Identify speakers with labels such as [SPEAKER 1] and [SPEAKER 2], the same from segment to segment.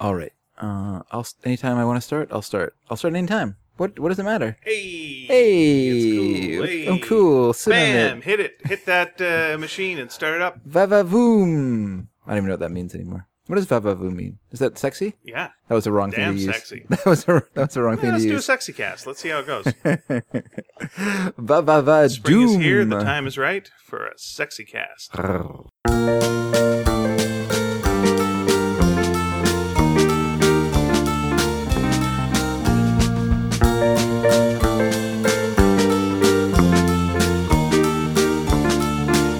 [SPEAKER 1] All right. Uh, I'll anytime I want to start, I'll start. I'll start anytime. What What does it matter?
[SPEAKER 2] Hey.
[SPEAKER 1] Hey,
[SPEAKER 2] It's cool. Hey.
[SPEAKER 1] I'm cool. Sit on
[SPEAKER 2] Bam!
[SPEAKER 1] it.
[SPEAKER 2] Hit it. Hit that uh, machine and start it up.
[SPEAKER 1] Va va voom. I don't even know what that means anymore. What does va va voom mean? Is that sexy?
[SPEAKER 2] Yeah.
[SPEAKER 1] That was the wrong
[SPEAKER 2] Damn
[SPEAKER 1] thing to use.
[SPEAKER 2] sexy.
[SPEAKER 1] That was the, that was the wrong
[SPEAKER 2] Yeah,
[SPEAKER 1] thing
[SPEAKER 2] let's
[SPEAKER 1] to
[SPEAKER 2] do a
[SPEAKER 1] use.
[SPEAKER 2] sexy cast. Let's see how it goes.
[SPEAKER 1] Va va va
[SPEAKER 2] Spring
[SPEAKER 1] doom.
[SPEAKER 2] is here. The time is right for a sexy cast.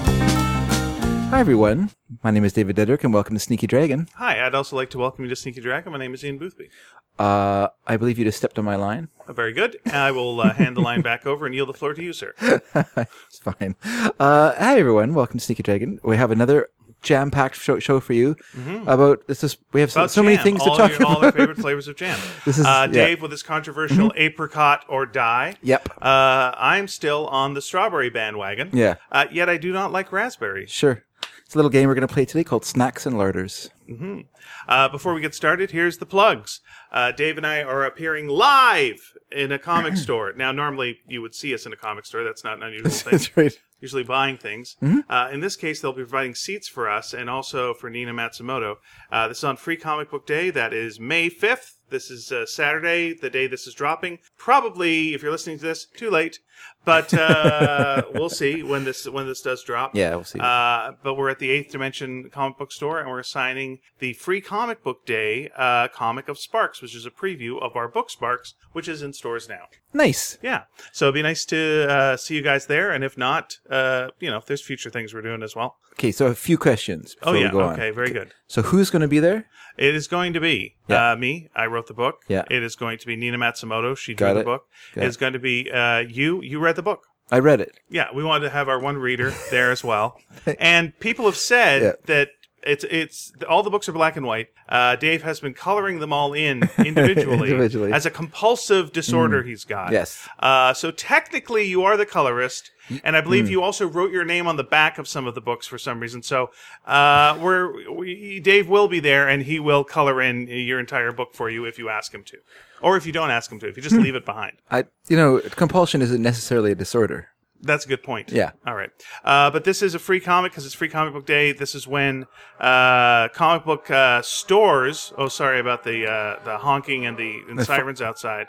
[SPEAKER 1] Hi everyone. My name is David Dedrick, and welcome to Sneaky Dragon.
[SPEAKER 2] Hi, I'd also like to welcome you to Sneaky Dragon. My name is Ian Boothby.
[SPEAKER 1] Uh, I believe you just stepped on my line.
[SPEAKER 2] Uh, Very good. I will uh, hand the line back over and yield the floor to you, sir.
[SPEAKER 1] it's fine. Uh, hi everyone, welcome to Sneaky Dragon. We have another jam-packed show, show for you about this. Is, we have so,
[SPEAKER 2] Mm-hmm. About
[SPEAKER 1] so many
[SPEAKER 2] jam,
[SPEAKER 1] things to
[SPEAKER 2] all
[SPEAKER 1] talk
[SPEAKER 2] your, All
[SPEAKER 1] about.
[SPEAKER 2] our favorite flavors of jam.
[SPEAKER 1] This is-
[SPEAKER 2] uh,
[SPEAKER 1] yeah. Mm-hmm.
[SPEAKER 2] Dave with his controversial apricot or die.
[SPEAKER 1] Yep.
[SPEAKER 2] Uh, I'm still on the strawberry bandwagon.
[SPEAKER 1] Yeah.
[SPEAKER 2] Uh, yet I do not like raspberry.
[SPEAKER 1] Sure. It's a little game we're going to play today called Snacks and Larders.
[SPEAKER 2] Uh, before we get started, here's the plugs. Uh, Dave and I are appearing live in a comic store. Now, normally you would see us in a comic store. That's not an unusual thing.
[SPEAKER 1] right.
[SPEAKER 2] Usually buying things. Uh, in this case, they'll be providing seats for us and also for Nina Matsumoto. Uh, this is on Free Comic Book Day. That is May 5th. This is uh, Saturday, the day this is dropping. Probably, if you're listening to this, too late. But uh, we'll see when this when this does drop.
[SPEAKER 1] Yeah, we'll see.
[SPEAKER 2] Uh, but we're at the Eighth Dimension Comic Book Store, and we're signing the free Comic Book Day uh, comic of Sparks, which is a preview of our book Sparks, which is in stores now.
[SPEAKER 1] nice.
[SPEAKER 2] Yeah, so it'd be nice to uh, see you guys there, and if not, uh, you know, if there's future things we're doing as well.
[SPEAKER 1] Okay, so a few questions
[SPEAKER 2] Oh
[SPEAKER 1] before
[SPEAKER 2] yeah,
[SPEAKER 1] we go on.
[SPEAKER 2] okay, very good.
[SPEAKER 1] So who's going to be there?
[SPEAKER 2] It is going to be uh, me. I wrote the book.
[SPEAKER 1] Yeah.
[SPEAKER 2] It is going to be Nina Matsumoto. She
[SPEAKER 1] Got
[SPEAKER 2] drew the
[SPEAKER 1] it.
[SPEAKER 2] book.
[SPEAKER 1] Got
[SPEAKER 2] It's going to be uh, you. You read the book.
[SPEAKER 1] I read it.
[SPEAKER 2] Yeah, we wanted to have our one reader there as well. And people have said
[SPEAKER 1] Yeah.
[SPEAKER 2] that it's it's all the books are black and white. Uh, Dave has been coloring them all in individually,
[SPEAKER 1] Individually. Mm.
[SPEAKER 2] as a compulsive disorder he's got.
[SPEAKER 1] Yes. Mm.
[SPEAKER 2] Uh, so technically, you are the colorist, and I believe you also wrote your name on the back of some of the books for some reason. So uh, we're we, Dave will be there, and he will color in your entire book for you if you ask him to, or if you don't ask him to, if you just leave it behind.
[SPEAKER 1] I. You know, compulsion isn't necessarily a disorder.
[SPEAKER 2] That's a good point.
[SPEAKER 1] Yeah.
[SPEAKER 2] All right. Uh, but this is a free comic because it's free comic book day. This is when uh, comic book uh, stores. Oh, sorry about the uh, the honking and the and sirens outside.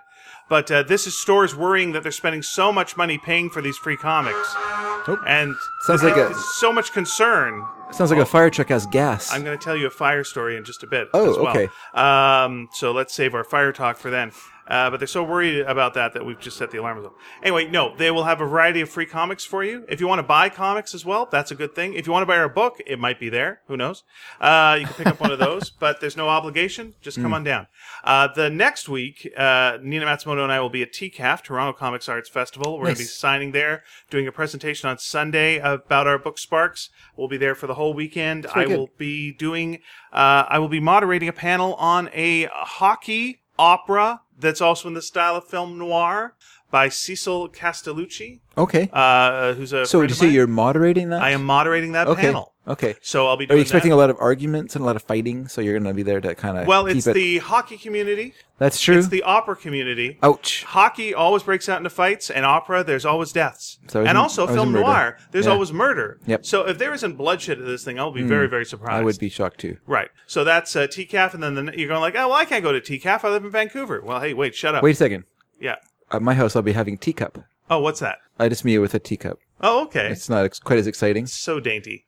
[SPEAKER 2] But uh, this is stores worrying that they're spending so much money paying for these free comics,
[SPEAKER 1] Oh.
[SPEAKER 2] and
[SPEAKER 1] Sounds
[SPEAKER 2] there's-
[SPEAKER 1] like a-
[SPEAKER 2] there's so much concern.
[SPEAKER 1] Sounds like a fire truck has gas.
[SPEAKER 2] I'm going to tell you a fire story in just a bit.
[SPEAKER 1] Oh,
[SPEAKER 2] as well.
[SPEAKER 1] okay.
[SPEAKER 2] Um, so let's save our fire talk for then. Uh, but they're so worried about that that we've just set the alarms off. Anyway, no, they will have a variety of free comics for you. If you want to buy comics as well, that's a good thing. If you want to buy our book, it might be there. Who knows? Uh, you can pick up one of those, but there's no obligation. Just
[SPEAKER 1] Hmm.
[SPEAKER 2] come on down. Uh, the next week, uh, Nina Matsumoto and I will be at TCAF, Toronto Comics Arts Festival. We're going to be
[SPEAKER 1] Nice.
[SPEAKER 2] signing there, doing a presentation on Sunday about our book Sparks. We'll be there for the whole weekend. I
[SPEAKER 1] very good.
[SPEAKER 2] will be doing uh, I will be moderating a panel on a hockey opera that's also in the style of film noir by Cecil Castellucci,
[SPEAKER 1] okay.
[SPEAKER 2] uh, who's a
[SPEAKER 1] so
[SPEAKER 2] friend
[SPEAKER 1] you
[SPEAKER 2] of
[SPEAKER 1] say
[SPEAKER 2] mine.
[SPEAKER 1] you're moderating that?
[SPEAKER 2] I am moderating that
[SPEAKER 1] Okay.
[SPEAKER 2] panel.
[SPEAKER 1] Okay.
[SPEAKER 2] So I'll be
[SPEAKER 1] Are
[SPEAKER 2] doing
[SPEAKER 1] you expecting
[SPEAKER 2] that.
[SPEAKER 1] a lot of arguments and a lot of fighting? So you're going to be there to kind of
[SPEAKER 2] well,
[SPEAKER 1] keep
[SPEAKER 2] it's
[SPEAKER 1] it.
[SPEAKER 2] the hockey community.
[SPEAKER 1] That's true.
[SPEAKER 2] It's the opera community.
[SPEAKER 1] Ouch.
[SPEAKER 2] Hockey always breaks out into fights, and opera, there's always deaths.
[SPEAKER 1] So
[SPEAKER 2] and
[SPEAKER 1] isn't-
[SPEAKER 2] also
[SPEAKER 1] always
[SPEAKER 2] film
[SPEAKER 1] a murder.
[SPEAKER 2] noir, there's
[SPEAKER 1] Yeah.
[SPEAKER 2] always murder.
[SPEAKER 1] Yep. Hmm.
[SPEAKER 2] So if there isn't bloodshed in this thing, I'll be very, very surprised.
[SPEAKER 1] I would be shocked too.
[SPEAKER 2] Right. So that's uh, TCAF, and then the, you're going like, oh, well, I can't go to TCAF. I live in Vancouver. Well, hey, wait, shut up.
[SPEAKER 1] Wait a second.
[SPEAKER 2] Yeah.
[SPEAKER 1] At my house, I'll be having teacup.
[SPEAKER 2] Oh, what's that?
[SPEAKER 1] I just meal with a teacup.
[SPEAKER 2] Oh, okay.
[SPEAKER 1] It's not ex- quite as exciting.
[SPEAKER 2] so dainty.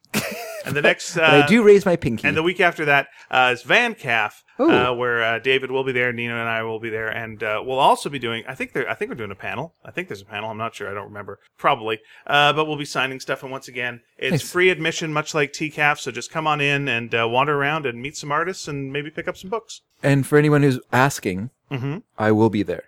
[SPEAKER 2] and the next, uh,
[SPEAKER 1] But I do raise my pinky.
[SPEAKER 2] and the week after that uh, is VanCAF,
[SPEAKER 1] Ooh.
[SPEAKER 2] uh, where uh, David will be there, Nina and I will be there, and uh, we'll also be doing. I think there. I think we're doing a panel. I think there's a panel. I'm not sure. I don't remember. Probably. Uh, but we'll be signing stuff. And once again, it's
[SPEAKER 1] Nice.
[SPEAKER 2] free admission, much like TCAF. So just come on in and uh, wander around and meet some artists and maybe pick up some books.
[SPEAKER 1] And for anyone who's asking,
[SPEAKER 2] Mm-hmm.
[SPEAKER 1] I will be there.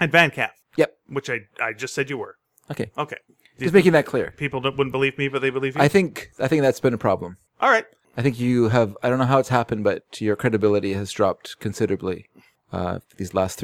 [SPEAKER 2] And VanCAF.
[SPEAKER 1] Yep.
[SPEAKER 2] which I I just said you were.
[SPEAKER 1] Okay.
[SPEAKER 2] Okay. These
[SPEAKER 1] Just making that clear.
[SPEAKER 2] people don't, wouldn't believe me, but they believe you.
[SPEAKER 1] I think I think that's been a problem.
[SPEAKER 2] All right.
[SPEAKER 1] I think you have. I don't know how it's happened, but your credibility has dropped considerably uh, these last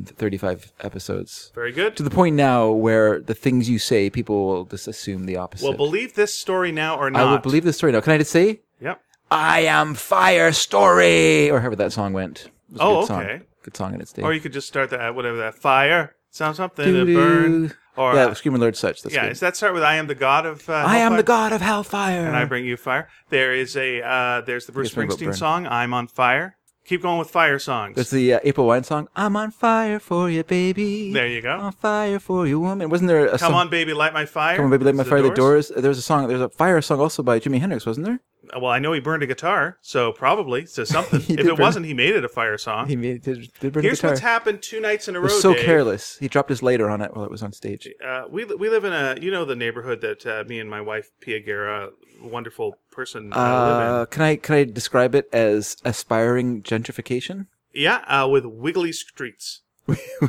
[SPEAKER 1] 335 episodes.
[SPEAKER 2] Very good.
[SPEAKER 1] To the point now where the things you say, people will just assume the opposite.
[SPEAKER 2] Well, believe this story now or not.
[SPEAKER 1] I will believe this story now. Can I just say
[SPEAKER 2] Yep.
[SPEAKER 1] I am fire story, or however that song went. It was a
[SPEAKER 2] Oh,
[SPEAKER 1] good song.
[SPEAKER 2] okay.
[SPEAKER 1] Good song in its day.
[SPEAKER 2] Or you could just start that whatever that fire sounds something to
[SPEAKER 1] Doo-doo.
[SPEAKER 2] burn. Or
[SPEAKER 1] yeah,
[SPEAKER 2] uh,
[SPEAKER 1] Screaming Lord Such. That's
[SPEAKER 2] yeah,
[SPEAKER 1] good.
[SPEAKER 2] is that start with I am the god of uh,
[SPEAKER 1] I am
[SPEAKER 2] hellfire?
[SPEAKER 1] the god of hellfire.
[SPEAKER 2] and I bring you fire. There is a uh, there's the Bruce
[SPEAKER 1] Yes, what about
[SPEAKER 2] Springsteen
[SPEAKER 1] burn?
[SPEAKER 2] song I'm on fire. Keep going with fire songs.
[SPEAKER 1] That's the uh, April Wine song. I'm on fire for you, baby.
[SPEAKER 2] there you go.
[SPEAKER 1] On fire for you, woman. Wasn't there a
[SPEAKER 2] Come
[SPEAKER 1] song?
[SPEAKER 2] on, baby, light my fire.
[SPEAKER 1] Come on, baby, let my
[SPEAKER 2] It's
[SPEAKER 1] fire the doors. There was a song. There's a fire song also by Jimi Hendrix, wasn't there?
[SPEAKER 2] Uh, Well, I know he burned a guitar, so probably so something.
[SPEAKER 1] He
[SPEAKER 2] if
[SPEAKER 1] did
[SPEAKER 2] it
[SPEAKER 1] burn-
[SPEAKER 2] wasn't, he made it a fire song.
[SPEAKER 1] He made did, did burn
[SPEAKER 2] Here's
[SPEAKER 1] a guitar.
[SPEAKER 2] what's happened two nights in a
[SPEAKER 1] it
[SPEAKER 2] row.
[SPEAKER 1] was so
[SPEAKER 2] Dave.
[SPEAKER 1] careless. He dropped his lighter on it while it was on stage.
[SPEAKER 2] Uh, we we live in a you know the neighborhood that uh, me and my wife Pia Guerra, wonderful person, uh, live
[SPEAKER 1] Uh, can I can I describe it as aspiring gentrification?
[SPEAKER 2] in. Yeah, uh, with wiggly streets,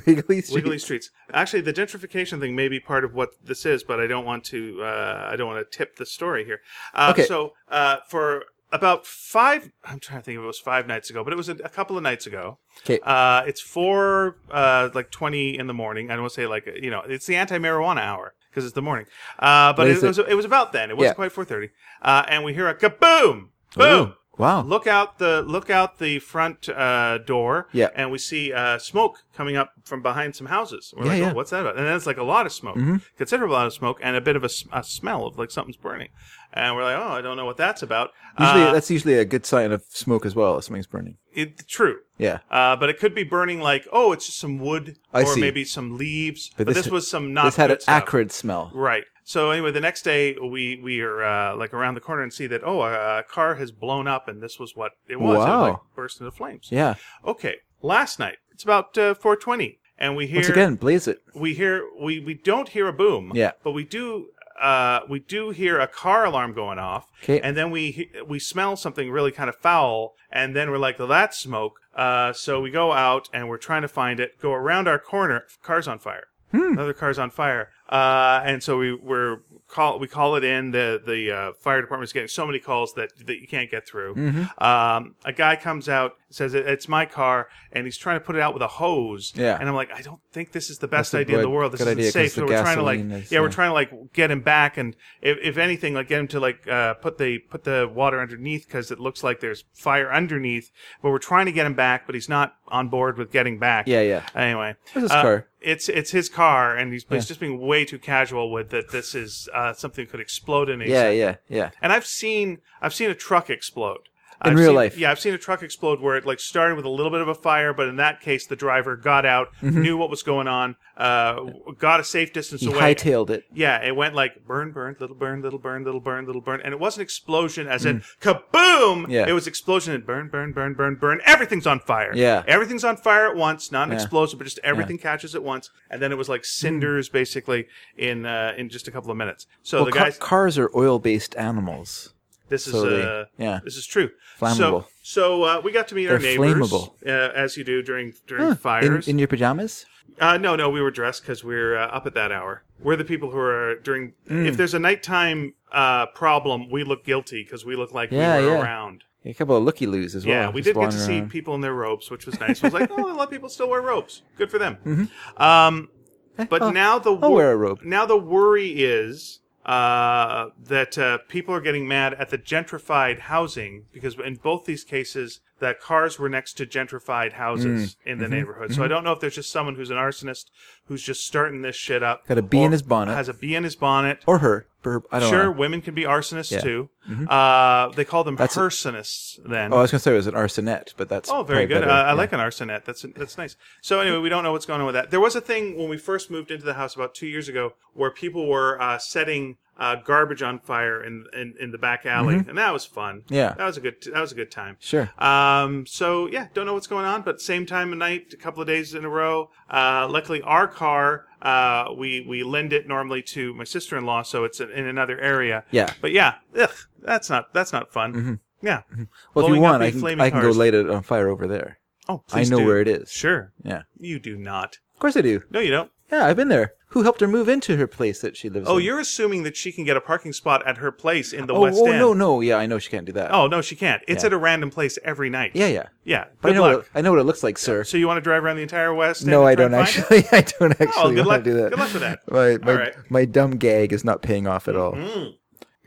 [SPEAKER 1] Wiggly Street.
[SPEAKER 2] wiggly streets. Actually, the gentrification thing may be part of what this is, but I don't want to uh, I don't want to tip the story here. Uh,
[SPEAKER 1] Okay.
[SPEAKER 2] So uh, for about five, I'm trying to think if it was five nights ago, but it was a, a couple of nights ago.
[SPEAKER 1] 'Kay.
[SPEAKER 2] Uh, it's four, uh, like twenty in the morning. I don't want to say like you know, it's the anti-marijuana hour because it's the morning. Uh, but
[SPEAKER 1] What
[SPEAKER 2] it,
[SPEAKER 1] is it?
[SPEAKER 2] was it was about then. It wasn't
[SPEAKER 1] Yeah.
[SPEAKER 2] quite four thirty. Uh, and we hear a kaboom, boom.
[SPEAKER 1] Ooh, Wow.
[SPEAKER 2] Look out the look out the front uh, door.
[SPEAKER 1] Yeah.
[SPEAKER 2] And we see uh, smoke coming up from behind some houses. We're
[SPEAKER 1] Yeah,
[SPEAKER 2] like,
[SPEAKER 1] yeah. Mm-hmm.
[SPEAKER 2] oh, what's that about? And then it's like a lot of smoke, considerable amount of smoke, and a bit of a, s- a smell of like something's burning. And we're like, oh, I don't know what that's about.
[SPEAKER 1] Usually,
[SPEAKER 2] uh,
[SPEAKER 1] that's usually a good sign of smoke as well. If something's burning.
[SPEAKER 2] it, true.
[SPEAKER 1] Yeah.
[SPEAKER 2] Uh, but it could be burning like, oh, it's just some wood
[SPEAKER 1] I
[SPEAKER 2] or
[SPEAKER 1] see.
[SPEAKER 2] maybe some leaves. But,
[SPEAKER 1] But
[SPEAKER 2] this,
[SPEAKER 1] this-
[SPEAKER 2] was some not
[SPEAKER 1] this had
[SPEAKER 2] good
[SPEAKER 1] an
[SPEAKER 2] stuff.
[SPEAKER 1] acrid smell.
[SPEAKER 2] Right. So anyway, the next day we we are uh, like around the corner and see that oh a, a car has blown up and this was what it was. It,
[SPEAKER 1] Wow.
[SPEAKER 2] like, burst into flames.
[SPEAKER 1] Yeah.
[SPEAKER 2] Okay. Last night it's about uh, 4:20 and we hear
[SPEAKER 1] Once again, blaze it.
[SPEAKER 2] we hear we we don't hear a boom.
[SPEAKER 1] Yeah.
[SPEAKER 2] But we do uh we do hear a car alarm going off.
[SPEAKER 1] 'Kay.
[SPEAKER 2] And then we he- we smell something really kind of foul, and then we're like, well, that's smoke. Uh, so we go out and we're trying to find it. Go around our corner, car's on fire.
[SPEAKER 1] Hmm.
[SPEAKER 2] Another car's on fire. Uh, and so we we're call we call it in. The the uh, fire department's getting so many calls that that you can't get through.
[SPEAKER 1] Mm-hmm.
[SPEAKER 2] Um, a guy comes out, says "It- it's my car, and he's trying to put it out with a hose.
[SPEAKER 1] Yeah.
[SPEAKER 2] And I'm like, I don't think this is the best
[SPEAKER 1] That's a
[SPEAKER 2] idea in the
[SPEAKER 1] good-
[SPEAKER 2] world. This
[SPEAKER 1] good
[SPEAKER 2] isn't
[SPEAKER 1] idea, 'cause
[SPEAKER 2] safe.
[SPEAKER 1] the
[SPEAKER 2] So we're trying to like,
[SPEAKER 1] gasoline is,
[SPEAKER 2] yeah, we're
[SPEAKER 1] uh,
[SPEAKER 2] trying to like get him back, and if, if anything, like get him to like uh, put the put the water underneath because it looks like there's fire underneath. But we're trying to get him back, but he's not on board with getting back.
[SPEAKER 1] Yeah, yeah.
[SPEAKER 2] Anyway,
[SPEAKER 1] Where's his
[SPEAKER 2] uh,
[SPEAKER 1] car?
[SPEAKER 2] It's it's his car, and he's, he's just being way too casual with that. This is uh, something that could explode in a
[SPEAKER 1] Yeah, yeah, yeah.
[SPEAKER 2] and I've seen I've seen a truck explode
[SPEAKER 1] In
[SPEAKER 2] I've
[SPEAKER 1] real
[SPEAKER 2] seen-
[SPEAKER 1] life.
[SPEAKER 2] Yeah, I've seen a truck explode where it like started with a little bit of a fire, but in that case, the driver got out, knew what was going on, uh, w- got a safe distance
[SPEAKER 1] Mm-hmm. He
[SPEAKER 2] away.
[SPEAKER 1] hightailed it.
[SPEAKER 2] yeah, it went like burn, burn, little burn, little burn, little burn, little burn, and it wasn't explosion as in kaboom.
[SPEAKER 1] Mm. Yeah.
[SPEAKER 2] it was explosion and burn, burn, burn, burn, burn. Everything's on fire.
[SPEAKER 1] Yeah.
[SPEAKER 2] everything's on fire at once, not an explosion, but just everything catches at once, and then it was
[SPEAKER 1] Mm.
[SPEAKER 2] like cinders basically in uh, in just a couple of minutes. So
[SPEAKER 1] Well,
[SPEAKER 2] the
[SPEAKER 1] ca-
[SPEAKER 2] guys,
[SPEAKER 1] cars are oil-based animals.
[SPEAKER 2] this is
[SPEAKER 1] So they-
[SPEAKER 2] uh,
[SPEAKER 1] yeah.
[SPEAKER 2] this is true. So,
[SPEAKER 1] Flammable.
[SPEAKER 2] so uh, we got to meet our
[SPEAKER 1] They're
[SPEAKER 2] neighbors
[SPEAKER 1] flammable.
[SPEAKER 2] uh, as you do during during
[SPEAKER 1] In,
[SPEAKER 2] fires.
[SPEAKER 1] in your pajamas?
[SPEAKER 2] uh, no, no, we were dressed because we're uh, up at that hour. We're the people who are during.
[SPEAKER 1] Mm.
[SPEAKER 2] If there's a nighttime uh, problem, we look guilty because we look like
[SPEAKER 1] Yeah,
[SPEAKER 2] we were
[SPEAKER 1] yeah.
[SPEAKER 2] around.
[SPEAKER 1] A couple of looky-loos as well.
[SPEAKER 2] Yeah, we
[SPEAKER 1] just
[SPEAKER 2] did get to
[SPEAKER 1] wandering
[SPEAKER 2] see
[SPEAKER 1] around.
[SPEAKER 2] people in their robes, which was nice. It was like, oh, a lot of people still wear robes. Good for them. Um, but
[SPEAKER 1] I'll-
[SPEAKER 2] now the
[SPEAKER 1] Mm-hmm. Eh, oh, I'll
[SPEAKER 2] wor-
[SPEAKER 1] wear a robe.
[SPEAKER 2] Now the worry is uh, that uh, people are getting mad at the gentrified housing because in both these cases, the cars were next to gentrified
[SPEAKER 1] Mm.
[SPEAKER 2] houses in
[SPEAKER 1] Mm-hmm.
[SPEAKER 2] the neighborhood. So I don't know if there's just someone who's an arsonist who's just starting this shit up.
[SPEAKER 1] Got a bee in
[SPEAKER 2] or
[SPEAKER 1] his bonnet. Oh.
[SPEAKER 2] Has a bee in his bonnet.
[SPEAKER 1] Or her. Her- I don't
[SPEAKER 2] Sure,
[SPEAKER 1] know.
[SPEAKER 2] women can be arsonists too.
[SPEAKER 1] Mm-hmm.
[SPEAKER 2] Uh, they call them personists then.
[SPEAKER 1] Oh, I was going to say it was an arsonette, but that's
[SPEAKER 2] Oh, very
[SPEAKER 1] probably
[SPEAKER 2] good. Uh,
[SPEAKER 1] better.
[SPEAKER 2] I
[SPEAKER 1] Yeah.
[SPEAKER 2] like an arsonette. That's that's nice. So anyway, we don't know what's going on with that. There was a thing when we first moved into the house about two years ago where people were uh, setting uh, garbage on fire in, in in the back alley, and that was fun.
[SPEAKER 1] Mm-hmm. Yeah.
[SPEAKER 2] that was a good that was a good time.
[SPEAKER 1] Sure.
[SPEAKER 2] Um, so yeah, don't know what's going on, but same time of night, a couple of days in a row. Uh, luckily, our car. Uh, we we lend it normally to my sister in law, so it's in, in another area.
[SPEAKER 1] Yeah. Mm-hmm.
[SPEAKER 2] but yeah, ugh, that's not that's not fun. Yeah.
[SPEAKER 1] Well, if
[SPEAKER 2] Blowing
[SPEAKER 1] you want,
[SPEAKER 2] up the
[SPEAKER 1] I can,
[SPEAKER 2] flaming
[SPEAKER 1] I can go
[SPEAKER 2] cars.
[SPEAKER 1] light it on fire over there.
[SPEAKER 2] Oh,
[SPEAKER 1] I
[SPEAKER 2] please
[SPEAKER 1] know
[SPEAKER 2] do.
[SPEAKER 1] where it is.
[SPEAKER 2] Sure.
[SPEAKER 1] Yeah.
[SPEAKER 2] You do not.
[SPEAKER 1] Of course I do.
[SPEAKER 2] No, you don't.
[SPEAKER 1] Yeah, I've been there. Who helped her move into her place that she lives
[SPEAKER 2] Oh,
[SPEAKER 1] in?
[SPEAKER 2] you're assuming that she can get a parking spot at her place in the
[SPEAKER 1] Oh,
[SPEAKER 2] West
[SPEAKER 1] oh
[SPEAKER 2] End.
[SPEAKER 1] no, no. Yeah, I know she can't do that.
[SPEAKER 2] Oh, no, she can't. It's at a random place every night.
[SPEAKER 1] Yeah, yeah.
[SPEAKER 2] Yeah.
[SPEAKER 1] But I
[SPEAKER 2] Good
[SPEAKER 1] know,
[SPEAKER 2] luck.
[SPEAKER 1] what it, I know what it looks like, sir.
[SPEAKER 2] So you want to drive around the entire West End?
[SPEAKER 1] No,
[SPEAKER 2] and
[SPEAKER 1] I
[SPEAKER 2] try
[SPEAKER 1] don't
[SPEAKER 2] and find it? Oh,
[SPEAKER 1] actually. I don't actually
[SPEAKER 2] good
[SPEAKER 1] want
[SPEAKER 2] luck-
[SPEAKER 1] to do that.
[SPEAKER 2] good luck with that.
[SPEAKER 1] My my,
[SPEAKER 2] All right. Mm-hmm.
[SPEAKER 1] my dumb gag is not paying off at all.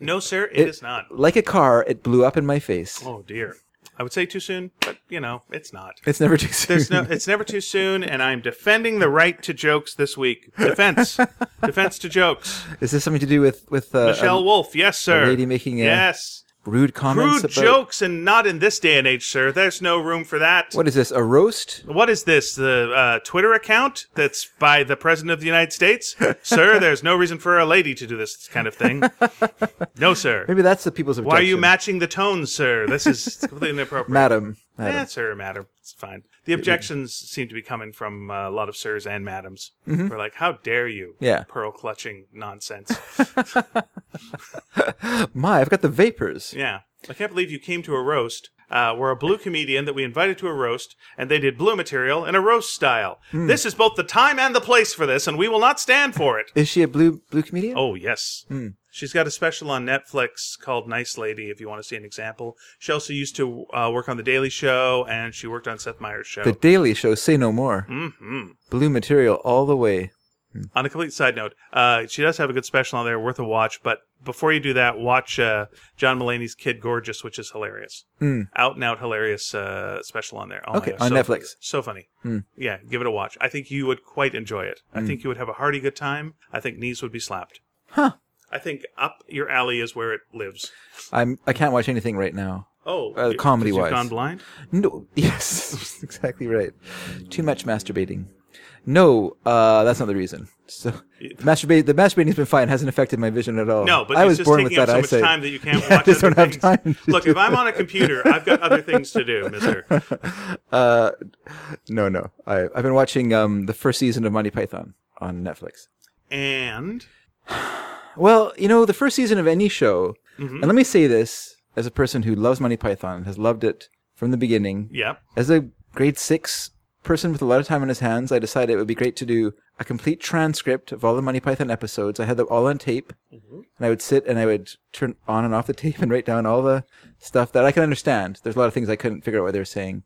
[SPEAKER 2] No, sir, it
[SPEAKER 1] It-
[SPEAKER 2] is not.
[SPEAKER 1] Like a car, it blew up in my face.
[SPEAKER 2] Oh dear. I would say too soon, but you know, it's not.
[SPEAKER 1] It's never too soon.
[SPEAKER 2] There's no, it's never too soon, and I'm defending the right to jokes this week. Defense, defense to jokes.
[SPEAKER 1] Is this something to do with with uh,
[SPEAKER 2] Michelle Wolf, yes, sir.
[SPEAKER 1] lady making a-
[SPEAKER 2] yes,
[SPEAKER 1] a rude comments?
[SPEAKER 2] crude
[SPEAKER 1] about-
[SPEAKER 2] jokes, and not in this day and age, sir. There's no room for that.
[SPEAKER 1] What is this? A roast?
[SPEAKER 2] What is this? The uh, Twitter account that's by the president of the United States, sir? There's no reason for a lady to do this kind of thing. No, sir.
[SPEAKER 1] Maybe that's the people's objection.
[SPEAKER 2] Why are you matching the tone, sir? This is completely inappropriate.
[SPEAKER 1] madam? Madam.
[SPEAKER 2] Eh, sir, madam. It's fine. The objections seem to be coming from uh, a lot of sirs and madams. We're like, how dare you?
[SPEAKER 1] Mm-hmm. Yeah.
[SPEAKER 2] Pearl clutching nonsense.
[SPEAKER 1] My, I've got the vapors.
[SPEAKER 2] yeah. I can't believe you came to a roast. Uh, we're a blue comedian that we invited to a roast, and they did blue material in a roast style. This is both the time and the place for this, and we will not stand for it.
[SPEAKER 1] Is she a blue blue comedian?
[SPEAKER 2] Oh, yes. She's got a special on Netflix called Nice Lady, if you want to see an example. She also used to uh, work on The Daily Show, and she worked on Seth Meyers' show.
[SPEAKER 1] The Daily Show. Say no more.
[SPEAKER 2] hmm
[SPEAKER 1] Blue material all the way.
[SPEAKER 2] On a complete side note, uh, she does have a good special on there, worth a watch. But before you do that, watch uh, John Mulaney's Kid Gorgeous, which is hilarious, out and out hilarious uh, special on there. Oh my
[SPEAKER 1] Hmm. Okay,
[SPEAKER 2] gosh,
[SPEAKER 1] on
[SPEAKER 2] so-
[SPEAKER 1] Netflix. Hmm.
[SPEAKER 2] So funny. Yeah, give it a watch. I think you would quite enjoy it. I think you would have a hearty good time. I think knees would be slapped.
[SPEAKER 1] Huh.
[SPEAKER 2] I think up your alley is where it lives.
[SPEAKER 1] I'm. I can't watch anything right now.
[SPEAKER 2] Oh,
[SPEAKER 1] Uh,
[SPEAKER 2] you- 'cause
[SPEAKER 1] comedy-wise.
[SPEAKER 2] you've gone blind.
[SPEAKER 1] No. Yes. that's exactly right. Too much masturbating. No. Uh, that's not the reason. So, masturbate. The masturbating's been fine. Hasn't affected my vision at all.
[SPEAKER 2] No, but
[SPEAKER 1] I
[SPEAKER 2] it's
[SPEAKER 1] was
[SPEAKER 2] just
[SPEAKER 1] born with
[SPEAKER 2] taking up
[SPEAKER 1] that
[SPEAKER 2] so much
[SPEAKER 1] eyesight.
[SPEAKER 2] time that you can't
[SPEAKER 1] Yeah, I
[SPEAKER 2] watch
[SPEAKER 1] just
[SPEAKER 2] other
[SPEAKER 1] don't have
[SPEAKER 2] things.
[SPEAKER 1] time to
[SPEAKER 2] Look,
[SPEAKER 1] do
[SPEAKER 2] if I'm on a computer, I've got other things to do, Mister.
[SPEAKER 1] Uh, no, no. I, I've been watching um, the first season of Monty Python on Netflix.
[SPEAKER 2] And
[SPEAKER 1] Well, you know, the first season of any show,
[SPEAKER 2] Mm-hmm.
[SPEAKER 1] and let me say this as a person who loves Monty Python, has loved it from the beginning.
[SPEAKER 2] yeah,
[SPEAKER 1] As a grade six person with a lot of time on his hands, I decided it would be great to do a complete transcript of all the Monty Python episodes. I had them all on tape, and I would sit and I would turn on and off the tape and write down all the stuff that I can understand. There's a lot of things I couldn't figure out what they were saying.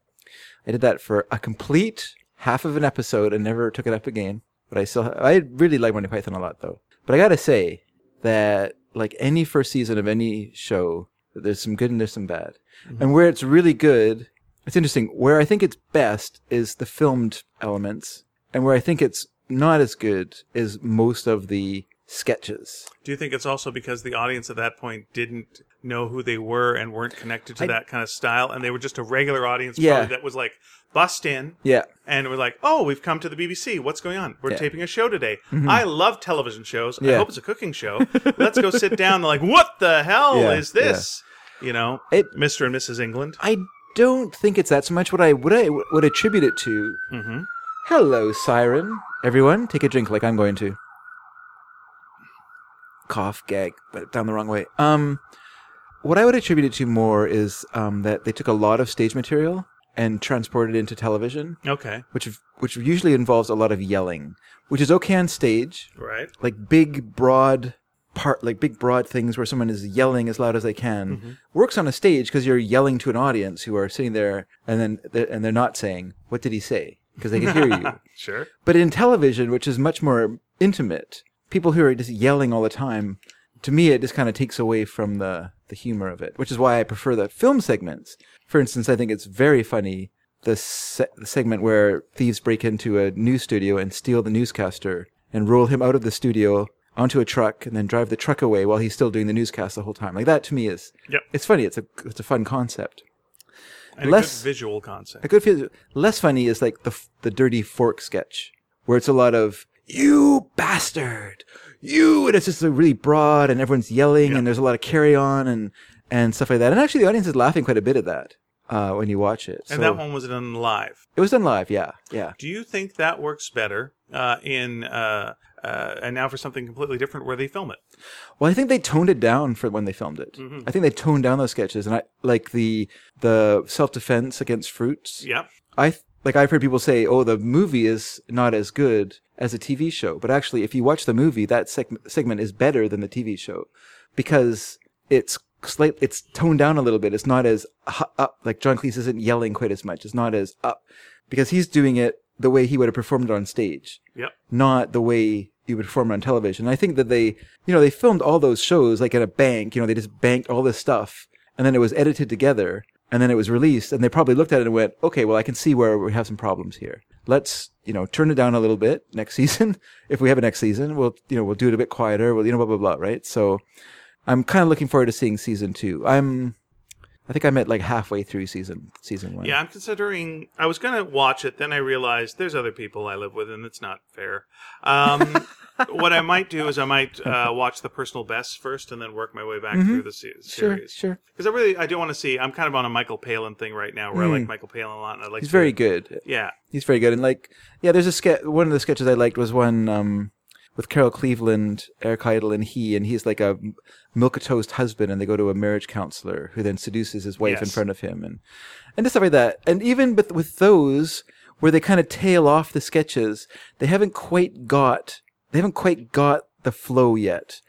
[SPEAKER 1] I did that for a complete half of an episode and never took it up again. But I still, I really like Monty Python a lot though. But I gotta say that like any first season of any show, there's some good and there's some bad. And where it's really good, it's interesting. Where I think it's best is the filmed elements, and where I think it's not as good is most of the sketches.
[SPEAKER 2] Do you think it's also because the audience at that point didn't know who they were and weren't connected to that kind of style, and they were just a regular audience
[SPEAKER 1] Yeah.
[SPEAKER 2] probably that was like bust in
[SPEAKER 1] Yeah.
[SPEAKER 2] and were like, "Oh, we've come to the BBC. What's going on? We're
[SPEAKER 1] Yeah. Mm-hmm.
[SPEAKER 2] taping a show today. I love television shows. I
[SPEAKER 1] Yeah.
[SPEAKER 2] hope it's a cooking show. Let's go sit down." They're like, "What the hell
[SPEAKER 1] Yeah,
[SPEAKER 2] is this?" You know,
[SPEAKER 1] It-
[SPEAKER 2] Mr. and Mrs. England.
[SPEAKER 1] I don't think it's that so much what I would I would attribute it to.
[SPEAKER 2] Mhm.
[SPEAKER 1] Hello, siren. Everyone, take a drink like I'm going to. Cough, gag, but down the wrong way. Um, what I would attribute it to more is um, that they took a lot of stage material and transported it into television,
[SPEAKER 2] Okay,
[SPEAKER 1] which which usually involves a lot of yelling, which is okay on stage,
[SPEAKER 2] right.
[SPEAKER 1] like big broad part like big broad things where someone is yelling as loud as they can works on a stage because you're yelling to an audience who are sitting there and then they're, and they're not saying what did he say because they can hear you
[SPEAKER 2] Sure.
[SPEAKER 1] but in television which is much more intimate people who are just yelling all the time to me it just kind of takes away from the the humor of it which is why i prefer the film segments for instance i think it's very funny the, se- the segment where thieves break into a news studio and steal the newscaster and roll him out of the studio onto a truck and then drive the truck away while he's still doing the newscast the whole time like that to me is
[SPEAKER 2] Yep.
[SPEAKER 1] it's funny it's a it's a fun concept
[SPEAKER 2] And
[SPEAKER 1] Less-
[SPEAKER 2] a good visual
[SPEAKER 1] a
[SPEAKER 2] concept.
[SPEAKER 1] good feel. Less funny is like the the dirty fork sketch, where it's a lot of "you bastard," "you," and it's just a really broad, and everyone's yelling, and there's a lot of carry on and and stuff like that. And actually, the audience is laughing quite a bit at that uh, when you watch it.
[SPEAKER 2] And
[SPEAKER 1] So-
[SPEAKER 2] that one was done live.
[SPEAKER 1] it was done live, yeah, yeah.
[SPEAKER 2] Do you think that works better uh, in uh, uh, and now for something completely different where they film it?
[SPEAKER 1] Well, I think they toned it down for when they filmed it.
[SPEAKER 2] Mm-hmm.
[SPEAKER 1] I think they toned down those sketches, and I like the the self defense against fruits.
[SPEAKER 2] Yeah,
[SPEAKER 1] I th- like I've heard people say, "Oh, the movie is not as good as a TV show," but actually, if you watch the movie, that seg- segment is better than the TV show because it's slight, it's toned down a little bit. It's not as hu- up. Like John Cleese isn't yelling quite as much. It's not as up because he's doing it the way he would have performed it on stage,
[SPEAKER 2] Yep.
[SPEAKER 1] not the way he would perform it on television. And I think that they, you know, they filmed all those shows like in a bank. You know, they just banked all this stuff, and then it was edited together, and then it was released. And they probably looked at it and went, "Okay, well, I can see where we have some problems here. Let's, you know, turn it down a little bit next season. if we have a next season, we'll, you know, we'll do it a bit quieter. We'll, you know, blah blah blah. Right? So, I'm kind of looking forward to seeing season two. I'm, I think I'm at like halfway through season season one.
[SPEAKER 2] Yeah, I'm considering. I was gonna watch it, then I realized there's other people I live with, and it's not fair. Um, what I might do is I might uh, watch the personal bests first, and then work my way back through the se-
[SPEAKER 1] Mm-hmm. Sure,
[SPEAKER 2] series.
[SPEAKER 1] sure.
[SPEAKER 2] Because I really I do want to see. I'm kind of on a Michael Palin thing right now, where I like Michael Palin a lot, and I
[SPEAKER 1] Mm.
[SPEAKER 2] like.
[SPEAKER 1] He's
[SPEAKER 2] to-
[SPEAKER 1] very good.
[SPEAKER 2] Yeah.
[SPEAKER 1] He's very good. And like, yeah, there's a sketch. One of the sketches I liked was one um, with Carol Cleveland, Eric Idle, and he, and he's like a milk a toast husband, and they go to a marriage counselor who then seduces his wife in
[SPEAKER 2] Yes.
[SPEAKER 1] front of him, and and just stuff like that. And even with with those where they kind of tail off the sketches, they haven't quite got they haven't quite got the flow yet.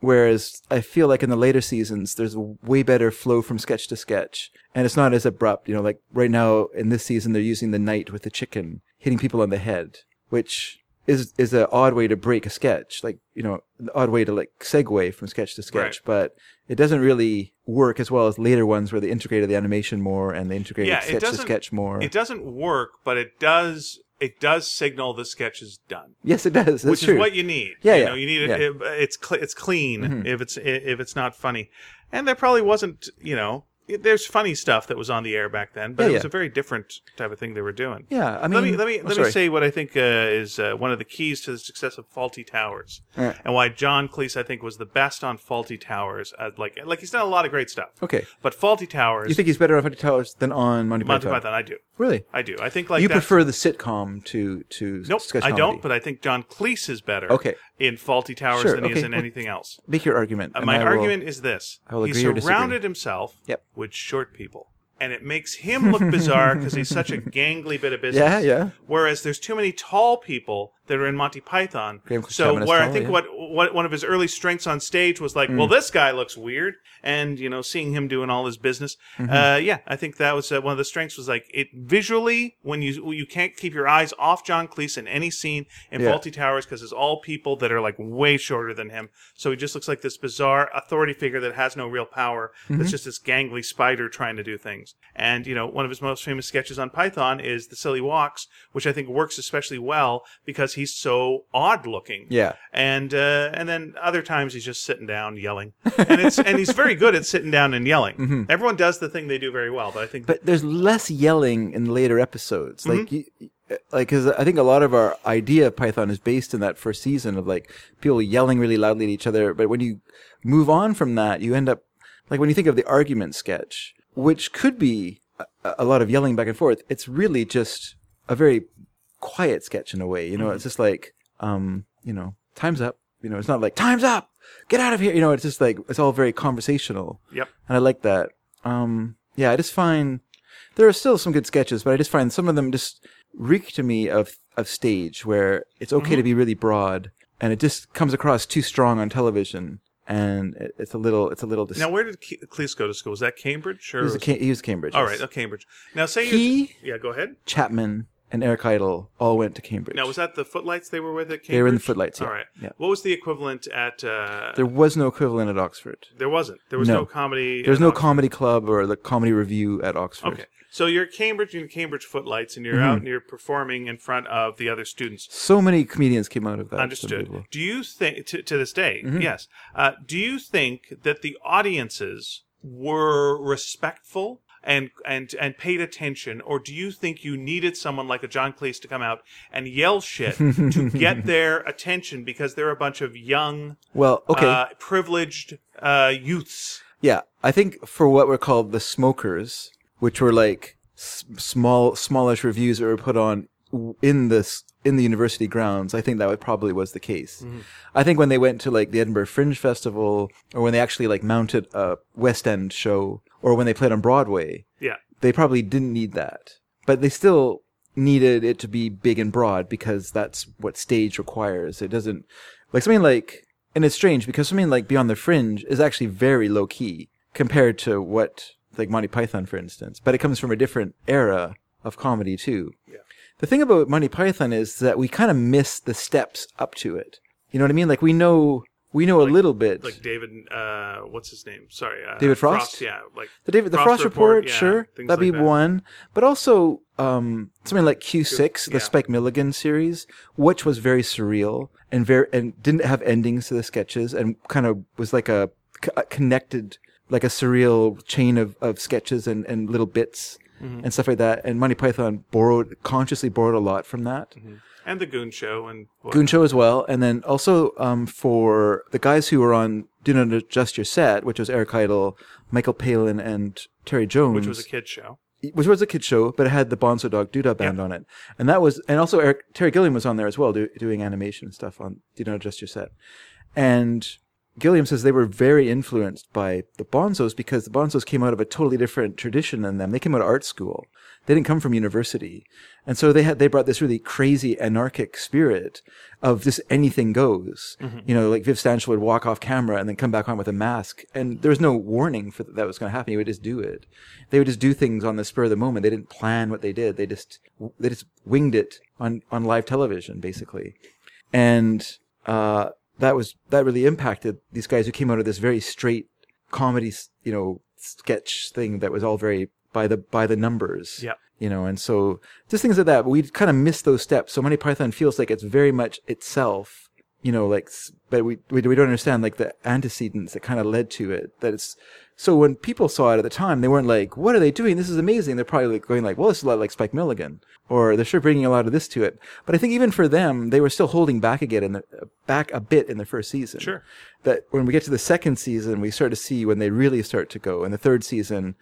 [SPEAKER 1] Whereas I feel like in the later seasons, there's a way better flow from sketch to sketch, and it's not as abrupt. You know, like right now in this season, they're using the knight with the chicken hitting people on the head, which is is an odd way to break a sketch, like you know, an odd way to like segue from sketch to sketch. But it doesn't really work as well as later ones where they integrated the animation more and they integrated
[SPEAKER 2] Yeah, it
[SPEAKER 1] sketch to
[SPEAKER 2] doesn't-
[SPEAKER 1] sketch more.
[SPEAKER 2] It doesn't work, but it does. It does signal the sketch is done,
[SPEAKER 1] yes, it does. That's
[SPEAKER 2] which
[SPEAKER 1] true.
[SPEAKER 2] is what you need.
[SPEAKER 1] Yeah,
[SPEAKER 2] you
[SPEAKER 1] yeah,
[SPEAKER 2] know, you need it.
[SPEAKER 1] yeah. Mm-hmm.
[SPEAKER 2] it- it's cl- it's clean if it's if it's not funny, and there probably wasn't. You know, it- there's funny stuff that was on the air back then, but
[SPEAKER 1] Yeah,
[SPEAKER 2] it was
[SPEAKER 1] yeah.
[SPEAKER 2] a very different type of thing they were doing.
[SPEAKER 1] yeah, I mean,
[SPEAKER 2] Let me let me
[SPEAKER 1] oh,
[SPEAKER 2] let me
[SPEAKER 1] sorry.
[SPEAKER 2] say what I think uh, is uh, one of the keys to the success of Faulty Towers,
[SPEAKER 1] Alright.
[SPEAKER 2] and why John Cleese I think was the best on Faulty Towers. Uh, like like he's done a lot of great stuff,
[SPEAKER 1] Okay,
[SPEAKER 2] but Faulty Towers,
[SPEAKER 1] you think he's better on Monty Towers than on Monty,
[SPEAKER 2] Monty
[SPEAKER 1] Python?
[SPEAKER 2] Python, I do,
[SPEAKER 1] Really?
[SPEAKER 2] I do. I think like
[SPEAKER 1] you
[SPEAKER 2] that's-
[SPEAKER 1] prefer the sitcom to to
[SPEAKER 2] Nope,
[SPEAKER 1] sketch
[SPEAKER 2] I
[SPEAKER 1] comedy.
[SPEAKER 2] don't. But I think John Cleese is better.
[SPEAKER 1] Okay.
[SPEAKER 2] In Faulty Towers
[SPEAKER 1] Sure,
[SPEAKER 2] than he is
[SPEAKER 1] okay,
[SPEAKER 2] in
[SPEAKER 1] well,
[SPEAKER 2] anything else.
[SPEAKER 1] Make your argument.
[SPEAKER 2] Uh,
[SPEAKER 1] and
[SPEAKER 2] my
[SPEAKER 1] I will-
[SPEAKER 2] argument is this:
[SPEAKER 1] I will
[SPEAKER 2] he
[SPEAKER 1] agree or disagree.
[SPEAKER 2] surrounded himself
[SPEAKER 1] Yep.
[SPEAKER 2] with short people, and it makes him look bizarre because he's such a gangly bit of business.
[SPEAKER 1] Yeah, yeah.
[SPEAKER 2] Whereas there's too many tall people that are in Monty Python.
[SPEAKER 1] Graham Clemens
[SPEAKER 2] So
[SPEAKER 1] is
[SPEAKER 2] where I
[SPEAKER 1] tall,
[SPEAKER 2] think
[SPEAKER 1] yeah.
[SPEAKER 2] what what one of his early strengths on stage was like, well, this guy looks weird, and you know, seeing him doing all his business. Uh, yeah, I think that was uh, one of the strengths was like it visually when you you can't keep your eyes off John Cleese in any scene in
[SPEAKER 1] Yeah.
[SPEAKER 2] Faulty Towers because it's all people that are like way shorter than him. So he just looks like this bizarre authority figure that has no real power. That's just this gangly spider trying to do things. And you know, one of his most famous sketches on Python is the silly walks, which I think works especially well because he's so odd looking
[SPEAKER 1] Yeah.
[SPEAKER 2] and uh, and then other times he's just sitting down yelling, and it's and he's very good at sitting down and yelling. Everyone does the thing they do very well, but I think
[SPEAKER 1] Mm-hmm. But there's less yelling in later episodes. Like, you, like, cause I think a lot of our idea of Python is based in that first season of like people yelling really loudly at each other. But when you move on from that, you end up like when you think of the argument sketch, which could be a, a lot of yelling back and forth. It's really just a very quiet sketch in a way. You know, it's just like, um, you know, time's up. You know, it's not like time's up. Get out of here. You know, it's just like it's all very conversational
[SPEAKER 2] yep,
[SPEAKER 1] and I like that. Um, yeah, I just find there are still some good sketches, but I just find some of them just reek to me of of stage, where it's okay
[SPEAKER 2] Mm-hmm.
[SPEAKER 1] to be really broad, and it just comes across too strong on television, and it, it's a little it's a little. Dis-
[SPEAKER 2] Now, where did Ke- Cleese go to school? Was that Cambridge? Or
[SPEAKER 1] he was, a,
[SPEAKER 2] was-
[SPEAKER 1] Ca- he was Cambridge.
[SPEAKER 2] all
[SPEAKER 1] yes.
[SPEAKER 2] right, uh, Cambridge. Now, say you,
[SPEAKER 1] He
[SPEAKER 2] yeah, go ahead.
[SPEAKER 1] Chapman and Eric Idle all went to Cambridge.
[SPEAKER 2] Now, was that the footlights they were with at Cambridge?
[SPEAKER 1] They were in the Footlights, yeah.
[SPEAKER 2] All right.
[SPEAKER 1] Yeah.
[SPEAKER 2] What was the equivalent at? Uh, there,
[SPEAKER 1] there was no equivalent at Oxford.
[SPEAKER 2] wasn't. There was no,
[SPEAKER 1] No.
[SPEAKER 2] comedy.
[SPEAKER 1] There was
[SPEAKER 2] at
[SPEAKER 1] no
[SPEAKER 2] Oxford.
[SPEAKER 1] comedy club or the comedy review at Oxford.
[SPEAKER 2] Okay. So you're at Cambridge and Cambridge Footlights, and you're
[SPEAKER 1] Mm-hmm.
[SPEAKER 2] out and you're performing in front of the other students.
[SPEAKER 1] So many comedians came out of that. It's
[SPEAKER 2] Understood.
[SPEAKER 1] unbelievable.
[SPEAKER 2] Do you think to, to this day?
[SPEAKER 1] Mm-hmm.
[SPEAKER 2] Yes. Uh, do you think that the audiences were respectful and and and paid attention, or do you think you needed someone like a John Cleese to come out and yell shit to get their attention because they're a bunch of young,
[SPEAKER 1] Well, okay.
[SPEAKER 2] uh, privileged uh, youths?
[SPEAKER 1] Yeah, I think for what were called the smokers, which were like s- small, smallish reviews that were put on w- in this in the university grounds, I think that would probably was the case. I think when they went to like the Edinburgh Fringe Festival, or when they actually like mounted a West End show, or when they played on Broadway,
[SPEAKER 2] Yeah.
[SPEAKER 1] they probably didn't need that, but they still needed it to be big and broad because that's what stage requires. It doesn't like something like, and it's strange because something like Beyond the Fringe is actually very low key compared to what like Monty Python, for instance, but it comes from a different era of comedy too. the thing about Monty Python is that we kind of miss the steps up to it. You know what I mean? Like we know we know a little bit.
[SPEAKER 2] like David. Uh, what's his name? Sorry, uh,
[SPEAKER 1] David Frost?
[SPEAKER 2] Yeah, like
[SPEAKER 1] the David the
[SPEAKER 2] Frost
[SPEAKER 1] Frost, Report,
[SPEAKER 2] Report, yeah,
[SPEAKER 1] sure,
[SPEAKER 2] things
[SPEAKER 1] that'd
[SPEAKER 2] like
[SPEAKER 1] be
[SPEAKER 2] that.
[SPEAKER 1] one. But also um, something like Q six,
[SPEAKER 2] yeah.
[SPEAKER 1] the Spike Milligan series, which was very surreal and very and didn't have endings to the sketches, and kind of was like a, c- a connected, like a surreal chain of, of sketches and, and little bits
[SPEAKER 2] Mm-hmm.
[SPEAKER 1] and stuff like that. And Monty Python borrowed consciously borrowed a lot from that.
[SPEAKER 2] and the Goon Show and what-
[SPEAKER 1] Goon Show as well, and then also um, for the guys who were on Do Not Adjust Your Set, which was Eric Idle, Michael Palin, and Terry Jones,
[SPEAKER 2] which was a kid show.
[SPEAKER 1] which was a kid show, but it had the Bonzo Dog Doodah Band on it, and that was, and also Eric Terry Gilliam was on there as well, do, doing animation and stuff on Do Not Adjust Your Set, and Gilliam says they were very influenced by the Bonzos because the Bonzos came out of a totally different tradition than them. They came out of art school, they didn't come from university, and so they had they brought this really crazy anarchic spirit of just anything goes. You know, like Viv Stanchel would walk off camera and then come back on with a mask, and there was no warning for that, that was going to happen. He would just do it. They would just do things on the spur of the moment. They didn't plan what they did. They just they just winged it on on live television, basically, and uh, that was that really impacted these guys who came out of this very straight comedy, s- you know, sketch thing that was all very by the by the numbers
[SPEAKER 2] Yep.
[SPEAKER 1] you know and so just things like that we kind of miss those steps so monty python feels like it's very much itself you know like s- but we we, we don't understand like the antecedents that kind of led to it that it's so when people saw it at the time they weren't like what are they doing this is amazing they're probably like going like well this is a lot like spike milligan or they're sure bringing a lot of this to it but i think even for them they were still holding back again in the back a bit in the first season
[SPEAKER 2] Sure.
[SPEAKER 1] that when we get to the second season, we start to see when they really start to go. And the third season,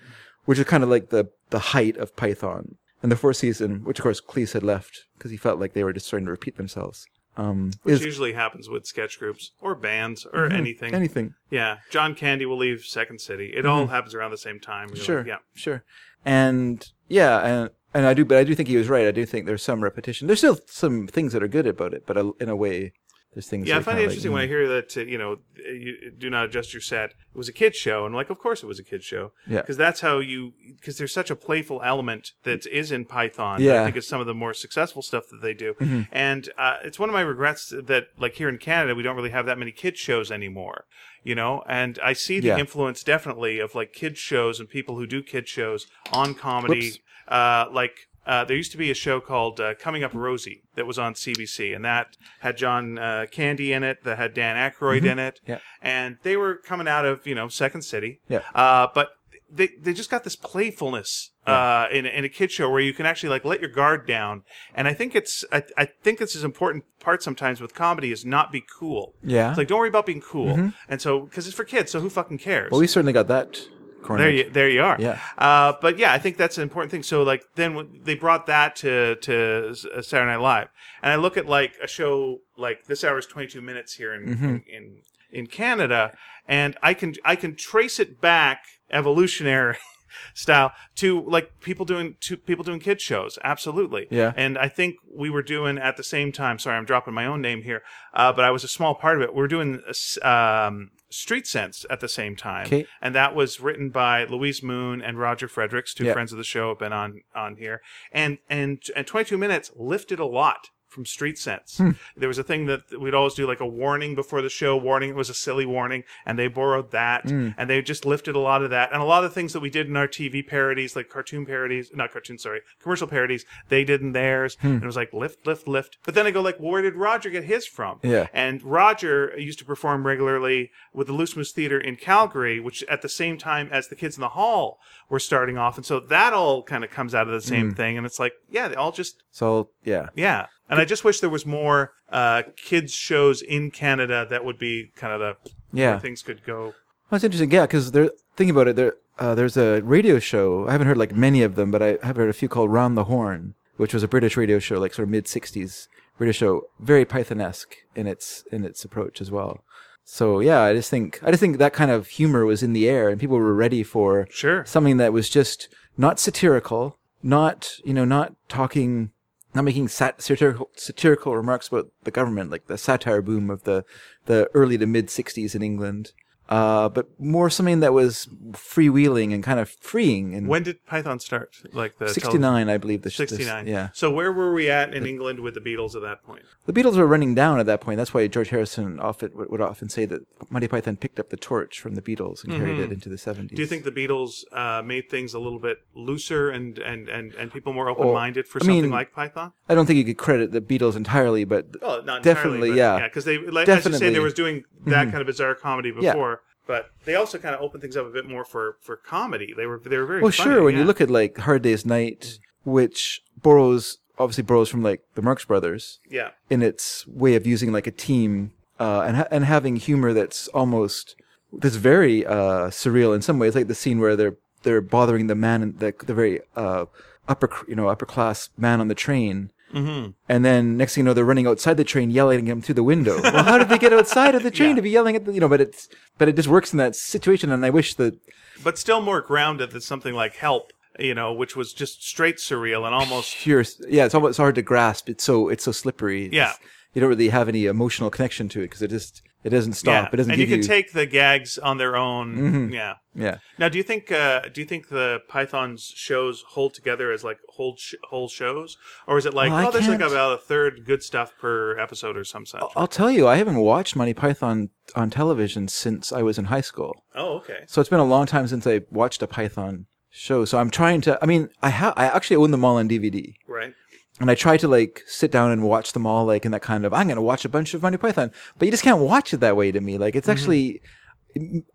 [SPEAKER 1] which is kind of like the, the height of Python. And the fourth season, which of course Cleese had left because he felt like they were just starting to repeat themselves. Um,
[SPEAKER 2] Which
[SPEAKER 1] is Mm-hmm.
[SPEAKER 2] usually happens with sketch groups or bands or anything.
[SPEAKER 1] anything.
[SPEAKER 2] yeah, John Candy will leave Second City. It all happens around the same time. really.
[SPEAKER 1] Mm-hmm. Sure.
[SPEAKER 2] Yeah.
[SPEAKER 1] Sure. And yeah, and, and I do, but I do think he was right. I do think there's some repetition. There's still some things that are good about it, but a, in a way, there's things.
[SPEAKER 2] Yeah,
[SPEAKER 1] that
[SPEAKER 2] I
[SPEAKER 1] are
[SPEAKER 2] find
[SPEAKER 1] kinda
[SPEAKER 2] it
[SPEAKER 1] like, mm.
[SPEAKER 2] interesting when I hear that uh, you know you do not adjust your set. It was a kids show, and I'm like, of course it was a kids show,
[SPEAKER 1] Yeah.
[SPEAKER 2] because that's how you because there's such a playful element that is in Python. that I
[SPEAKER 1] Yeah. Mm-hmm.
[SPEAKER 2] think is some of the more successful stuff that they do, and uh, it's one of my regrets that like here in Canada we don't really have that many kids shows anymore. You know, and I see the
[SPEAKER 1] Yeah.
[SPEAKER 2] influence definitely of like kids shows and people who do kids shows on comedy,
[SPEAKER 1] Whoops.
[SPEAKER 2] uh, like. Uh, there used to be a show called uh, Coming Up Rosie that was on CBC, and that had John uh, Candy in it, that had Dan Aykroyd in it,
[SPEAKER 1] Mm-hmm. Yeah.
[SPEAKER 2] and they were coming out of you know Second City,
[SPEAKER 1] Yeah.
[SPEAKER 2] Uh, but they they just got this playfulness uh, in in a kid show where you can actually like let your guard down, and I think it's I, I think this is important part sometimes with comedy is not be cool.
[SPEAKER 1] Yeah. Mm-hmm.
[SPEAKER 2] it's like don't worry about being cool, and so because it's for kids, so who fucking cares?
[SPEAKER 1] well, we certainly got that corner.
[SPEAKER 2] There you, there you are.
[SPEAKER 1] Yeah.
[SPEAKER 2] Uh, but yeah, I think that's an important thing. So like, then when they brought that to to S- uh, Saturday Night Live, and I look at like a show like this hour is twenty two minutes here in, in in in Canada, and I can I can trace it back evolutionary style to like people doing to people doing kid shows. Absolutely.
[SPEAKER 1] Yeah.
[SPEAKER 2] And I think we were doing at the same time. Sorry, I'm dropping my own name here, uh, but I was a small part of it. We are doing. a s- Um, Street Sense at the same time,
[SPEAKER 1] Okay.
[SPEAKER 2] and that was written by Louise Moon and Roger Fredericks, two
[SPEAKER 1] Yeah.
[SPEAKER 2] friends of the show, have been on on here. And and and 22 minutes lifted a lot from Street Sense. There was a thing that we'd always do, like a warning before the show. Warning, it was a silly warning, and they borrowed that, and they just lifted a lot of that, and a lot of the things that we did in our TV parodies, like cartoon parodies, not cartoon, sorry, commercial parodies, they did in theirs, and it was like lift, lift, lift. But then I go like, well, where did Roger get his from?
[SPEAKER 1] Yeah.
[SPEAKER 2] And Roger used to perform regularly with the Loose Moose Theater in Calgary, which at the same time as the Kids in the Hall were starting off. And so that all kind of comes out of the same thing. And it's like, yeah, they all just,
[SPEAKER 1] so yeah,
[SPEAKER 2] yeah. And I just wish there was more uh, kids shows in Canada that would be kind of the
[SPEAKER 1] yeah.
[SPEAKER 2] where things could go.
[SPEAKER 1] Well, That's interesting. Yeah, because they're thinking about it. There, uh, there's a radio show. I haven't heard like many of them, but I have heard a few called Round the Horn, which was a British radio show, like sort of mid '60s radio show, very Pythonesque in its in its approach as well. So yeah, I just think I just think that kind of humor was in the air, and people were ready for
[SPEAKER 2] Sure.
[SPEAKER 1] something that was just not satirical, not you know, not talking, not making sat- satirical satirical remarks about the government, like the satire boom of the the early to mid '60s in England. uh, but more something that was freewheeling and kind of freeing. And
[SPEAKER 2] When did Python start? Like the
[SPEAKER 1] sixty nine, I believe, the this-
[SPEAKER 2] Sixty nine.
[SPEAKER 1] yeah,
[SPEAKER 2] So where were we at in England with the Beatles at that point?
[SPEAKER 1] the Beatles were running down at that point. That's why George Harrison often would would often say that Monty Python picked up the torch from the Beatles and carried it into the seventies.
[SPEAKER 2] Mm-hmm. Do you think the Beatles uh, made things a little bit looser and and and, and people more open minded for
[SPEAKER 1] I
[SPEAKER 2] something
[SPEAKER 1] mean-
[SPEAKER 2] like Python?
[SPEAKER 1] I don't think you could credit the Beatles entirely, but
[SPEAKER 2] Well, not
[SPEAKER 1] Definitely,
[SPEAKER 2] entirely, but,
[SPEAKER 1] yeah.
[SPEAKER 2] yeah, because they, like, as you say,
[SPEAKER 1] Definitely. Mm-hmm.
[SPEAKER 2] they was doing that kind of bizarre comedy
[SPEAKER 1] Yeah.
[SPEAKER 2] before, but they also kind of opened things up a bit more for for comedy. They were they were very
[SPEAKER 1] well,
[SPEAKER 2] funny,
[SPEAKER 1] sure. When you
[SPEAKER 2] yeah.
[SPEAKER 1] look at like Hard Day's Night, which borrows obviously borrows from like the Marx Brothers
[SPEAKER 2] yeah,
[SPEAKER 1] in its way of using like a team uh, and ha- and having humor that's almost that's very uh, surreal in some ways, like the scene where they're they're bothering the man in the the very uh, upper cr- you know upper class man on the train.
[SPEAKER 2] Mm-hmm.
[SPEAKER 1] And then next thing you know, they're running outside the train, yelling at him through the window. Well, how did they get outside of the train to be yelling at the, you know? But it's but it just works in that situation, and I wish that
[SPEAKER 2] but still more grounded than something like Help, you know, which was just straight surreal and almost
[SPEAKER 1] pure. Yeah, it's almost it's hard to grasp. It's so it's so slippery. It's-
[SPEAKER 2] Yeah.
[SPEAKER 1] you don't really have any emotional connection to it because it just it doesn't stop.
[SPEAKER 2] yeah.
[SPEAKER 1] It doesn't
[SPEAKER 2] and
[SPEAKER 1] give
[SPEAKER 2] you
[SPEAKER 1] you. Mm-hmm.
[SPEAKER 2] can take the gags on their own, yeah.
[SPEAKER 1] yeah,
[SPEAKER 2] Now, do you think uh, do you think the Python's shows hold together as like whole sh- whole shows, or is it like
[SPEAKER 1] Well, I
[SPEAKER 2] oh, there's like
[SPEAKER 1] can't- Oh,
[SPEAKER 2] about a third good stuff per episode or some such?
[SPEAKER 1] I'll tell you, I haven't watched Monty Python on television since I was in high school.
[SPEAKER 2] Oh, okay.
[SPEAKER 1] So it's been a long time since I watched a Python show. So I'm trying to. I mean, I ha- I actually own them all on DVD.
[SPEAKER 2] Right.
[SPEAKER 1] and I try to like sit down and watch them all, like in that kind of I'm going to watch a bunch of Monty Python, but you just can't watch it that way to me. Like
[SPEAKER 2] Mm-hmm.
[SPEAKER 1] it's actually,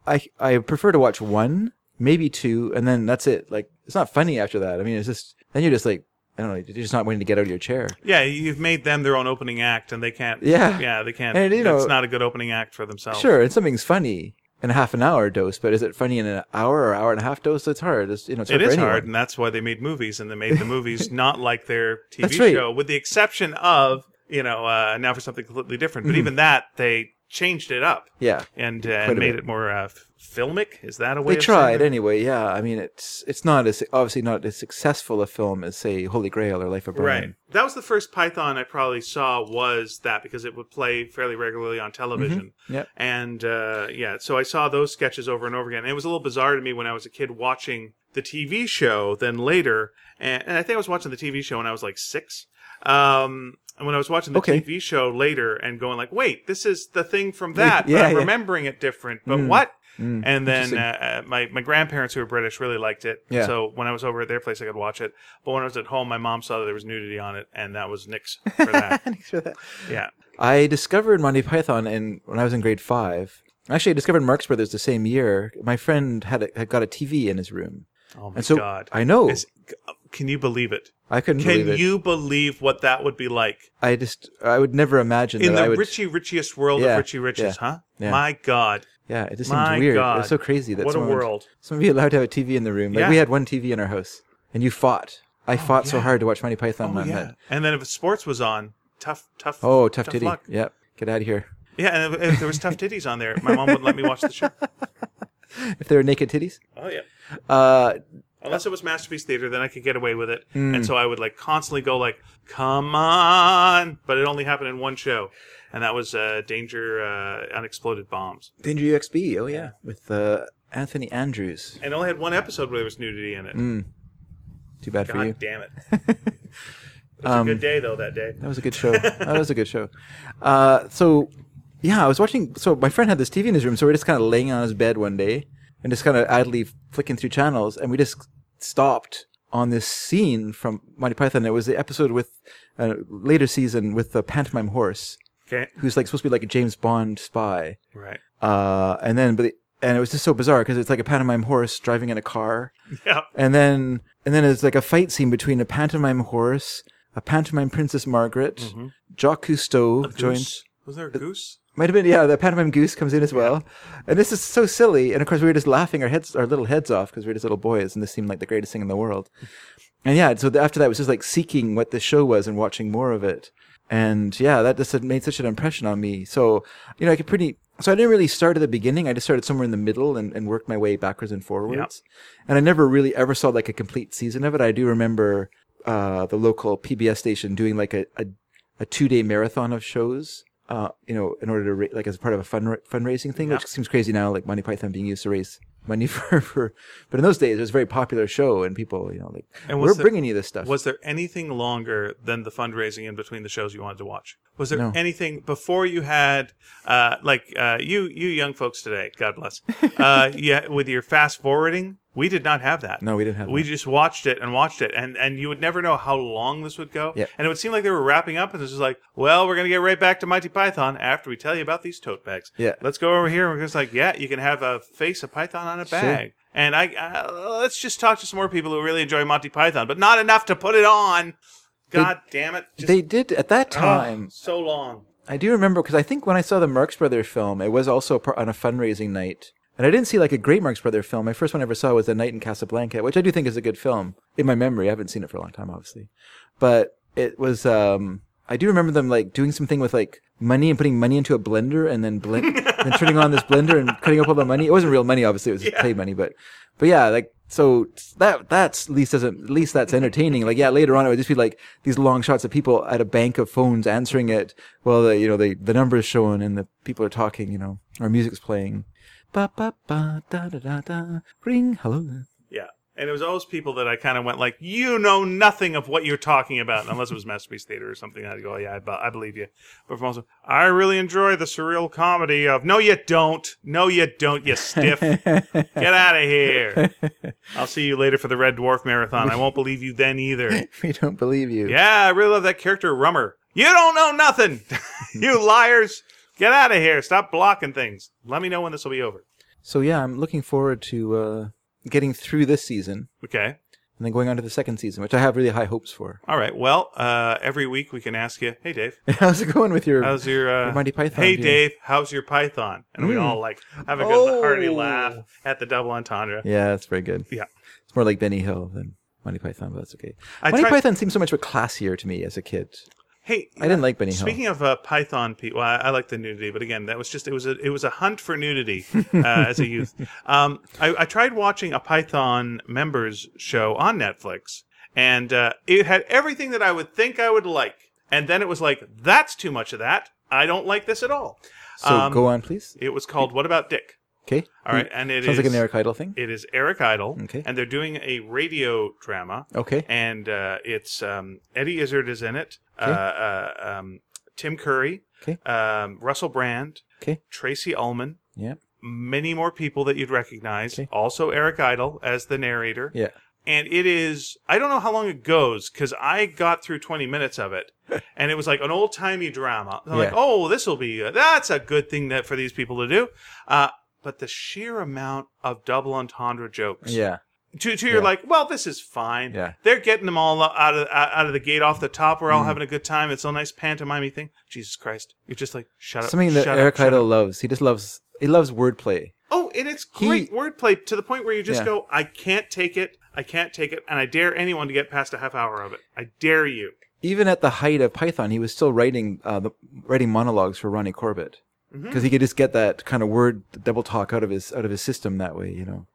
[SPEAKER 1] I I prefer to watch one, maybe two, and then that's it. Like it's not funny after that. I mean, it's just then you're just like I don't know, you're just not wanting to get out of your chair.
[SPEAKER 2] Yeah, you've made them their own opening act, and they can't.
[SPEAKER 1] Yeah.
[SPEAKER 2] yeah, they can't.
[SPEAKER 1] And,
[SPEAKER 2] It's
[SPEAKER 1] you know-
[SPEAKER 2] that's not a good opening act for themselves.
[SPEAKER 1] Sure, and something's funny in a half an hour dose, but is it funny in an hour or hour and a half dose? It's hard. It's you know, it's hard
[SPEAKER 2] it
[SPEAKER 1] for
[SPEAKER 2] is
[SPEAKER 1] anyone.
[SPEAKER 2] hard, and that's why they made movies, and they made the movies not like their TV
[SPEAKER 1] That's right.
[SPEAKER 2] show, with the exception of you know uh, now for something completely different. But even that, they changed it up
[SPEAKER 1] Mm-hmm. Yeah.
[SPEAKER 2] and uh,
[SPEAKER 1] a
[SPEAKER 2] and made
[SPEAKER 1] bit.
[SPEAKER 2] it more uh, f- filmic. Is that a way?
[SPEAKER 1] They
[SPEAKER 2] of
[SPEAKER 1] tried
[SPEAKER 2] saying it?
[SPEAKER 1] anyway, yeah. I mean, it's it's not as obviously not as successful a film as say Holy Grail or Life of Brian.
[SPEAKER 2] Right. That was the first Python I probably saw was that because it would play fairly regularly
[SPEAKER 1] Mm-hmm.
[SPEAKER 2] on television.
[SPEAKER 1] Yep.
[SPEAKER 2] And uh, yeah, so I saw those sketches over and over again. And it was a little bizarre to me when I was a kid watching the TV show, then later, and, and I think I was watching the TV show when I was like six. Um, and when I was watching the
[SPEAKER 1] Okay.
[SPEAKER 2] TV show later and going like, wait, this is the thing from that,
[SPEAKER 1] Yeah,
[SPEAKER 2] but I'm
[SPEAKER 1] yeah.
[SPEAKER 2] remembering it different. But what? and then
[SPEAKER 1] interesting.
[SPEAKER 2] uh, uh, my my grandparents who were British really liked it.
[SPEAKER 1] Yeah.
[SPEAKER 2] So when I was over at their place, I could watch it. But when I was at home, my mom saw that there was nudity on it, and that was nix for that.
[SPEAKER 1] Thanks for that.
[SPEAKER 2] yeah.
[SPEAKER 1] I discovered Monty Python in when I was in grade five. Actually, I discovered Marx Brothers the same year. My friend had, a, had got a TV in his room,
[SPEAKER 2] Oh my
[SPEAKER 1] and so
[SPEAKER 2] god.
[SPEAKER 1] I know
[SPEAKER 2] It's- can you believe it?
[SPEAKER 1] I couldn't
[SPEAKER 2] Can
[SPEAKER 1] believe it.
[SPEAKER 2] you believe what that would be like
[SPEAKER 1] I just I would never imagine
[SPEAKER 2] in
[SPEAKER 1] that I
[SPEAKER 2] the
[SPEAKER 1] would.
[SPEAKER 2] Richie Richiest world
[SPEAKER 1] Yeah,
[SPEAKER 2] of Richie Riches? Huh?
[SPEAKER 1] yeah.
[SPEAKER 2] My god.
[SPEAKER 1] yeah, it just
[SPEAKER 2] My
[SPEAKER 1] seems weird.
[SPEAKER 2] God.
[SPEAKER 1] It's so crazy that
[SPEAKER 2] What a
[SPEAKER 1] someone would-
[SPEAKER 2] world.
[SPEAKER 1] someone would be allowed to have a TV in the room. Like
[SPEAKER 2] Yeah. Oh,
[SPEAKER 1] we had one TV in our house, and you fought. I fought so
[SPEAKER 2] yeah.
[SPEAKER 1] hard to watch Monty Python.
[SPEAKER 2] Oh,
[SPEAKER 1] on
[SPEAKER 2] yeah.
[SPEAKER 1] that.
[SPEAKER 2] And then if sports was on, tough, tough.
[SPEAKER 1] Oh, tough, titty.
[SPEAKER 2] luck.
[SPEAKER 1] Yep, get out of here.
[SPEAKER 2] Yeah. And if, if there was tough titties on there, my mom wouldn't let me watch the show.
[SPEAKER 1] If there were naked titties,
[SPEAKER 2] Oh yeah.
[SPEAKER 1] uh,
[SPEAKER 2] Unless it was Masterpiece Theater, then I could get away with it.
[SPEAKER 1] Hmm.
[SPEAKER 2] And so I would like constantly go like, "Come on!" But it only happened in one show, and that was uh, Danger uh, Unexploded Bombs.
[SPEAKER 1] Danger UXB. Oh yeah, with uh, Anthony Andrews.
[SPEAKER 2] And it only had one episode where there was nudity in it.
[SPEAKER 1] Too bad for you. Um,
[SPEAKER 2] God damn it! it was a good day though that day.
[SPEAKER 1] That was a good show. that was a good show. Uh, so, yeah, I was watching. So my friend had this TV in his room, so we are just kind of laying on his bed one day and just kind of idly flicking through channels, and we just stopped on this scene from Monty Python. It was the episode with uh, later season with the pantomime horse,
[SPEAKER 2] Okay,
[SPEAKER 1] who's like supposed to be like a James Bond spy,
[SPEAKER 2] right?
[SPEAKER 1] uh, and then but. The, and it was just so bizarre because it's like a pantomime horse driving in a car,
[SPEAKER 2] Yeah,
[SPEAKER 1] and then and then it's like a fight scene between a pantomime horse, a pantomime Princess Margaret, Jacques Cousteau joins.
[SPEAKER 2] Goose. Was there a goose?
[SPEAKER 1] Might have been yeah, the pantomime goose comes in as well, and this is so silly. And of course, we were just laughing our heads, our little heads off because we are just little boys, and this seemed like the greatest thing in the world. And yeah, so the- after that, it was just like seeking what the show was and watching more of it. And yeah, that just had made such an impression on me. So you know, I could pretty. So I didn't really start at the beginning. I just started somewhere in the middle and, and worked my way backwards and forwards. And I never really ever saw like a complete season of it. I do remember uh, the local PBS station doing like a, a, a two day marathon of shows uh, you know, in order to ra- like as part of a fund fundraising thing,
[SPEAKER 2] Yeah.
[SPEAKER 1] which seems crazy now, like Monty Python being used to raise money for, for but in those days it was a very popular show and people, you know, like
[SPEAKER 2] And
[SPEAKER 1] we're
[SPEAKER 2] was the-
[SPEAKER 1] bringing you this stuff.
[SPEAKER 2] Was there anything longer than the fundraising in between the shows you wanted to watch? Was there
[SPEAKER 1] No.
[SPEAKER 2] anything before you had, uh, like uh, you you young folks today, God bless, uh, yeah, with your fast forwarding? We did not have that.
[SPEAKER 1] no, we didn't have.
[SPEAKER 2] We
[SPEAKER 1] that.
[SPEAKER 2] just watched it and watched it, and, and you would never know how long this would go.
[SPEAKER 1] Yeah.
[SPEAKER 2] And it would seem like they were wrapping up, and it was just like, well, we're going to get right back to Mighty Python after we tell you about these tote bags.
[SPEAKER 1] Yeah.
[SPEAKER 2] Let's go over here. And we're just like, yeah, you can have a face of Python on a
[SPEAKER 1] Sure.
[SPEAKER 2] bag. And I, I let's just talk to some more people who really enjoy Monty Python, but not enough to put it on. God damn it. Just,
[SPEAKER 1] they did at that
[SPEAKER 2] oh,
[SPEAKER 1] time.
[SPEAKER 2] so long.
[SPEAKER 1] I do remember because I think when I saw the Marx Brother film, it was also par- on a fundraising night. And I didn't see like a great Marx Brother film. My first one I ever saw was The Night in Casablanca, which I do think is a good film in my memory. I haven't seen it for a long time, obviously, but it was. um I do remember them like doing something with like money and putting money into a blender and then blend, then turning on this blender and cutting up all the money. It wasn't real money, obviously. It was
[SPEAKER 2] Yeah.
[SPEAKER 1] play money, but but yeah, like so that that's at least doesn't at least that's entertaining. Like yeah, later on it would just be like these long shots of people at a bank of phones answering it while the you know the the number is shown and the people are talking, you know, or music's playing. Ba ba ba da da da da ring hello.
[SPEAKER 2] Yeah. And it was always people that I kind of went like, you know nothing of what you're talking about, unless it was Masterpiece Theater or something. I'd go, yeah, I, bu- I believe you. But from also, I really enjoy the surreal comedy of, no, you don't. No, you don't, you stiff. Get out of here. I'll see you later for the Red Dwarf Marathon. I won't believe you then either.
[SPEAKER 1] we don't believe you.
[SPEAKER 2] Yeah, I really love that character, Rummer. You don't know nothing. you liars. Get out of here. Stop blocking things. Let me know when this will be over.
[SPEAKER 1] So yeah, I'm looking forward to uh getting through this season
[SPEAKER 2] Okay.
[SPEAKER 1] and then going on to the second season, which I have really high hopes for.
[SPEAKER 2] All right. Well, uh, every week we can ask you, hey, Dave.
[SPEAKER 1] How's it going with your?
[SPEAKER 2] How's your uh,
[SPEAKER 1] Monty Python
[SPEAKER 2] Hey
[SPEAKER 1] view.
[SPEAKER 2] Dave, how's your Python? And we
[SPEAKER 1] Mm.
[SPEAKER 2] all like have a good
[SPEAKER 1] Oh.
[SPEAKER 2] hearty laugh at the double entendre.
[SPEAKER 1] yeah, that's very good.
[SPEAKER 2] Yeah.
[SPEAKER 1] It's more like Benny Hill than Monty Python, but that's okay.
[SPEAKER 2] I
[SPEAKER 1] Monty
[SPEAKER 2] tried-
[SPEAKER 1] Python seemed so much more classier to me as a kid.
[SPEAKER 2] Hey,
[SPEAKER 1] I didn't like Benny Hill.
[SPEAKER 2] speaking of uh, Python people, I, I like the nudity, but again, that was just it was a it was a hunt for nudity uh, as a youth. Um, I, I tried watching a Python members show on Netflix, and uh, it had everything that I would think I would like, and then it was like that's too much of that. I don't like this at all.
[SPEAKER 1] so
[SPEAKER 2] um,
[SPEAKER 1] go on, please.
[SPEAKER 2] It was called What About Dick?
[SPEAKER 1] Okay.
[SPEAKER 2] All right, and it
[SPEAKER 1] Hmm. Sounds like
[SPEAKER 2] is-
[SPEAKER 1] an Eric Idle thing.
[SPEAKER 2] It is Eric Idle,
[SPEAKER 1] Okay.
[SPEAKER 2] and they're doing a radio drama,
[SPEAKER 1] Okay.
[SPEAKER 2] and uh, it's um, Eddie Izzard is in it, uh, uh, um, Tim Curry,
[SPEAKER 1] Okay.
[SPEAKER 2] um, Russell Brand,
[SPEAKER 1] Okay.
[SPEAKER 2] Tracy Ullman,
[SPEAKER 1] Yeah.
[SPEAKER 2] many more people that you'd recognize.
[SPEAKER 1] Okay.
[SPEAKER 2] Also Eric Idle as the narrator,
[SPEAKER 1] Yeah.
[SPEAKER 2] and it is I don't know how long it goes because I got through twenty minutes of it, and it was like an old timey drama. I'm like,
[SPEAKER 1] Yeah.
[SPEAKER 2] oh, this will be that's a good thing that for these people to do. Uh, but the sheer amount of double entendre jokes
[SPEAKER 1] Yeah.
[SPEAKER 2] to to you're
[SPEAKER 1] Yeah.
[SPEAKER 2] like, well, this is fine.
[SPEAKER 1] Yeah. Mm-hmm.
[SPEAKER 2] They're getting them all out of out of the gate off the top. We're all having a good time. It's a nice pantomimey thing. Jesus Christ, you're just like shut up.
[SPEAKER 1] Something that
[SPEAKER 2] shut up,
[SPEAKER 1] Eric
[SPEAKER 2] shut
[SPEAKER 1] Idle
[SPEAKER 2] up.
[SPEAKER 1] loves. He just loves. He loves wordplay.
[SPEAKER 2] Oh, and it's
[SPEAKER 1] He-
[SPEAKER 2] great wordplay to the point where you just
[SPEAKER 1] Yeah.
[SPEAKER 2] go, I can't take it. I can't take it, and I dare anyone to get past a half hour of it. I dare you.
[SPEAKER 1] Even at the height of Python, he was still writing uh, the, writing monologues for Ronnie Corbett
[SPEAKER 2] Mm-hmm.
[SPEAKER 1] because he could just get that kind of word double talk out of his out of his system that way. You know.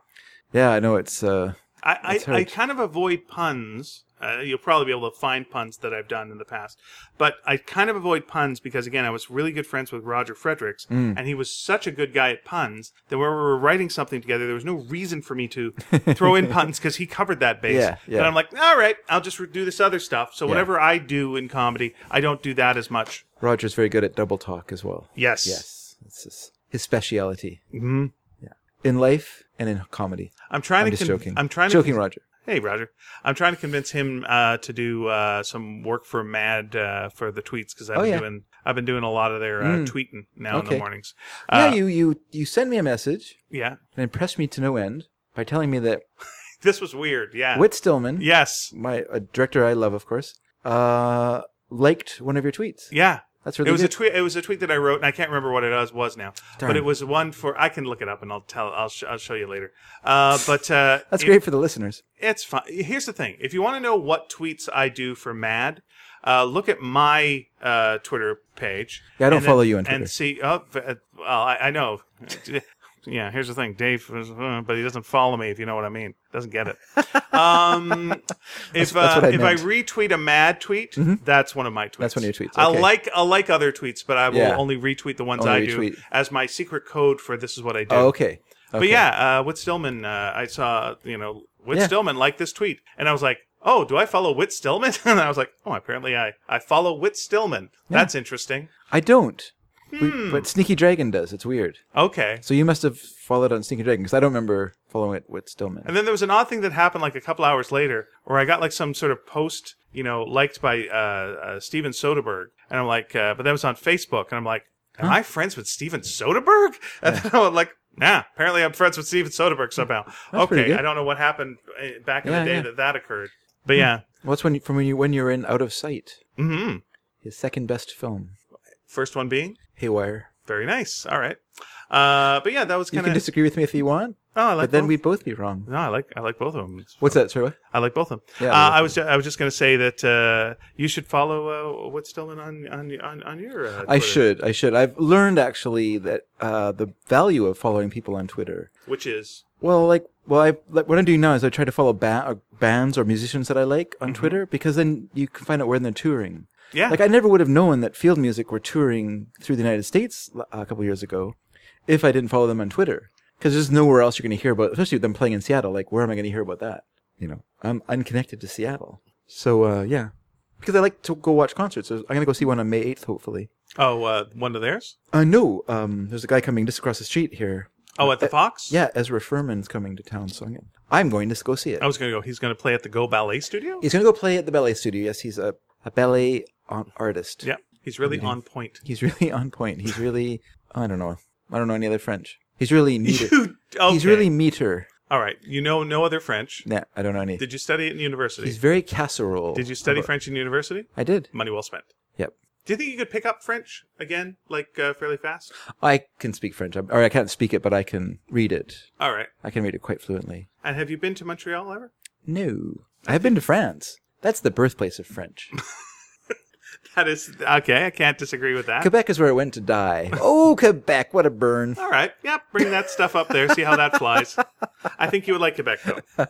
[SPEAKER 1] Yeah, I know it's. uh
[SPEAKER 2] I,
[SPEAKER 1] That's
[SPEAKER 2] I, I
[SPEAKER 1] hard.
[SPEAKER 2] kind of avoid puns. Uh, you'll probably be able to find puns that I've done in the past, but I kind of avoid puns because again, I was really good friends with Roger Fredericks,
[SPEAKER 1] Mm.
[SPEAKER 2] and he was such a good guy at puns that when we were writing something together, there was no reason for me to throw in puns because he covered that base.
[SPEAKER 1] Yeah, yeah.
[SPEAKER 2] And I'm like, all right, I'll just re- do this other stuff. So whatever I do in comedy, I don't do that as much.
[SPEAKER 1] Roger's very good at double talk as well.
[SPEAKER 2] Yes.
[SPEAKER 1] Yes, it's his, his speciality
[SPEAKER 2] hmm
[SPEAKER 1] in life and in comedy.
[SPEAKER 2] I'm trying
[SPEAKER 1] I'm
[SPEAKER 2] to.
[SPEAKER 1] just
[SPEAKER 2] con-
[SPEAKER 1] joking.
[SPEAKER 2] I'm trying to.
[SPEAKER 1] joking, Roger.
[SPEAKER 2] Hey, Roger. I'm trying to convince him uh, to do uh, some work for Mad uh, for the tweets because I've
[SPEAKER 1] Oh,
[SPEAKER 2] been
[SPEAKER 1] yeah. Mm.
[SPEAKER 2] doing I've been doing a lot of their uh, tweeting now in the
[SPEAKER 1] Okay.
[SPEAKER 2] mornings.
[SPEAKER 1] yeah,
[SPEAKER 2] Uh,
[SPEAKER 1] you you you send me a message
[SPEAKER 2] yeah.
[SPEAKER 1] and impressed me to no end by telling me that
[SPEAKER 2] This was weird. Yeah.
[SPEAKER 1] Whit Stillman,
[SPEAKER 2] yes.
[SPEAKER 1] my a director I love, of course, uh, liked one of your tweets.
[SPEAKER 2] Yeah.
[SPEAKER 1] That's
[SPEAKER 2] It
[SPEAKER 1] really
[SPEAKER 2] was a
[SPEAKER 1] good.
[SPEAKER 2] tweet. It was a tweet that I wrote, and I can't remember what it was, was now. But
[SPEAKER 1] Darn.
[SPEAKER 2] it was one for I can look it up, and I'll tell. I'll, sh- I'll show you later. Uh, but uh,
[SPEAKER 1] That's
[SPEAKER 2] it-
[SPEAKER 1] great for the listeners.
[SPEAKER 2] It's fine. Here's the thing: if you want to know what tweets I do for Mad, uh, look at my uh, Twitter page.
[SPEAKER 1] Yeah, I don't
[SPEAKER 2] and then-
[SPEAKER 1] follow you on Twitter.
[SPEAKER 2] And see, oh, v- uh, well, I, I know. yeah, here's the thing, Dave, was, uh, but he doesn't follow me if you know what I mean. Doesn't get it. Um, if
[SPEAKER 1] that's what
[SPEAKER 2] uh,
[SPEAKER 1] I
[SPEAKER 2] if
[SPEAKER 1] meant. Mm-hmm.
[SPEAKER 2] I retweet a mad tweet, that's one of my tweets.
[SPEAKER 1] That's one of your tweets,
[SPEAKER 2] I
[SPEAKER 1] okay.
[SPEAKER 2] like I like other tweets, but I will
[SPEAKER 1] Yeah.
[SPEAKER 2] only retweet the ones
[SPEAKER 1] Only
[SPEAKER 2] I do
[SPEAKER 1] retweet.
[SPEAKER 2] as my secret code for this is what I do.
[SPEAKER 1] Oh, okay.
[SPEAKER 2] But
[SPEAKER 1] Okay.
[SPEAKER 2] yeah, uh, Whit Stillman, uh, I saw you know Whit
[SPEAKER 1] Yeah.
[SPEAKER 2] Stillman liked this tweet, and I was like. Oh, do I follow Whit Stillman? and I was like, oh, apparently I, I follow Whit Stillman. That's interesting.
[SPEAKER 1] I don't.
[SPEAKER 2] Hmm.
[SPEAKER 1] We, but Sneaky Dragon does. It's weird.
[SPEAKER 2] Okay.
[SPEAKER 1] So you must have followed on Sneaky Dragon because I don't remember following it with Stillman.
[SPEAKER 2] And then there was an odd thing that happened like a couple hours later where I got like some sort of post, you know, liked by uh, uh, Steven Soderbergh. And I'm like, uh, but that was on Facebook. And I'm like, am I friends with Steven Soderbergh? And then I'm like, nah, apparently I'm friends with Steven Soderbergh somehow.
[SPEAKER 1] pretty
[SPEAKER 2] okay.
[SPEAKER 1] good.
[SPEAKER 2] I don't know what happened uh, back in
[SPEAKER 1] Yeah,
[SPEAKER 2] the day
[SPEAKER 1] yeah.
[SPEAKER 2] that that occurred. But yeah.
[SPEAKER 1] What's when you, from when you when you're in Out of Sight?
[SPEAKER 2] hmm
[SPEAKER 1] His second best film,
[SPEAKER 2] First one being
[SPEAKER 1] Haywire.
[SPEAKER 2] very nice. All right. Uh, but yeah, that was
[SPEAKER 1] You
[SPEAKER 2] kind of.
[SPEAKER 1] can disagree with me if you want,
[SPEAKER 2] oh, I like
[SPEAKER 1] but then
[SPEAKER 2] both.
[SPEAKER 1] we'd both be wrong.
[SPEAKER 2] No, I like I like both of them.
[SPEAKER 1] What's that, sir?
[SPEAKER 2] I like both of them.
[SPEAKER 1] Yeah,
[SPEAKER 2] uh,
[SPEAKER 1] I
[SPEAKER 2] I was ju- I was just going to say that uh, you should follow uh, what's Stillman on on on, on your. Uh,
[SPEAKER 1] I
[SPEAKER 2] Twitter,
[SPEAKER 1] should. I should. I've learned actually that uh, the value of following people on Twitter.
[SPEAKER 2] Which is
[SPEAKER 1] Well, like, well, I like, what I'm doing now is I try to follow ba- or bands or musicians that I like
[SPEAKER 2] Mm-hmm.
[SPEAKER 1] on Twitter because then you can find out where they're touring.
[SPEAKER 2] yeah.
[SPEAKER 1] Like I never would have known that Field Music were touring through the United States l- a couple years ago if I didn't follow them on Twitter. Because there's nowhere else you're going to hear about, especially with them playing in Seattle. Like, where am I going to hear about that? You know, I'm unconnected to Seattle. So, uh, yeah. Because I like to go watch concerts. There's- I'm going to go see one on May 8th, hopefully.
[SPEAKER 2] oh, uh, one of theirs.
[SPEAKER 1] Uh, no, um, there's a guy coming just across the street here.
[SPEAKER 2] Oh, at the Fox.
[SPEAKER 1] Uh, Yeah, Ezra Furman's coming to town, so I'm going, I'm going to go see it.
[SPEAKER 2] I was going to go. He's going to play at the Go Ballet Studio.
[SPEAKER 1] He's going to go play at the ballet studio. Yes, he's a, a ballet um, artist.
[SPEAKER 2] yeah, he's really on point.
[SPEAKER 1] He's really on point. He's really I don't know. I don't know any other French. He's really meter.
[SPEAKER 2] You- okay.
[SPEAKER 1] He's really meter.
[SPEAKER 2] all right. You know no other French.
[SPEAKER 1] Nah, I don't know any.
[SPEAKER 2] Did you study it in university?
[SPEAKER 1] He's very casserole.
[SPEAKER 2] Did you study French in university?
[SPEAKER 1] I did.
[SPEAKER 2] Money well spent.
[SPEAKER 1] Yep.
[SPEAKER 2] Do you think you could pick up French again, like uh, fairly fast?
[SPEAKER 1] I can speak French. I'm- Or I can't speak it, but I can read it.
[SPEAKER 2] All right.
[SPEAKER 1] I can read it quite fluently.
[SPEAKER 2] And have you been to Montreal ever?
[SPEAKER 1] No, I have been to France. That's the birthplace of French.
[SPEAKER 2] That is okay. I can't disagree with that.
[SPEAKER 1] Quebec is where I went to die. Oh, Quebec! What a burn.
[SPEAKER 2] All right. Yeah, bring that stuff up there. See how that flies. I think you would like Quebec though.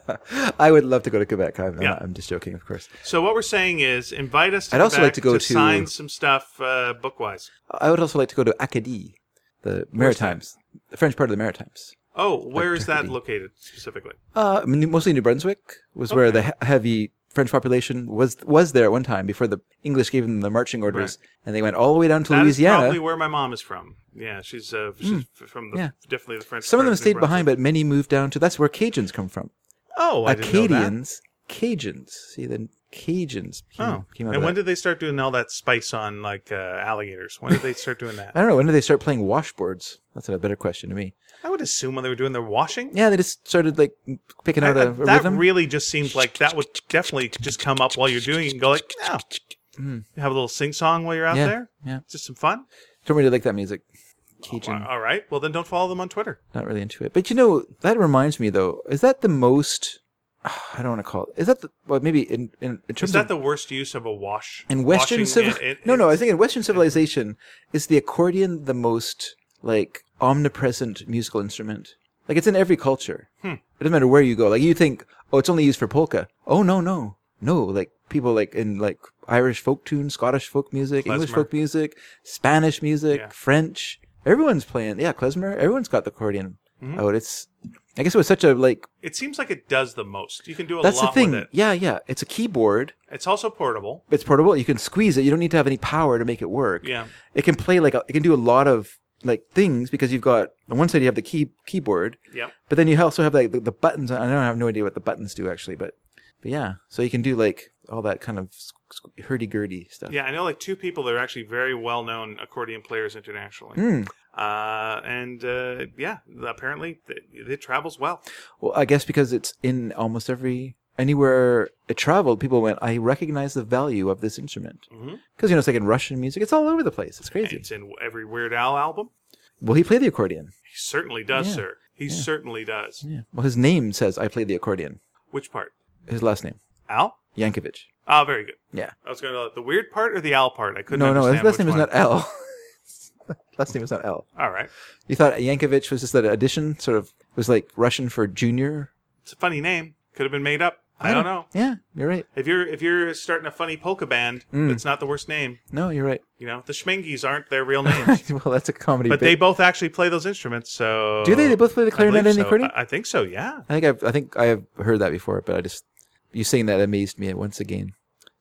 [SPEAKER 1] I would love to go to Quebec. I'm,
[SPEAKER 2] Yeah.
[SPEAKER 1] I'm just joking, of course.
[SPEAKER 2] So what we're saying is, invite us. To
[SPEAKER 1] I'd also
[SPEAKER 2] Quebec
[SPEAKER 1] like to go to-
[SPEAKER 2] sign some stuff uh, bookwise.
[SPEAKER 1] I would also like to go to Acadie, the Maritimes, the French part of the Maritimes.
[SPEAKER 2] Oh, where is that
[SPEAKER 1] Turkey.
[SPEAKER 2] located specifically?
[SPEAKER 1] Uh, I mean, mostly New Brunswick was where the he- heavy French population was was there at one time before the English gave them the marching orders, and they went all the way down to
[SPEAKER 2] That is
[SPEAKER 1] Louisiana. Hmm.
[SPEAKER 2] probably where my mom is from. Yeah, she's uh, she's f- from the,
[SPEAKER 1] yeah.
[SPEAKER 2] definitely the French.
[SPEAKER 1] Some of
[SPEAKER 2] part
[SPEAKER 1] them
[SPEAKER 2] New
[SPEAKER 1] stayed behind,
[SPEAKER 2] Brunswick.
[SPEAKER 1] but many moved down to. That's where Cajuns come from.
[SPEAKER 2] Oh, I didn't know that.
[SPEAKER 1] Acadians, Cajuns. See, the Cajuns came,
[SPEAKER 2] Oh,
[SPEAKER 1] came out.
[SPEAKER 2] and
[SPEAKER 1] of
[SPEAKER 2] when
[SPEAKER 1] that.
[SPEAKER 2] did they start doing all that spice on like uh, alligators? When did they start doing that?
[SPEAKER 1] I don't know. When did they start playing washboards? That's a better question to me.
[SPEAKER 2] I would assume when they were doing their washing.
[SPEAKER 1] Yeah, they just started like picking out
[SPEAKER 2] I-
[SPEAKER 1] a,
[SPEAKER 2] I-
[SPEAKER 1] a
[SPEAKER 2] that
[SPEAKER 1] rhythm.
[SPEAKER 2] really just seems like that would definitely just come up while you're doing it and go like, no. Have a little sing song while you're out
[SPEAKER 1] Hmm. Yeah,
[SPEAKER 2] there.
[SPEAKER 1] yeah.
[SPEAKER 2] Just some fun.
[SPEAKER 1] Don't really like that music. Cajun.
[SPEAKER 2] All right. Well, then don't follow them on Twitter.
[SPEAKER 1] not really into it. But you know, that reminds me though. Is that the most? I don't want to call it. Is that the? Well, maybe in in, in terms
[SPEAKER 2] Is that
[SPEAKER 1] of
[SPEAKER 2] the worst use of a wash?
[SPEAKER 1] in Western
[SPEAKER 2] Washing
[SPEAKER 1] civil.
[SPEAKER 2] it- it-
[SPEAKER 1] no, no. I think in Western civilization, is the accordion the most like omnipresent musical instrument? Like it's in every culture.
[SPEAKER 2] Hmm.
[SPEAKER 1] It doesn't matter where you go. Like you think, oh, it's only used for polka. Oh no, no, no. Like people like in like Irish folk tunes, Scottish folk music, English
[SPEAKER 2] Klezmer.
[SPEAKER 1] folk music, Spanish music,
[SPEAKER 2] Yeah.
[SPEAKER 1] French. Everyone's playing. Yeah, klezmer. Everyone's got the accordion
[SPEAKER 2] Mm-hmm.
[SPEAKER 1] out. It's. I guess it was such a like.
[SPEAKER 2] It seems like it does the most. You can do a
[SPEAKER 1] That's the
[SPEAKER 2] lot
[SPEAKER 1] thing.
[SPEAKER 2] with it.
[SPEAKER 1] Yeah, yeah. It's a keyboard.
[SPEAKER 2] It's also portable.
[SPEAKER 1] It's portable. You can squeeze it. You don't need to have any power to make it work.
[SPEAKER 2] Yeah.
[SPEAKER 1] It can play like a, it can do a lot of like things because you've got on one side you have the key keyboard,
[SPEAKER 2] Yeah.
[SPEAKER 1] but then you also have like the, the buttons. I don't I have no idea what the buttons do actually, but but yeah. So you can do like all that kind of hurdy gurdy stuff.
[SPEAKER 2] Yeah. I know like two people that are actually very well known accordion players internationally.
[SPEAKER 1] Hmm.
[SPEAKER 2] Uh, and uh, yeah, apparently it, it travels well.
[SPEAKER 1] Well, I guess because it's in almost every anywhere it traveled, people went. I recognize the value of this instrument because you know it's like in Russian music. It's all over the place. It's crazy.
[SPEAKER 2] It's in every Weird Al album.
[SPEAKER 1] Well, he played the accordion.
[SPEAKER 2] He certainly does, sir. He certainly does.
[SPEAKER 1] Yeah. Well, his name says I play the accordion.
[SPEAKER 2] Which part?
[SPEAKER 1] His last name
[SPEAKER 2] Al?
[SPEAKER 1] Yankovic.
[SPEAKER 2] Ah, very good.
[SPEAKER 1] Yeah.
[SPEAKER 2] I was going to the weird part or the Al part. I couldn't
[SPEAKER 1] No, no,
[SPEAKER 2] understand
[SPEAKER 1] his last
[SPEAKER 2] which
[SPEAKER 1] name is
[SPEAKER 2] one.
[SPEAKER 1] not Al. last name is not L.
[SPEAKER 2] All right.
[SPEAKER 1] You thought Yankovic was just that addition, sort of was like Russian for junior.
[SPEAKER 2] It's a funny name. Could have been made up. I don't know.
[SPEAKER 1] Yeah, you're right.
[SPEAKER 2] If you're if you're starting a funny polka band,
[SPEAKER 1] Mm.
[SPEAKER 2] it's not the worst name.
[SPEAKER 1] No, you're right.
[SPEAKER 2] You know, the Schmingies aren't their real names,
[SPEAKER 1] well, that's a comedy.
[SPEAKER 2] but
[SPEAKER 1] bit.
[SPEAKER 2] they both actually play those instruments. So
[SPEAKER 1] do they? They both play the
[SPEAKER 2] I believe
[SPEAKER 1] clarinet and the
[SPEAKER 2] so.
[SPEAKER 1] accordion.
[SPEAKER 2] I, I think so. Yeah.
[SPEAKER 1] I think I've I think I have heard that before, but I just you saying that amazed me once again.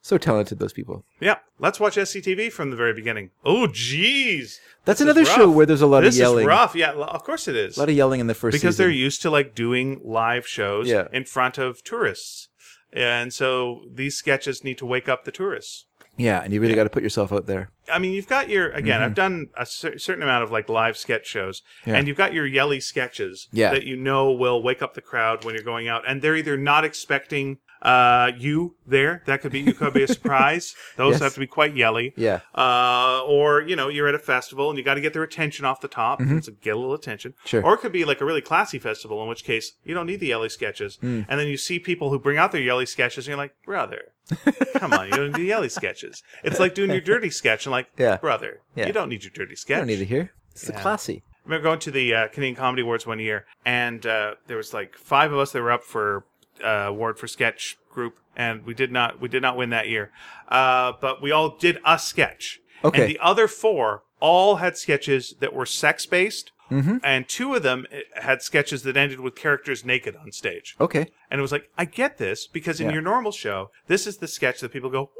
[SPEAKER 1] So talented those people.
[SPEAKER 2] Yeah. Let's watch SCTV from the very beginning. Oh, jeez.
[SPEAKER 1] That's
[SPEAKER 2] This is
[SPEAKER 1] another show
[SPEAKER 2] rough.
[SPEAKER 1] where there's a lot
[SPEAKER 2] This
[SPEAKER 1] of yelling.
[SPEAKER 2] is rough. Yeah. l- Of course it is.
[SPEAKER 1] A lot of yelling in the first
[SPEAKER 2] because
[SPEAKER 1] season.
[SPEAKER 2] they're used to like doing live shows
[SPEAKER 1] Yeah.
[SPEAKER 2] in front of tourists and so these sketches need to wake up the tourists
[SPEAKER 1] yeah, and you really got to put yourself out there.
[SPEAKER 2] i mean you've got your again i've done a cer- certain amount of like live sketch shows
[SPEAKER 1] Mm-hmm. Yeah.
[SPEAKER 2] and you've got your yelly sketches
[SPEAKER 1] Yeah.
[SPEAKER 2] that you know will wake up the crowd when you're going out and they're either not expecting uh you there that could be you could be a surprise those
[SPEAKER 1] Yes.
[SPEAKER 2] have to be quite yelly
[SPEAKER 1] Yeah,
[SPEAKER 2] uh, or you know you're at a festival and you got to get their attention off the top It's a- get a little attention
[SPEAKER 1] Mm-hmm. Sure.
[SPEAKER 2] or it could be like a really classy festival in which case you don't need the yelly sketches
[SPEAKER 1] Mm.
[SPEAKER 2] and then you see people who bring out their yelly sketches and you're like brother come on you don't need the yelly sketches it's like doing your dirty sketch and like
[SPEAKER 1] Yeah.
[SPEAKER 2] brother
[SPEAKER 1] Yeah.
[SPEAKER 2] you don't need your dirty sketch
[SPEAKER 1] I don't need to hear. It's the classy.
[SPEAKER 2] I remember going to the uh, Canadian Comedy Awards one year, and uh, there was like five of us that were up for uh, award for sketch group, and we did not we did not win that year, uh, but we all did a sketch.
[SPEAKER 1] Okay.
[SPEAKER 2] And the other four all had sketches that were sex based, and two of them eh, had sketches that ended with characters naked on stage.
[SPEAKER 1] Okay,
[SPEAKER 2] And it was like, I get this because in
[SPEAKER 1] Yeah.
[SPEAKER 2] your normal show, this is the sketch that people go,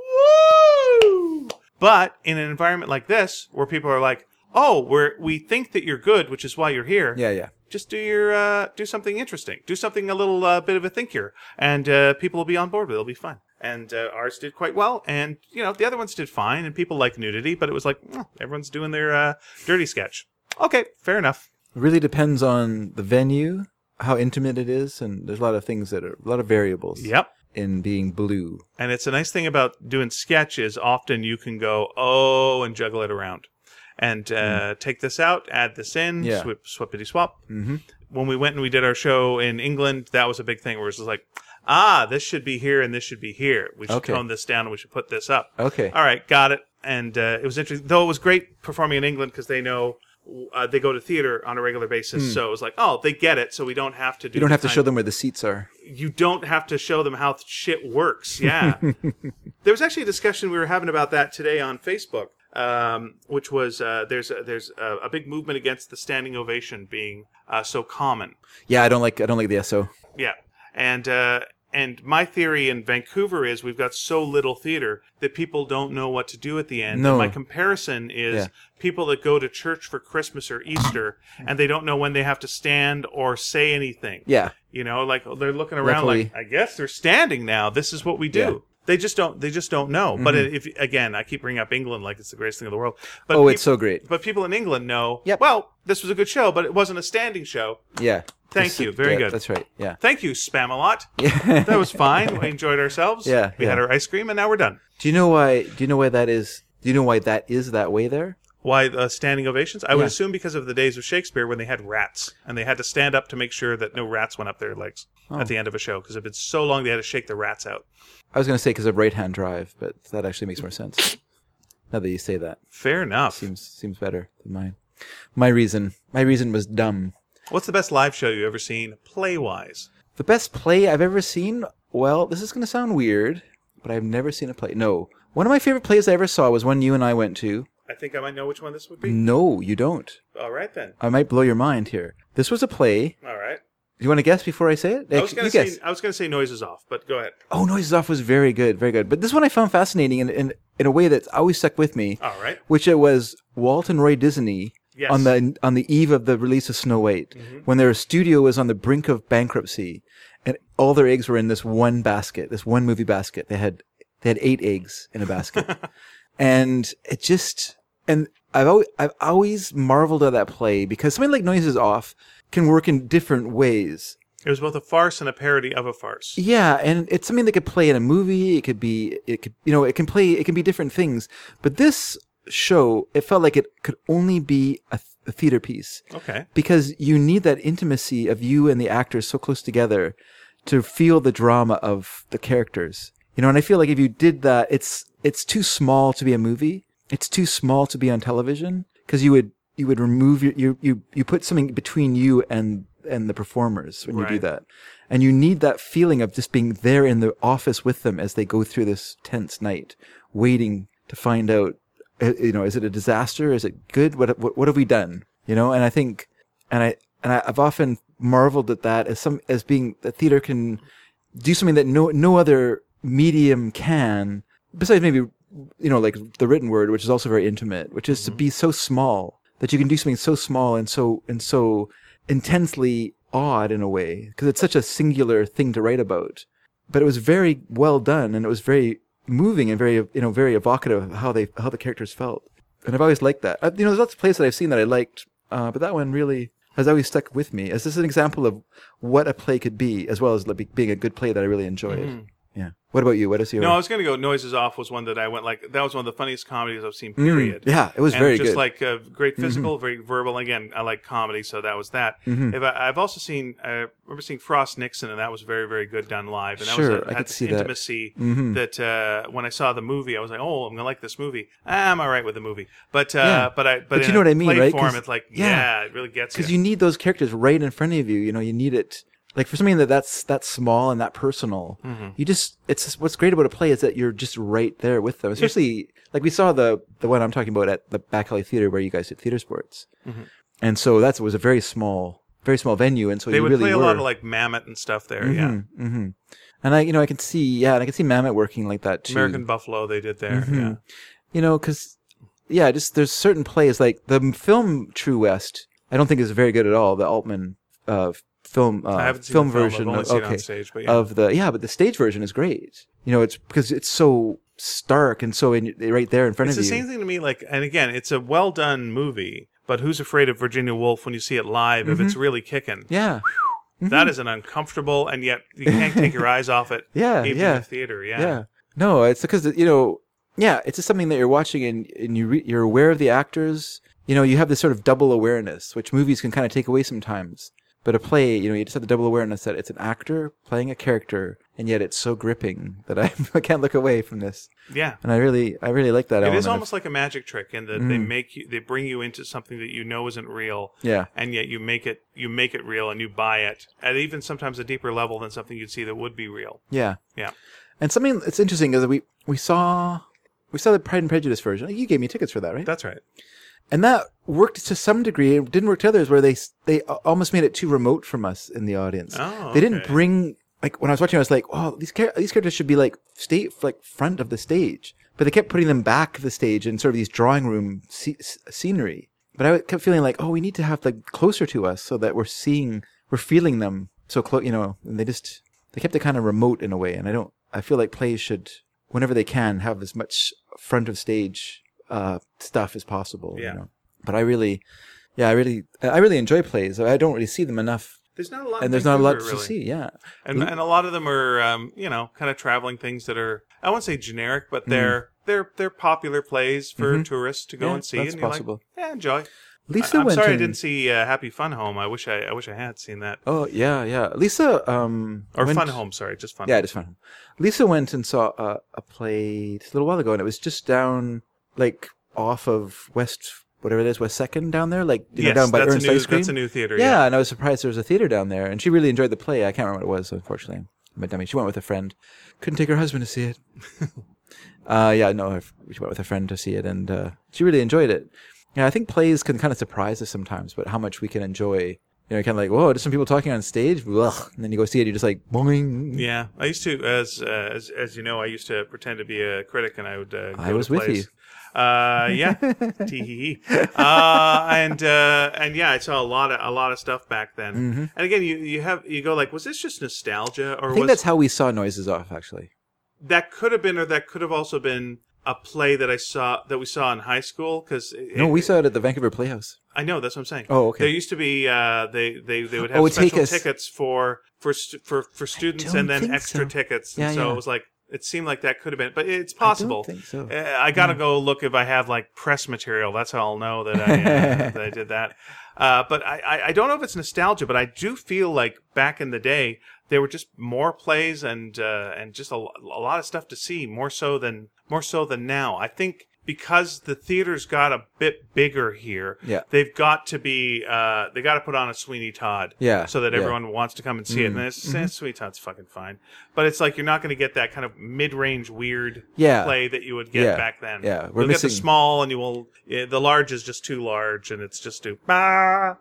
[SPEAKER 2] woo! But in an environment like this, where people are like, oh, we're, we think that you're good, which is why you're here.
[SPEAKER 1] yeah, yeah.
[SPEAKER 2] Just do your, uh, do something interesting. Do something a little uh, bit of a thinker. And uh, people will be on board with it. It'll be fun. And uh, ours did quite well. And, you know, the other ones did fine. And people like nudity, but it was like, "Mm, everyone's doing their uh, dirty sketch. Okay, fair enough.
[SPEAKER 1] really depends on the venue, how intimate it is, and there's a lot of things that are a lot of variables
[SPEAKER 2] Yep.
[SPEAKER 1] in being blue.
[SPEAKER 2] And it's a nice thing about doing sketch is often you can go, oh, and juggle it around and uh, take this out, add this in,
[SPEAKER 1] Hmm. Yeah.
[SPEAKER 2] swip, swippity swap. Mm-hmm. When we went and we did our show in England, that was a big thing where it was like, ah, this should be here and this should be here. We should
[SPEAKER 1] Okay.
[SPEAKER 2] tone this down and we should put this up.
[SPEAKER 1] Okay.
[SPEAKER 2] All right, got it. And uh, it was interesting, though it was great performing in England because they know. Uh, they go to theater on a regular basis, so it was like, oh, they get it, so we don't have to do.
[SPEAKER 1] Hmm. You don't have to
[SPEAKER 2] show
[SPEAKER 1] show them where the seats are.
[SPEAKER 2] you don't have to show them how th- shit works. Yeah. there was actually a discussion we were having about that today on Facebook, um, which was uh, there's a, there's a, a big movement against the standing ovation being uh, so common.
[SPEAKER 1] Yeah, I don't like I don't like the SO.
[SPEAKER 2] Yeah, and uh, and my theory in Vancouver is we've got so little theater that people don't know what to do at the end.
[SPEAKER 1] No.
[SPEAKER 2] And my comparison is
[SPEAKER 1] Yeah.
[SPEAKER 2] people that go to church for Christmas or Easter and they don't know when they have to stand or say anything.
[SPEAKER 1] Yeah.
[SPEAKER 2] You know, like they're looking around
[SPEAKER 1] Luckily-
[SPEAKER 2] like I guess they're standing now. This is what we do.
[SPEAKER 1] Yeah. Mm-hmm.
[SPEAKER 2] They just don't. They just don't know. But if again, I keep bringing up England like it's the greatest thing in the world. But
[SPEAKER 1] Oh, it's
[SPEAKER 2] peop-
[SPEAKER 1] so great.
[SPEAKER 2] But people in England know.
[SPEAKER 1] Yep.
[SPEAKER 2] Well, this was a good show, but it wasn't a standing show.
[SPEAKER 1] Yeah.
[SPEAKER 2] Thank
[SPEAKER 1] That's-
[SPEAKER 2] you. Very
[SPEAKER 1] yeah,
[SPEAKER 2] good.
[SPEAKER 1] That's right. Yeah.
[SPEAKER 2] Thank you, Spamalot.
[SPEAKER 1] Yeah.
[SPEAKER 2] That was fine. we enjoyed ourselves.
[SPEAKER 1] Yeah,
[SPEAKER 2] We had
[SPEAKER 1] yeah.
[SPEAKER 2] our ice cream, and now we're done.
[SPEAKER 1] Do you know why? Do you know why that is? Do you know why that is that way there?
[SPEAKER 2] Why uh, standing ovations? I would
[SPEAKER 1] Yeah.
[SPEAKER 2] assume because of the days of Shakespeare when they had rats and they had to stand up to make sure that no rats went up their legs
[SPEAKER 1] Oh.
[SPEAKER 2] at the end of a show because it'd been so long they had to shake the rats out.
[SPEAKER 1] I was going to say because of right-hand drive, but that actually makes more sense. Now that you say that,
[SPEAKER 2] Fair enough.
[SPEAKER 1] seems seems better than mine. My reason, my reason was dumb.
[SPEAKER 2] What's the best live show you ever seen, play wise?
[SPEAKER 1] The best play I've ever seen. Well, this is going to sound weird, but I've never seen a play. No, one of my favorite plays I ever saw was one you and I went to.
[SPEAKER 2] I think I might know which one this would be.
[SPEAKER 1] No, you don't.
[SPEAKER 2] All right then.
[SPEAKER 1] I might blow your mind here. This was a play.
[SPEAKER 2] All right.
[SPEAKER 1] Do you want to guess before I say it?
[SPEAKER 2] I was
[SPEAKER 1] Actually,
[SPEAKER 2] gonna
[SPEAKER 1] you
[SPEAKER 2] say
[SPEAKER 1] guess.
[SPEAKER 2] I was gonna say noises off, but go ahead.
[SPEAKER 1] Oh, Noises Off was very good, very good. But this one I found fascinating in, in, in a way that's always stuck with me,
[SPEAKER 2] All right.
[SPEAKER 1] which it was Walt and Roy Disney
[SPEAKER 2] Yes. Mm-hmm.
[SPEAKER 1] on the on the eve of the release of Snow White, when their studio was on the brink of bankruptcy, and all their eggs were in this one basket, this one movie basket. They had they had eight eggs in a basket, and it just and I've always, I've always marveled at that play because something like Noises Off can work in different ways.
[SPEAKER 2] It was both a farce and a parody of a farce.
[SPEAKER 1] Yeah, and it's something that could play in a movie. It could be, it could, you know, it can play, it can be different things. But this show, it felt like it could only be a, th- a theater piece
[SPEAKER 2] Okay.
[SPEAKER 1] because you need that intimacy of you and the actors so close together to feel the drama of the characters. You know, and I feel like if you did that, it's it's too small to be a movie. It's too small to be on television because you would you would remove your you you you put something between you and and the performers when you do
[SPEAKER 2] Right.
[SPEAKER 1] that, and you need that feeling of just being there in the office with them as they go through this tense night, waiting to find out, uh, you know, is it a disaster? Is it good? What what, what have we done? You know, and I think, and I and I, I've often marveled at that as some as being that theater can do something that no no other medium can besides maybe you know like the written word which is also very intimate which is to be so small that you can do something so small and so and so intensely odd in a way because it's such a singular thing to write about but it was very well done and it was very moving and very you know very evocative of how they how the characters felt and I've always liked that Uh, you know there's lots of plays that I've seen that I liked uh, but that one really has always stuck with me as this is an example of what a play could be as well as like, being a good play that I really enjoyed yeah what about you what is your
[SPEAKER 2] Mm-hmm. No, I was going to go. Noises off was one that I went like. That was one of the funniest comedies I've seen. Period.
[SPEAKER 1] Mm. yeah it was
[SPEAKER 2] and
[SPEAKER 1] very
[SPEAKER 2] just
[SPEAKER 1] good Mm-hmm.
[SPEAKER 2] like uh, great physical, very verbal. Again, I like comedy, so that was that.
[SPEAKER 1] Mm-hmm.
[SPEAKER 2] If I, I've also seen, I remember seeing Frost Nixon, and that was very, very good done live. And that
[SPEAKER 1] Sure,
[SPEAKER 2] was
[SPEAKER 1] I could
[SPEAKER 2] had
[SPEAKER 1] see that. Mm-hmm.
[SPEAKER 2] intimacy that, uh, when I saw the movie, I was like, oh, I'm gonna like this movie. Ah, I'm all right with the movie, but uh,
[SPEAKER 1] Yeah.
[SPEAKER 2] but I but,
[SPEAKER 1] But
[SPEAKER 2] in
[SPEAKER 1] you know
[SPEAKER 2] a
[SPEAKER 1] what I mean,
[SPEAKER 2] play
[SPEAKER 1] right?
[SPEAKER 2] Form,
[SPEAKER 1] 'Cause-
[SPEAKER 2] it's like
[SPEAKER 1] yeah.
[SPEAKER 2] yeah. it really gets
[SPEAKER 1] because
[SPEAKER 2] you.
[SPEAKER 1] you need those characters right in front of you. You know, you need it like for something that that's that small and that personal.
[SPEAKER 2] Mm-hmm.
[SPEAKER 1] You just it's just, what's great about a play is that you're just right there with them. Especially like we saw the the one I'm talking about at the Back Alley Theater where you guys did theater sports,
[SPEAKER 2] Mm-hmm.
[SPEAKER 1] and so that was a very small very small venue, and so
[SPEAKER 2] They
[SPEAKER 1] you
[SPEAKER 2] would
[SPEAKER 1] really
[SPEAKER 2] play a
[SPEAKER 1] were.
[SPEAKER 2] lot of like Mammoth and stuff there. Yeah,
[SPEAKER 1] hmm And I you know I can see yeah, and I can see Mamet working like that too.
[SPEAKER 2] American Buffalo they did there.
[SPEAKER 1] Mm-hmm.
[SPEAKER 2] Yeah.
[SPEAKER 1] you know, because yeah, just there's certain plays like the m- film True West. I don't think is very good at all. The Altman uh, f- film uh,
[SPEAKER 2] I haven't seen
[SPEAKER 1] film
[SPEAKER 2] the film. I've
[SPEAKER 1] version
[SPEAKER 2] only
[SPEAKER 1] of,
[SPEAKER 2] seen it
[SPEAKER 1] okay,
[SPEAKER 2] on stage, but yeah.
[SPEAKER 1] of the yeah, but the stage version is great. You know, it's because it's so stark and so in, right there in front
[SPEAKER 2] It's
[SPEAKER 1] of
[SPEAKER 2] the
[SPEAKER 1] you.
[SPEAKER 2] same thing to me. Like, and again, it's a well done movie, but who's afraid of Virginia Woolf when you see it live? If it's really kicking,
[SPEAKER 1] Mm-hmm. yeah,
[SPEAKER 2] That is an uncomfortable, and yet you can't take your eyes off it.
[SPEAKER 1] Yeah,
[SPEAKER 2] even
[SPEAKER 1] yeah.
[SPEAKER 2] in the theater. Yeah,
[SPEAKER 1] yeah, No, it's because you know, yeah, it's just something that you're watching and and you re- you're aware of the actors. You know, you have this sort of double awareness, which movies can kind of take away sometimes. But a play, you know, you just have the double awareness that it's an actor playing a character, and yet it's so gripping that I, I can't look away from this.
[SPEAKER 2] Yeah.
[SPEAKER 1] And I really, I Mm. really like that
[SPEAKER 2] It
[SPEAKER 1] element.
[SPEAKER 2] is
[SPEAKER 1] of-
[SPEAKER 2] almost like a magic trick in that they make you, they bring you into something that you know isn't real.
[SPEAKER 1] Yeah.
[SPEAKER 2] and yet you make it, you make it real, and you buy it at even sometimes a deeper level than something you'd see that would be real.
[SPEAKER 1] yeah.
[SPEAKER 2] Yeah,
[SPEAKER 1] And something that's interesting is that we we saw we saw the Pride and Prejudice version. You gave me tickets for that, right?
[SPEAKER 2] that's right.
[SPEAKER 1] and that worked to some degree. It didn't work to others where they they a- almost made it too remote from us in the audience.
[SPEAKER 2] Oh,
[SPEAKER 1] they didn't
[SPEAKER 2] okay.
[SPEAKER 1] bring like when I was watching, I was like, oh, these char- these characters should be like state like front of the stage, but they kept putting them back of the stage in sort of these drawing room sce- s- scenery. But I kept feeling like, oh, we need to have like closer to us so that we're seeing, we're feeling them so close, you know. And they just they kept it kind of remote in a way, and I don't. I feel like plays should, whenever they can, have as much front of stage uh, stuff as possible.
[SPEAKER 2] Yeah.
[SPEAKER 1] You know? But I really, yeah, I really, I really enjoy plays. I don't really see them enough,
[SPEAKER 2] There's not a lot, in
[SPEAKER 1] and there's not a lot
[SPEAKER 2] Vancouver,
[SPEAKER 1] to
[SPEAKER 2] really.
[SPEAKER 1] see. Yeah. Hmm.
[SPEAKER 2] and and a lot of them are um, you know kind of traveling things that are I won't say generic, but
[SPEAKER 1] Hmm.
[SPEAKER 2] they're they're they're popular plays for tourists to go
[SPEAKER 1] Mm-hmm. Yeah,
[SPEAKER 2] and see.
[SPEAKER 1] that's
[SPEAKER 2] and you're
[SPEAKER 1] possible.
[SPEAKER 2] Like, yeah, enjoy.
[SPEAKER 1] Lisa
[SPEAKER 2] I, am
[SPEAKER 1] went
[SPEAKER 2] sorry I
[SPEAKER 1] and-
[SPEAKER 2] didn't see uh, Happy Fun Home. I wish I I wish I had seen that
[SPEAKER 1] Oh yeah, yeah. Lisa, um,
[SPEAKER 2] or
[SPEAKER 1] went-
[SPEAKER 2] Fun Home. Sorry, just Fun.
[SPEAKER 1] Yeah,
[SPEAKER 2] Home.
[SPEAKER 1] just fun. Lisa went and saw a, a play just a little while ago, and it was just down like off of West whatever it is, West Second down there, like you
[SPEAKER 2] Yes,
[SPEAKER 1] know, down by
[SPEAKER 2] that's
[SPEAKER 1] Ernst
[SPEAKER 2] a new
[SPEAKER 1] Ice Cream.
[SPEAKER 2] that's a new theater.
[SPEAKER 1] yeah, and I was surprised there was a theater down there, and she really enjoyed the play. I can't remember what it was, unfortunately. I'm a dummy. She went with a friend. Couldn't take her husband to see it. uh, yeah, no, her f- she went with a friend to see it, and uh, she really enjoyed it. Yeah, I think plays can kind of surprise us sometimes, but how much we can enjoy. You know, kind of like, whoa, just some people talking on stage, Blech. and then you go see it, you're just like, boing.
[SPEAKER 2] Yeah, I used to, as uh, as as you know, I used to pretend to be a critic, and I would. Uh,
[SPEAKER 1] I
[SPEAKER 2] go to
[SPEAKER 1] was with
[SPEAKER 2] plays. Uh, yeah, Tee-hee-hee. uh, and uh, and yeah, I saw a lot of a lot of stuff back then. And again, you you have you go like, was this just nostalgia,
[SPEAKER 1] Mm-hmm.
[SPEAKER 2] or
[SPEAKER 1] I think
[SPEAKER 2] was
[SPEAKER 1] that's how we saw noises off, actually.
[SPEAKER 2] that could have been, or that could have also been a play that I saw that we saw in high school? Because
[SPEAKER 1] No, we saw it at the Vancouver Playhouse.
[SPEAKER 2] I know that's what I'm saying.
[SPEAKER 1] Oh, okay.
[SPEAKER 2] There used to be uh, they they they would have
[SPEAKER 1] Oh, it
[SPEAKER 2] special
[SPEAKER 1] take us-
[SPEAKER 2] tickets for for st- for for students
[SPEAKER 1] don't
[SPEAKER 2] and then
[SPEAKER 1] think so.
[SPEAKER 2] extra tickets.
[SPEAKER 1] Yeah,
[SPEAKER 2] and so
[SPEAKER 1] yeah.
[SPEAKER 2] it was like it seemed like that could have been, but it's possible.
[SPEAKER 1] think so.
[SPEAKER 2] Uh, I gotta go look if I have like press material. That's how I'll know that I, uh, that I did that. Uh, but I, I I don't know if it's nostalgia, but I do feel like back in the day there were just more plays and uh, and just a, lo- a lot of stuff to see more so than more so than now. I think because the theater's got a bit bigger here.
[SPEAKER 1] Yeah.
[SPEAKER 2] they've got to be uh, they got to put on a Sweeney Todd.
[SPEAKER 1] Yeah,
[SPEAKER 2] so that
[SPEAKER 1] yeah. Mm. Mm-hmm.
[SPEAKER 2] everyone wants to come and see it. And then it's, eh, Sweeney Todd's fucking fine, but it's like you're not going to get that kind of mid-range weird
[SPEAKER 1] Yeah.
[SPEAKER 2] play that you would get
[SPEAKER 1] Yeah.
[SPEAKER 2] back then.
[SPEAKER 1] Yeah. We're
[SPEAKER 2] we'll get the
[SPEAKER 1] missing-
[SPEAKER 2] small, and you will yeah, the large is just too large, and it's just too ah.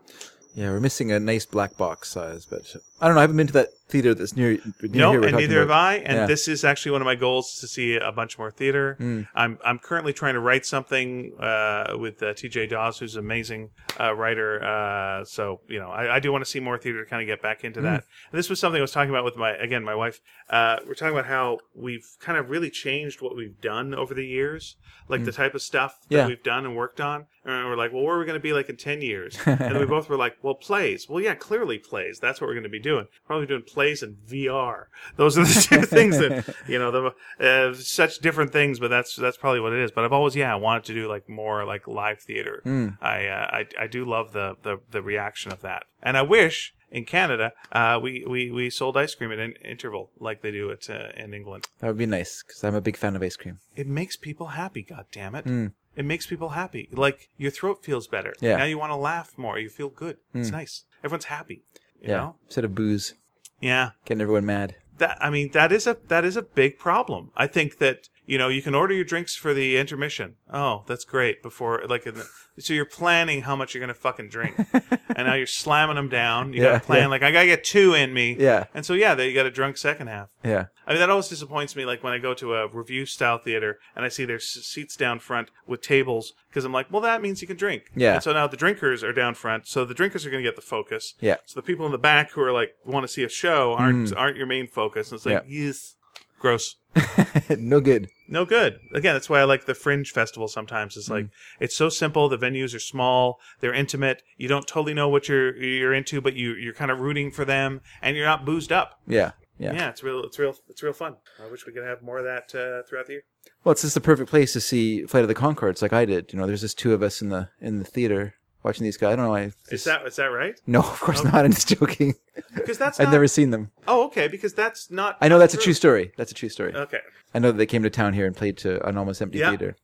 [SPEAKER 1] Yeah, we're missing a nice black box size, but I don't know. I haven't been to that theater that's near. near
[SPEAKER 2] No,
[SPEAKER 1] here we're
[SPEAKER 2] and
[SPEAKER 1] talking
[SPEAKER 2] neither have
[SPEAKER 1] about.
[SPEAKER 2] I. And
[SPEAKER 1] Yeah.
[SPEAKER 2] this is actually one of my goals to see a bunch more theater.
[SPEAKER 1] Mm.
[SPEAKER 2] I'm I'm currently trying to write something uh, with uh, T.J. Dawes, who's an amazing uh, writer. Uh, so you know, I, I do want to see more theater to kind of get back
[SPEAKER 1] Mm.
[SPEAKER 2] into that. And this was something I was talking about with my again my wife. Uh, we're talking about how we've kind of really changed what we've done over the years, like the type of stuff that
[SPEAKER 1] Yeah.
[SPEAKER 2] we've done and worked on. And we're like, well, where are we going to be like in ten years? and we both were like, well, plays. Well, yeah, clearly plays. That's what we're going to be doing. Probably doing plays and VR. Those are the two things that you know, the, uh, such different things. But that's that's probably what it is. But I've always yeah wanted to do like more like live theater.
[SPEAKER 1] Hmm,
[SPEAKER 2] I, uh, I I do love the, the the reaction of that, and I wish. In Canada, uh, we, we, we sold ice cream at an interval like they do at, uh, in England.
[SPEAKER 1] That would be nice because I'm a big fan of ice cream.
[SPEAKER 2] It makes people happy, God damn it! It makes people happy. Like your throat feels better.
[SPEAKER 1] Hmm. Yeah. Hmm.
[SPEAKER 2] Now you want to laugh more. You feel good. It's nice. Everyone's happy. You
[SPEAKER 1] yeah,
[SPEAKER 2] know?
[SPEAKER 1] instead of booze,
[SPEAKER 2] Yeah.
[SPEAKER 1] getting everyone mad.
[SPEAKER 2] that I mean that is a that is a big problem. I think that you know you can order your drinks for the intermission. Oh, that's great. Before like in the, so you're planning how much you're gonna fucking drink, and now you're slamming them down. You
[SPEAKER 1] Yeah,
[SPEAKER 2] gotta plan
[SPEAKER 1] yeah.
[SPEAKER 2] like I gotta get two in me.
[SPEAKER 1] Yeah.
[SPEAKER 2] and so yeah, they got a drunk second half.
[SPEAKER 1] Yeah,
[SPEAKER 2] I mean, that always disappoints me. Like when I go to a review style theater and I see there's seats down front with tables, because I'm like, well, that means you can drink.
[SPEAKER 1] Yeah.
[SPEAKER 2] And so now the drinkers are down front, so the drinkers are going to get the focus.
[SPEAKER 1] Yeah. Mm.
[SPEAKER 2] So the people in the back who are like want to see a show aren't aren't your main focus. And it's like, yes, gross.
[SPEAKER 1] no good.
[SPEAKER 2] No good. Again, that's why I like the fringe festival sometimes.
[SPEAKER 1] Mm.
[SPEAKER 2] It's like it's so simple, the venues are small, they're intimate, you don't totally know what you're you're into, but you you're kind of rooting for them and you're not boozed up.
[SPEAKER 1] Yeah, yeah.
[SPEAKER 2] Yeah, it's real. It's real. It's real fun. I wish we could have more of that uh, throughout the year.
[SPEAKER 1] Well, it's just the perfect place to see Flight of the Concords like I did. You know, there's just two of us in the in the theater watching these guys. I don't know. I
[SPEAKER 2] Is that is that right?
[SPEAKER 1] no, of course not. I'm just joking.
[SPEAKER 2] Because that's
[SPEAKER 1] I've
[SPEAKER 2] not,
[SPEAKER 1] never seen them.
[SPEAKER 2] Oh, okay. Because that's not.
[SPEAKER 1] I know that's a
[SPEAKER 2] true. Uh,
[SPEAKER 1] true story. That's a true story.
[SPEAKER 2] Okay.
[SPEAKER 1] I know that they came to town here and played to an almost empty
[SPEAKER 2] Yeah.
[SPEAKER 1] theater.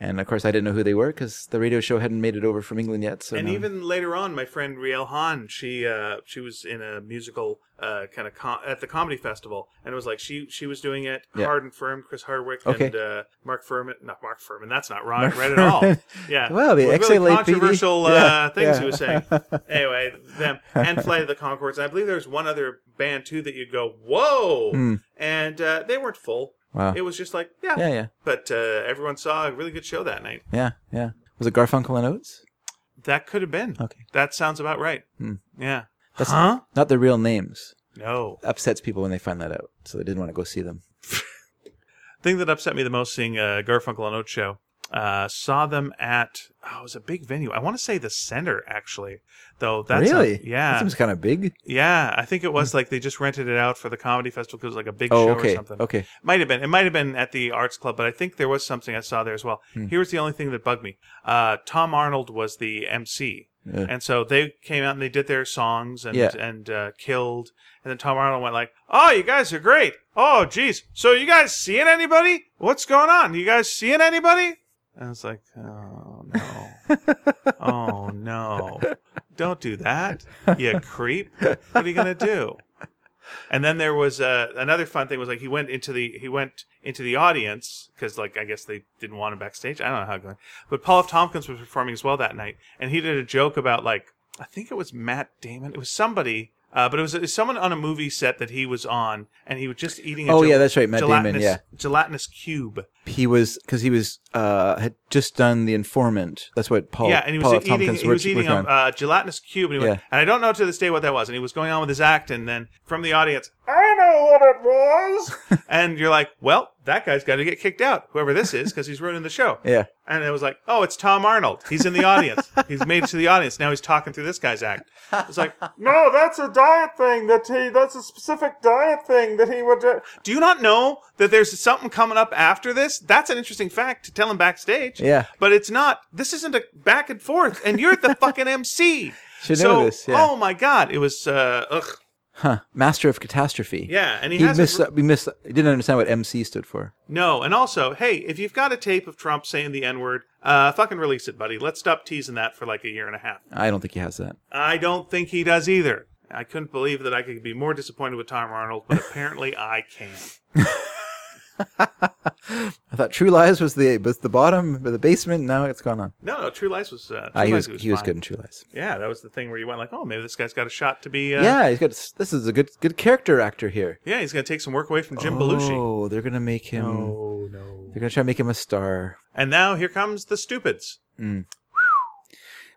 [SPEAKER 1] And of course, I didn't know who they were because the radio show hadn't made it over from England yet. So
[SPEAKER 2] And
[SPEAKER 1] no.
[SPEAKER 2] even later on, my friend Riel Han, she uh, she was in a musical uh, kind of com- at the comedy festival, and it was like she she was doing it
[SPEAKER 1] Yeah.
[SPEAKER 2] hard and firm. Chris Hardwick
[SPEAKER 1] Okay.
[SPEAKER 2] and uh, Mark Furman, not Mark Furman. That's not right, right at all.
[SPEAKER 1] Furman.
[SPEAKER 2] Yeah.
[SPEAKER 1] Well, the
[SPEAKER 2] really
[SPEAKER 1] XLAPD.
[SPEAKER 2] controversial uh,
[SPEAKER 1] Yeah,
[SPEAKER 2] things
[SPEAKER 1] yeah.
[SPEAKER 2] he was saying. anyway, them and Flight of the Concords. I believe there was one other band too that you'd go, whoa, and uh, they weren't full.
[SPEAKER 1] Wow.
[SPEAKER 2] It was just like yeah,
[SPEAKER 1] Hmm. Yeah, yeah,
[SPEAKER 2] But uh, everyone saw a really good show that night.
[SPEAKER 1] yeah, yeah. Was it Garfunkel and Oates?
[SPEAKER 2] That could have been.
[SPEAKER 1] Okay.
[SPEAKER 2] That sounds about right. Yeah.
[SPEAKER 1] Hmm. That's-
[SPEAKER 2] huh?
[SPEAKER 1] Not their real names.
[SPEAKER 2] No.
[SPEAKER 1] Upsets people when they find that out. So they didn't want to go see them.
[SPEAKER 2] thing that upset me the most seeing uh, Garfunkel and Oates show. Uh, saw them at oh, it was a big venue. I want to say the center actually, though. That's
[SPEAKER 1] really?
[SPEAKER 2] yeah,
[SPEAKER 1] That seems kind of big.
[SPEAKER 2] yeah. I think it was like they just rented it out for the comedy festival because it was like a big
[SPEAKER 1] Oh,
[SPEAKER 2] show or
[SPEAKER 1] okay,
[SPEAKER 2] something.
[SPEAKER 1] okay.
[SPEAKER 2] Might have been. It might have been at the Arts Club, but I think there was something I saw there as well.
[SPEAKER 1] Hmm.
[SPEAKER 2] Here was the only thing that bugged me. Uh, Tom Arnold was the MC.
[SPEAKER 1] Yeah.
[SPEAKER 2] And so they came out and they did their songs and
[SPEAKER 1] Yeah.
[SPEAKER 2] and uh, killed. And then Tom Arnold went like, "Oh, you guys are great. Oh, geez. So you guys seeing anybody? What's going on? You guys seeing anybody?" And I was like, "Oh no, oh no, don't do that, you creep. What are you gonna do?" And then there was uh, another fun thing was like he went into the he went into the audience because like I guess they didn't want him backstage. I don't know how it went. But Paul F. Tompkins was performing as well that night, and he did a joke about like I think it was Matt Damon. It was somebody, uh, but it was, it was someone on a movie set that he was on, and he was just eating. A
[SPEAKER 1] Oh,
[SPEAKER 2] gel-
[SPEAKER 1] yeah, that's right, Matt Damon,
[SPEAKER 2] gelatinous,
[SPEAKER 1] yeah.
[SPEAKER 2] gelatinous cube.
[SPEAKER 1] He was because he was uh had just done the informant. That's what Paul.
[SPEAKER 2] yeah, and he was
[SPEAKER 1] Paul F.
[SPEAKER 2] eating.
[SPEAKER 1] Tompkins
[SPEAKER 2] He was
[SPEAKER 1] worked-
[SPEAKER 2] eating a
[SPEAKER 1] worked on.
[SPEAKER 2] uh, gelatinous cube, and, he went,
[SPEAKER 1] Yeah.
[SPEAKER 2] and I don't know to this day what that was. And he was going on with his act, and then from the audience, I know what it was. and you're like, well, that guy's got to get kicked out, whoever this is, because he's ruining the show.
[SPEAKER 1] yeah,
[SPEAKER 2] And it was like, oh, it's Tom Arnold. He's in the audience. he's made it to the audience. Now he's talking through this guy's act. It's like, no, that's a diet thing that he, that's a specific diet thing that he would do. Do you not know that there's something coming up after this? That's an interesting fact to tell him backstage.
[SPEAKER 1] Yeah.
[SPEAKER 2] But it's not, this isn't a back and forth, and you're the fucking MC.
[SPEAKER 1] Should
[SPEAKER 2] so,
[SPEAKER 1] know this, yeah.
[SPEAKER 2] Oh my God. It was, uh, ugh.
[SPEAKER 1] Huh. Master of Catastrophe.
[SPEAKER 2] Yeah, and he,
[SPEAKER 1] He
[SPEAKER 2] has a
[SPEAKER 1] missed.
[SPEAKER 2] gr-
[SPEAKER 1] we missed. He didn't understand what MC stood for.
[SPEAKER 2] no. And also, hey, if you've got a tape of Trump saying the N word, uh, fucking release it, buddy. Let's stop teasing that for like a year and a half.
[SPEAKER 1] I don't think he has that.
[SPEAKER 2] I don't think he does either. I couldn't believe that I could be more disappointed with Tom Arnold, but apparently I can.
[SPEAKER 1] I thought True Lies was the was the bottom, the basement. Now it's gone on.
[SPEAKER 2] No, no, True Lies was. Uh, True
[SPEAKER 1] Ah, he
[SPEAKER 2] Lies
[SPEAKER 1] was he was
[SPEAKER 2] fine.
[SPEAKER 1] good in True Lies.
[SPEAKER 2] Yeah, that was the thing where you went like, oh, maybe this guy's got a shot to be. Uh,
[SPEAKER 1] yeah, he's got. This is a good good character actor here.
[SPEAKER 2] yeah, he's gonna take some work away from Jim Belushi.
[SPEAKER 1] Oh, they're gonna make him.
[SPEAKER 2] Oh no!
[SPEAKER 1] They're gonna try to make him a star.
[SPEAKER 2] And now here comes the stupids.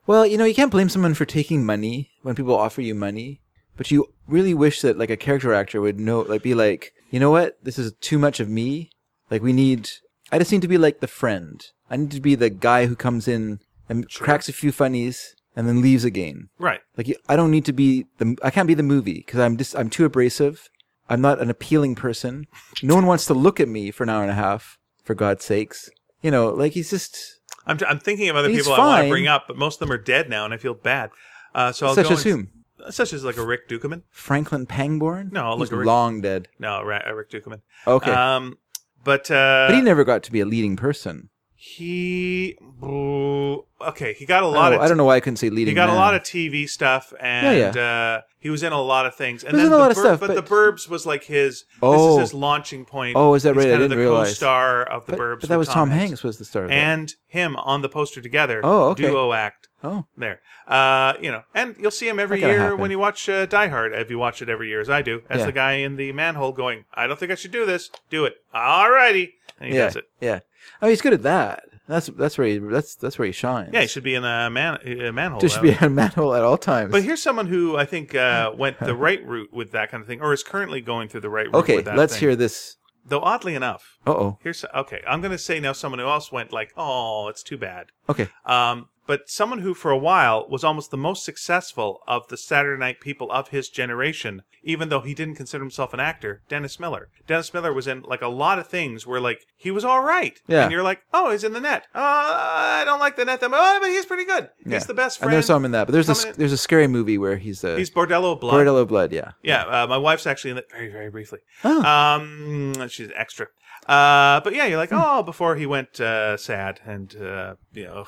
[SPEAKER 1] Well, you know, you can't blame someone for taking money when people offer you money, but you really wish that like a character actor would know, like, be like, you know what, this is too much of me. Like, we need. I just need to be like the friend. I need to be the guy who comes in and cracks a few funnies and then leaves again.
[SPEAKER 2] Right.
[SPEAKER 1] Like, you- I don't need to be the. I can't be the movie because I'm just. I'm too abrasive. I'm not an appealing person. No one wants to look at me for an hour and a half. For God's sakes, you know, like he's just.
[SPEAKER 2] I'm, I'm thinking of other
[SPEAKER 1] He's
[SPEAKER 2] people I want to
[SPEAKER 1] fine.
[SPEAKER 2] bring up, but most of them are dead now, and I feel bad. Uh, so I'll
[SPEAKER 1] such
[SPEAKER 2] go
[SPEAKER 1] as whom?
[SPEAKER 2] And, such as like a Rick Dukeman.
[SPEAKER 1] Franklin Pangborn?
[SPEAKER 2] No,
[SPEAKER 1] He's
[SPEAKER 2] look, Rick-
[SPEAKER 1] long dead.
[SPEAKER 2] No, Ra- uh, Rick Dukeman.
[SPEAKER 1] Okay,
[SPEAKER 2] Um, but uh,
[SPEAKER 1] but he never got to be a leading person.
[SPEAKER 2] he, boo- okay, he got a
[SPEAKER 1] Oh, I
[SPEAKER 2] lot
[SPEAKER 1] don't-
[SPEAKER 2] of
[SPEAKER 1] I don't know why I couldn't say leading.
[SPEAKER 2] He got
[SPEAKER 1] man.
[SPEAKER 2] a lot of TV stuff, and Uh, he was in a lot of things.
[SPEAKER 1] He
[SPEAKER 2] And
[SPEAKER 1] was
[SPEAKER 2] then
[SPEAKER 1] in a
[SPEAKER 2] the
[SPEAKER 1] lot of
[SPEAKER 2] Bur-
[SPEAKER 1] stuff,
[SPEAKER 2] but,
[SPEAKER 1] but-
[SPEAKER 2] the Burbs was like his.
[SPEAKER 1] Oh.
[SPEAKER 2] this is his launching point.
[SPEAKER 1] Oh, is that
[SPEAKER 2] He's
[SPEAKER 1] right? I
[SPEAKER 2] kind of
[SPEAKER 1] didn't
[SPEAKER 2] the
[SPEAKER 1] realize.
[SPEAKER 2] co-star of the
[SPEAKER 1] but,
[SPEAKER 2] Burbs.
[SPEAKER 1] but that
[SPEAKER 2] with
[SPEAKER 1] was Tom Hanks. was the star. Of that.
[SPEAKER 2] and him on the poster together.
[SPEAKER 1] Oh, okay.
[SPEAKER 2] Duo act
[SPEAKER 1] oh,
[SPEAKER 2] there. Uh, you know, and you'll see him every
[SPEAKER 1] That gotta
[SPEAKER 2] year
[SPEAKER 1] happen.
[SPEAKER 2] when you watch uh, Die Hard. If you watch it every year, as I do, as
[SPEAKER 1] Yeah.
[SPEAKER 2] the guy in the manhole going, "I don't think I should do this. Do it. Alrighty." And he
[SPEAKER 1] yeah,
[SPEAKER 2] does it.
[SPEAKER 1] yeah. Oh, he's good at that. That's that's where he that's that's where he shines.
[SPEAKER 2] Yeah, he should be in a man a manhole.
[SPEAKER 1] There should
[SPEAKER 2] uh,
[SPEAKER 1] be a manhole at all times.
[SPEAKER 2] But here's someone who I think uh, went the right route with that kind of thing, or is currently going through the right route.
[SPEAKER 1] okay,
[SPEAKER 2] with that
[SPEAKER 1] let's
[SPEAKER 2] thing.
[SPEAKER 1] hear this.
[SPEAKER 2] Though oddly enough,
[SPEAKER 1] Uh oh.
[SPEAKER 2] here's okay. I'm going to say now someone who else went like, oh, it's too bad.
[SPEAKER 1] Okay.
[SPEAKER 2] Um, but someone who for a while was almost the most successful of the Saturday Night people of his generation, even though he didn't consider himself an actor, Dennis Miller. Dennis Miller was in like a lot of things where like he was all right,
[SPEAKER 1] Yeah.
[SPEAKER 2] and you're like, oh, he's in the net. Uh, I don't like the net that much, oh, but he's pretty good.
[SPEAKER 1] Yeah.
[SPEAKER 2] He's the best
[SPEAKER 1] And
[SPEAKER 2] friend.
[SPEAKER 1] there's some in that, but there's a
[SPEAKER 2] Coming
[SPEAKER 1] s-
[SPEAKER 2] in-
[SPEAKER 1] there's a scary movie where he's a
[SPEAKER 2] he's Bordello Blood.
[SPEAKER 1] Bordello blood. Yeah.
[SPEAKER 2] Yeah, uh, my wife's actually in it very, very briefly.
[SPEAKER 1] Oh.
[SPEAKER 2] Um, she's extra. Uh, but yeah, you're like,
[SPEAKER 1] Hmm.
[SPEAKER 2] oh, before he went uh, sad and uh, you know,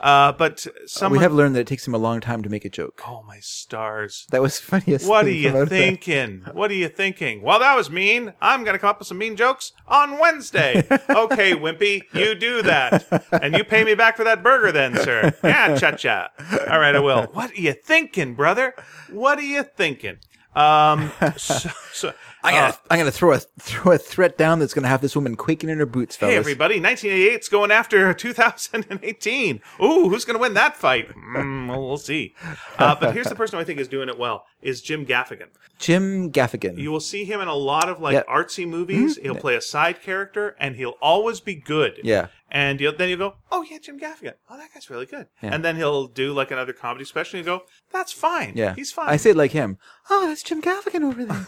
[SPEAKER 2] uh, but someone.
[SPEAKER 1] we have learned that it takes him a long time to make a joke.
[SPEAKER 2] oh my stars!
[SPEAKER 1] That was funniest.
[SPEAKER 2] What are
[SPEAKER 1] thing come out
[SPEAKER 2] you
[SPEAKER 1] of that.
[SPEAKER 2] thinking? What are you thinking? Well, that was mean. I'm gonna come up with some mean jokes on Wednesday. okay, Wimpy, you do that, and you pay me back for that burger, then, sir. Yeah, cha cha. All right, I will. What are you thinking, brother? What are you thinking? Um, so, so,
[SPEAKER 1] I
[SPEAKER 2] uh,
[SPEAKER 1] gotta, I'm gonna throw a throw a threat down that's gonna have this woman quaking in her boots, fellas.
[SPEAKER 2] Hey, everybody, 1988's going after 2018. Ooh, who's going to win that fight? Mm, well, we'll see. Uh, but here's the person who I think is doing it well is Jim Gaffigan.
[SPEAKER 1] Jim Gaffigan.
[SPEAKER 2] You will see him in a lot of like
[SPEAKER 1] Yeah.
[SPEAKER 2] artsy movies. He'll play a side character and he'll always be good.
[SPEAKER 1] yeah,
[SPEAKER 2] And you'll, then you'll go, oh, yeah, Jim Gaffigan. Oh, that guy's really good.
[SPEAKER 1] Yeah.
[SPEAKER 2] And then he'll do like another comedy special and you go, that's fine.
[SPEAKER 1] yeah.
[SPEAKER 2] He's fine.
[SPEAKER 1] I say it like him. Oh, that's Jim Gaffigan over there.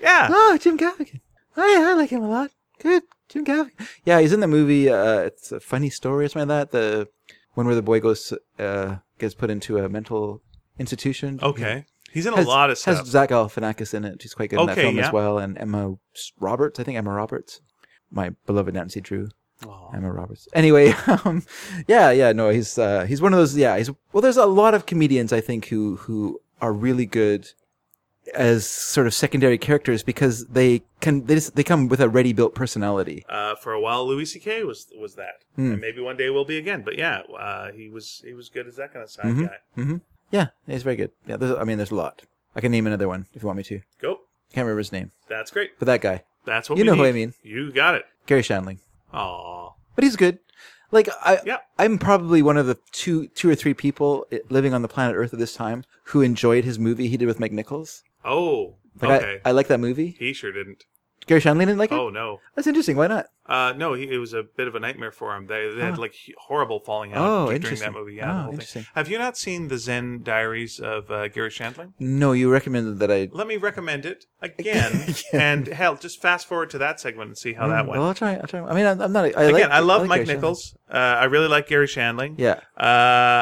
[SPEAKER 2] Yeah.
[SPEAKER 1] oh, Jim Gaffigan. Oh, yeah, I like him a lot. Good, Jim Gaffigan. Yeah, he's in the movie. Uh, it's a funny story or something like that. The one where the boy goes uh, gets put into a mental institution.
[SPEAKER 2] Okay. He's in a
[SPEAKER 1] Has-
[SPEAKER 2] lot of stuff.
[SPEAKER 1] Has Zach Galifianakis in it. She's quite good in that
[SPEAKER 2] Okay,
[SPEAKER 1] film
[SPEAKER 2] yeah.
[SPEAKER 1] as well, and Emma Roberts. I think Emma Roberts, my beloved Nancy Drew.
[SPEAKER 2] Aw.
[SPEAKER 1] Emma Roberts. Anyway, um, yeah, yeah, no, he's uh, he's one of those. Yeah, he's well. There's a lot of comedians I think who who are really good as sort of secondary characters because they can they just, they come with a ready built personality.
[SPEAKER 2] Uh, for a while, Louis C.K. was was that,
[SPEAKER 1] Hmm.
[SPEAKER 2] and maybe one day will be again. But yeah, uh, he was he was good as that kind of side guy.
[SPEAKER 1] hmm Yeah, he's very good. Yeah, there's, I mean, there's a lot. I can name another one if you want me to.
[SPEAKER 2] Go,
[SPEAKER 1] Can't remember his name,
[SPEAKER 2] that's great.
[SPEAKER 1] but that guy,
[SPEAKER 2] That's what
[SPEAKER 1] You
[SPEAKER 2] we
[SPEAKER 1] know who
[SPEAKER 2] need.
[SPEAKER 1] I mean.
[SPEAKER 2] You got it.
[SPEAKER 1] Gary Shandling,
[SPEAKER 2] Aw,
[SPEAKER 1] but he's good. Like I,
[SPEAKER 2] yeah.
[SPEAKER 1] I'm probably one of the two, two or three people eh, living on the planet Earth at this time who enjoyed his movie he did with Mike Nichols.
[SPEAKER 2] Oh,
[SPEAKER 1] Like
[SPEAKER 2] okay.
[SPEAKER 1] I, I like that movie.
[SPEAKER 2] he sure didn't.
[SPEAKER 1] Gary Shandling didn't like it.
[SPEAKER 2] Oh no.
[SPEAKER 1] That's interesting. Why not?
[SPEAKER 2] Uh, no, he, it was a bit of a nightmare for him. They, they had
[SPEAKER 1] Huh.
[SPEAKER 2] like h- horrible falling out
[SPEAKER 1] Uh-huh. Oh,
[SPEAKER 2] during that
[SPEAKER 1] interesting.
[SPEAKER 2] movie. Yeah, the
[SPEAKER 1] Oh,
[SPEAKER 2] whole thing.
[SPEAKER 1] interesting.
[SPEAKER 2] Have you not seen the Zen Diaries of uh, Gary Shandling?
[SPEAKER 1] No, you recommended that I.
[SPEAKER 2] Let me recommend it again, and hell, just fast forward to that segment and see how that went.
[SPEAKER 1] Well, I'll try. I'll try. I mean, I'm, I'm not. I like,
[SPEAKER 2] Again, I love
[SPEAKER 1] like
[SPEAKER 2] Mike
[SPEAKER 1] Gary Shandling.
[SPEAKER 2] Nichols. Uh, I really like Gary Shandling.
[SPEAKER 1] Yeah. Hmm.
[SPEAKER 2] Uh,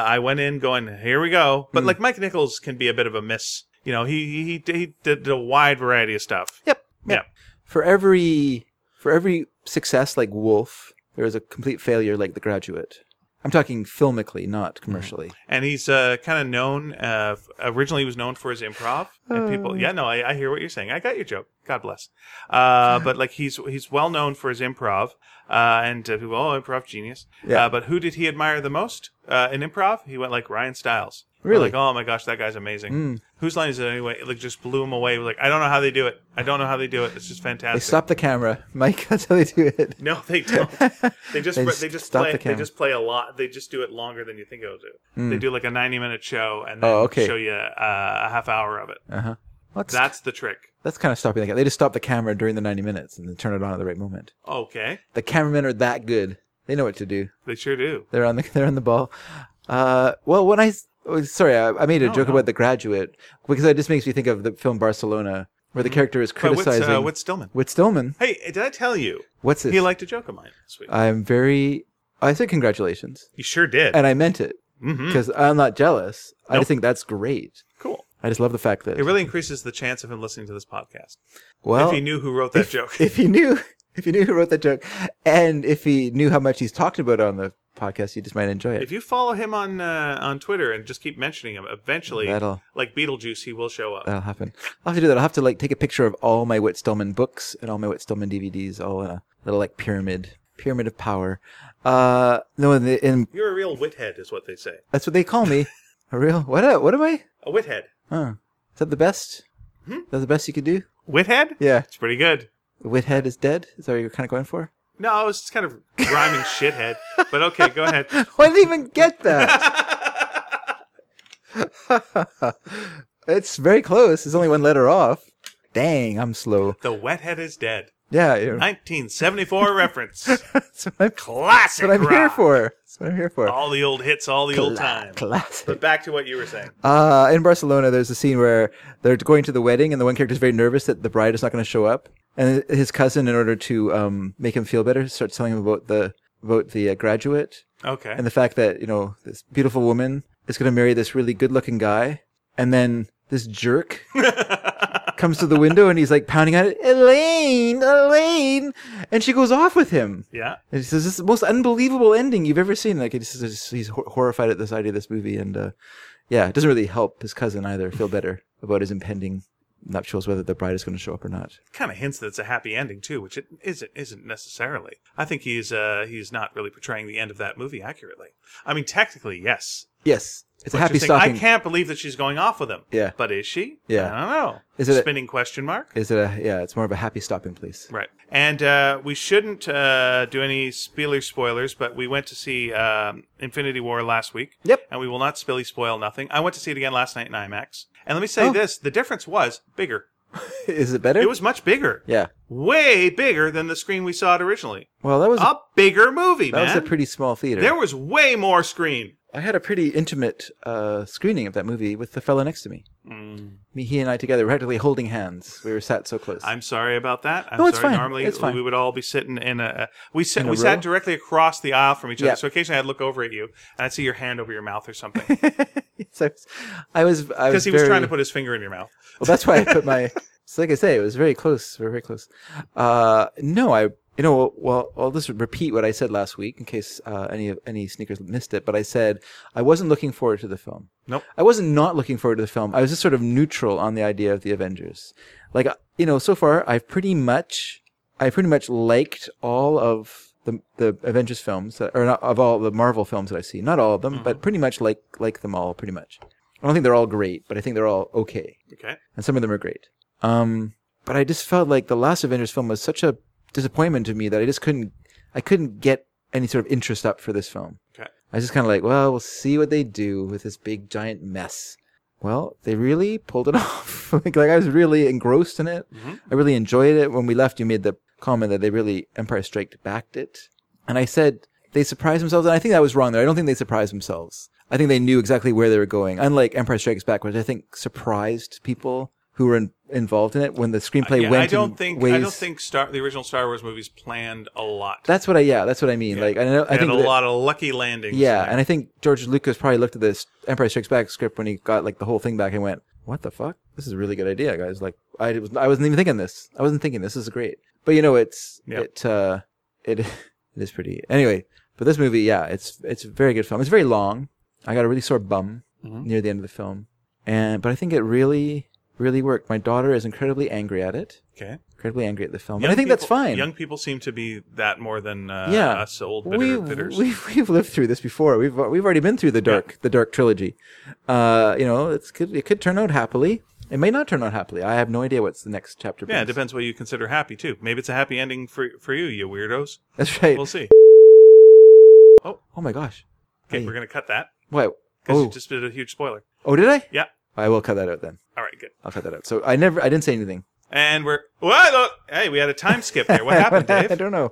[SPEAKER 2] I went in going, here we go. But like Mike Nichols can be a bit of a miss. You know, he he he he did a wide variety of stuff.
[SPEAKER 1] Yep.
[SPEAKER 2] Yeah.
[SPEAKER 1] For every for every success like Wolf, there is a complete failure like The Graduate. I'm talking filmically,
[SPEAKER 2] Mm.
[SPEAKER 1] not commercially.
[SPEAKER 2] And he's uh, kind of known. Uh, f- originally, he was known for his improv. And
[SPEAKER 1] Oh.
[SPEAKER 2] people, yeah, no, I, I hear what you're saying. I got your joke. God bless. Uh, but like he's he's well known for his improv, uh, and uh, people, oh, improv genius.
[SPEAKER 1] Yeah.
[SPEAKER 2] Uh, but who did he admire the most uh, in improv? He went like Ryan Stiles. We're
[SPEAKER 1] Really? Mm.
[SPEAKER 2] Like, oh my gosh, that guy's amazing. Whose line is it anyway? It, like just blew him away. He was Like, I don't know how they do it. I don't know how they do it. It's just
[SPEAKER 1] They
[SPEAKER 2] fantastic.
[SPEAKER 1] stop the camera, Mike. That's how they do it.
[SPEAKER 2] No, they don't. They just
[SPEAKER 1] They
[SPEAKER 2] they,
[SPEAKER 1] just
[SPEAKER 2] just
[SPEAKER 1] stop
[SPEAKER 2] play
[SPEAKER 1] the
[SPEAKER 2] they
[SPEAKER 1] camera.
[SPEAKER 2] just play a lot. They just do it longer than you think it'll do. They do like a ninety minute show and then
[SPEAKER 1] Hmm. Oh, okay.
[SPEAKER 2] show you uh, a half hour of it.
[SPEAKER 1] That's
[SPEAKER 2] That's the trick.
[SPEAKER 1] that's kind of stopping like that. They just stop the camera during the 90 minutes and then turn it on at the right moment.
[SPEAKER 2] Okay,
[SPEAKER 1] The cameramen are that good. They know what to do.
[SPEAKER 2] they sure do.
[SPEAKER 1] They're on the they're on the ball. Uh, well, when I s- oh, sorry, I, I made a joke about the graduate because that just makes me think of the film Barcelona, where the character is
[SPEAKER 2] Mm-hmm. But what's,
[SPEAKER 1] criticizing
[SPEAKER 2] uh, what's Stillman?
[SPEAKER 1] Whit Stillman.
[SPEAKER 2] Hey, did I tell you
[SPEAKER 1] What's this? Uh,
[SPEAKER 2] he liked a joke of mine this week?
[SPEAKER 1] I'm very. I said congratulations,
[SPEAKER 2] you sure did.
[SPEAKER 1] and I meant it because I'm not jealous. I
[SPEAKER 2] Mm-hmm. Nope.
[SPEAKER 1] just think that's great.
[SPEAKER 2] cool.
[SPEAKER 1] I just love the fact that
[SPEAKER 2] It really increases the chance of him listening to this podcast
[SPEAKER 1] well,
[SPEAKER 2] if he knew who wrote that joke.
[SPEAKER 1] if he knew if he knew who wrote that joke and if he knew how much he's talked about on the podcast he just might enjoy it
[SPEAKER 2] If you follow him on uh, on Twitter and just keep mentioning him, eventually,
[SPEAKER 1] That'll-
[SPEAKER 2] like Beetlejuice, he will show up.
[SPEAKER 1] that'll happen i'll have to do that i'll have to like take a picture of all my whit stillman books and all my whit stillman dvds all in a little like pyramid pyramid of power uh no in, the, in
[SPEAKER 2] You're a real withead, is what they say.
[SPEAKER 1] that's what they call me a real what a- what am i
[SPEAKER 2] A withead.
[SPEAKER 1] huh is that the best Is that the best you could do
[SPEAKER 2] Withead?
[SPEAKER 1] yeah
[SPEAKER 2] It's pretty good.
[SPEAKER 1] the withead is dead is that what you're kind of going for
[SPEAKER 2] No, I was just kind of rhyming shithead. But okay, go ahead.
[SPEAKER 1] Why did I even get that? it's very close. It's only one letter off. Dang, I'm slow.
[SPEAKER 2] The Wethead is Dead.
[SPEAKER 1] Yeah, you're,
[SPEAKER 2] 1974 reference.
[SPEAKER 1] that's what I'm, that's
[SPEAKER 2] Classic.
[SPEAKER 1] what I'm here
[SPEAKER 2] rock.
[SPEAKER 1] for. That's what I'm here for.
[SPEAKER 2] All the old hits, all the old time.
[SPEAKER 1] Classic.
[SPEAKER 2] But back to what you were saying.
[SPEAKER 1] Uh, in Barcelona, there's a scene where they're going to the wedding, and the one character is very nervous that the bride is not going to show up. And his cousin, in order to um, make him feel better, starts telling him about the about the uh, graduate
[SPEAKER 2] Okay.
[SPEAKER 1] and the fact that you know this beautiful woman is going to marry this really good-looking guy, and then this jerk comes to the window and he's like pounding at it, Elaine, Elaine, and she goes off with him.
[SPEAKER 2] yeah.
[SPEAKER 1] And he says, "This is the most unbelievable ending you've ever seen." Like he's just, he's hor- horrified at this idea of this movie, and uh, yeah, it doesn't really help his cousin either feel better about his impending nuptials, whether the bride is going to show up or not.
[SPEAKER 2] Kind of hints that it's a happy ending too, which it isn't isn't necessarily. I think he's uh he's not really portraying the end of that movie accurately. I mean, technically, yes.
[SPEAKER 1] Yes, it's a
[SPEAKER 2] But
[SPEAKER 1] happy
[SPEAKER 2] you're saying,
[SPEAKER 1] stocking.
[SPEAKER 2] I can't believe that she's going off with him.
[SPEAKER 1] Yeah.
[SPEAKER 2] But is she?
[SPEAKER 1] Yeah.
[SPEAKER 2] I don't know.
[SPEAKER 1] Is it a-
[SPEAKER 2] spinning question mark?
[SPEAKER 1] Is it a yeah? It's more of a happy stopping place.
[SPEAKER 2] Right. And uh, we shouldn't uh, do any spoiler spoilers, but we went to see um, Infinity War last week.
[SPEAKER 1] Yep.
[SPEAKER 2] And we will not spilly spoil nothing. I went to see it again last night in IMAX. And let me
[SPEAKER 1] Oh.
[SPEAKER 2] say this the difference was bigger.
[SPEAKER 1] is it better?
[SPEAKER 2] It was much bigger.
[SPEAKER 1] yeah.
[SPEAKER 2] Way bigger than the screen we saw it originally.
[SPEAKER 1] Well, that was
[SPEAKER 2] A bigger movie,
[SPEAKER 1] that was
[SPEAKER 2] man.
[SPEAKER 1] a pretty small theater.
[SPEAKER 2] there was way more screen.
[SPEAKER 1] I had a pretty intimate uh, screening of that movie with the fellow next to me. Me, he, and I together, practically holding hands. We were sat so close.
[SPEAKER 2] Mm. I'm sorry about that. I'm
[SPEAKER 1] No, it's
[SPEAKER 2] sorry.
[SPEAKER 1] fine.
[SPEAKER 2] Normally,
[SPEAKER 1] It's fine.
[SPEAKER 2] we would all be sitting in a we sit,
[SPEAKER 1] a
[SPEAKER 2] we sat
[SPEAKER 1] row?
[SPEAKER 2] directly across the aisle from each
[SPEAKER 1] Yeah.
[SPEAKER 2] other. So occasionally, I'd look over at you and I'd see your hand over your mouth or something
[SPEAKER 1] So I was, I was, I
[SPEAKER 2] because
[SPEAKER 1] was
[SPEAKER 2] he was
[SPEAKER 1] very-
[SPEAKER 2] trying to put his finger in your mouth.
[SPEAKER 1] Well, that's why I put my. so like I say, it was very close. Very, very close. Uh, no, I. You know, well, I'll just repeat what I said last week in case uh, any of any sneakers missed it. But I said I wasn't looking forward to the film.
[SPEAKER 2] Nope.
[SPEAKER 1] I wasn't not looking forward to the film. I was just sort of neutral on the idea of the Avengers. Like uh, you know, so far I've pretty much I pretty much liked all of the the Avengers films that, or not, of all the Marvel films that I see. Not all of them, but pretty much like like them all. Pretty much. I don't think they're all great, but I think they're all okay
[SPEAKER 2] Okay.
[SPEAKER 1] and some of them are great. Um, but I just felt like the last Avengers film was such a disappointment to me that I just couldn't, I couldn't get any sort of interest up for this film.
[SPEAKER 2] Okay.
[SPEAKER 1] I was just kind of like, well, we'll see what they do with this big giant mess. Well, they really pulled it off. like, like I was really engrossed in it.
[SPEAKER 2] Mm-hmm.
[SPEAKER 1] I really enjoyed it. When we left, you made the comment that they really Empire Strike backed it, and I said they surprised themselves, and I think that was wrong there. I don't think they surprised themselves. I think they knew exactly where they were going. Unlike Empire Strikes Back, which I think surprised people who were in, involved in it when the screenplay
[SPEAKER 2] Yeah,
[SPEAKER 1] went.
[SPEAKER 2] I don't
[SPEAKER 1] in
[SPEAKER 2] think
[SPEAKER 1] ways,
[SPEAKER 2] I don't think Star the original Star Wars movies planned a lot.
[SPEAKER 1] that's what I yeah. That's what I mean. Like I know I
[SPEAKER 2] they
[SPEAKER 1] think
[SPEAKER 2] had a
[SPEAKER 1] that-
[SPEAKER 2] lot of lucky landings.
[SPEAKER 1] Yeah, and I think George Lucas probably looked at this Empire Strikes Back script when he got like the whole thing back and went, what the fuck? This is a really good idea, guys. Like, I was, I wasn't even thinking this. I wasn't thinking this. This is great. But you know, it's
[SPEAKER 2] Yep.
[SPEAKER 1] it uh, it it is pretty. Anyway, but this movie, yeah, it's it's a very good film. It's very long. I got a really sore bum
[SPEAKER 2] Mm-hmm.
[SPEAKER 3] Mhm.
[SPEAKER 1] near the end of the film, and but I think it really really worked. My daughter is incredibly angry at it.
[SPEAKER 3] Okay.
[SPEAKER 1] Incredibly angry at the film,
[SPEAKER 2] Young
[SPEAKER 1] and I think that's
[SPEAKER 2] people-
[SPEAKER 1] fine.
[SPEAKER 2] Young people seem to be that more than uh,
[SPEAKER 1] Yeah.
[SPEAKER 2] us old bitter
[SPEAKER 1] we,
[SPEAKER 2] bitters.
[SPEAKER 1] we've we've lived through this before. We've we've already been through the dark the dark trilogy. Uh, you know, it's could it could turn out happily. It may not turn out happily. I have no idea what's the next chapter.
[SPEAKER 2] yeah, it
[SPEAKER 1] brings.
[SPEAKER 2] depends what you consider happy too. Maybe it's a happy ending for for you, you weirdos.
[SPEAKER 1] That's right.
[SPEAKER 2] We'll see.
[SPEAKER 1] oh my gosh.
[SPEAKER 2] Okay,
[SPEAKER 1] Hey.
[SPEAKER 2] we're gonna cut that
[SPEAKER 1] Why?
[SPEAKER 2] because
[SPEAKER 1] Oh,
[SPEAKER 2] you just did a huge spoiler.
[SPEAKER 1] oh, did I?
[SPEAKER 2] Yeah.
[SPEAKER 1] I will cut that out then.
[SPEAKER 2] All right, good.
[SPEAKER 1] I'll cut that out. So I never, I didn't say anything.
[SPEAKER 2] And we're what? Oh, hey, we had a time skip there. What happened,
[SPEAKER 1] I
[SPEAKER 2] Dave?
[SPEAKER 1] don't know.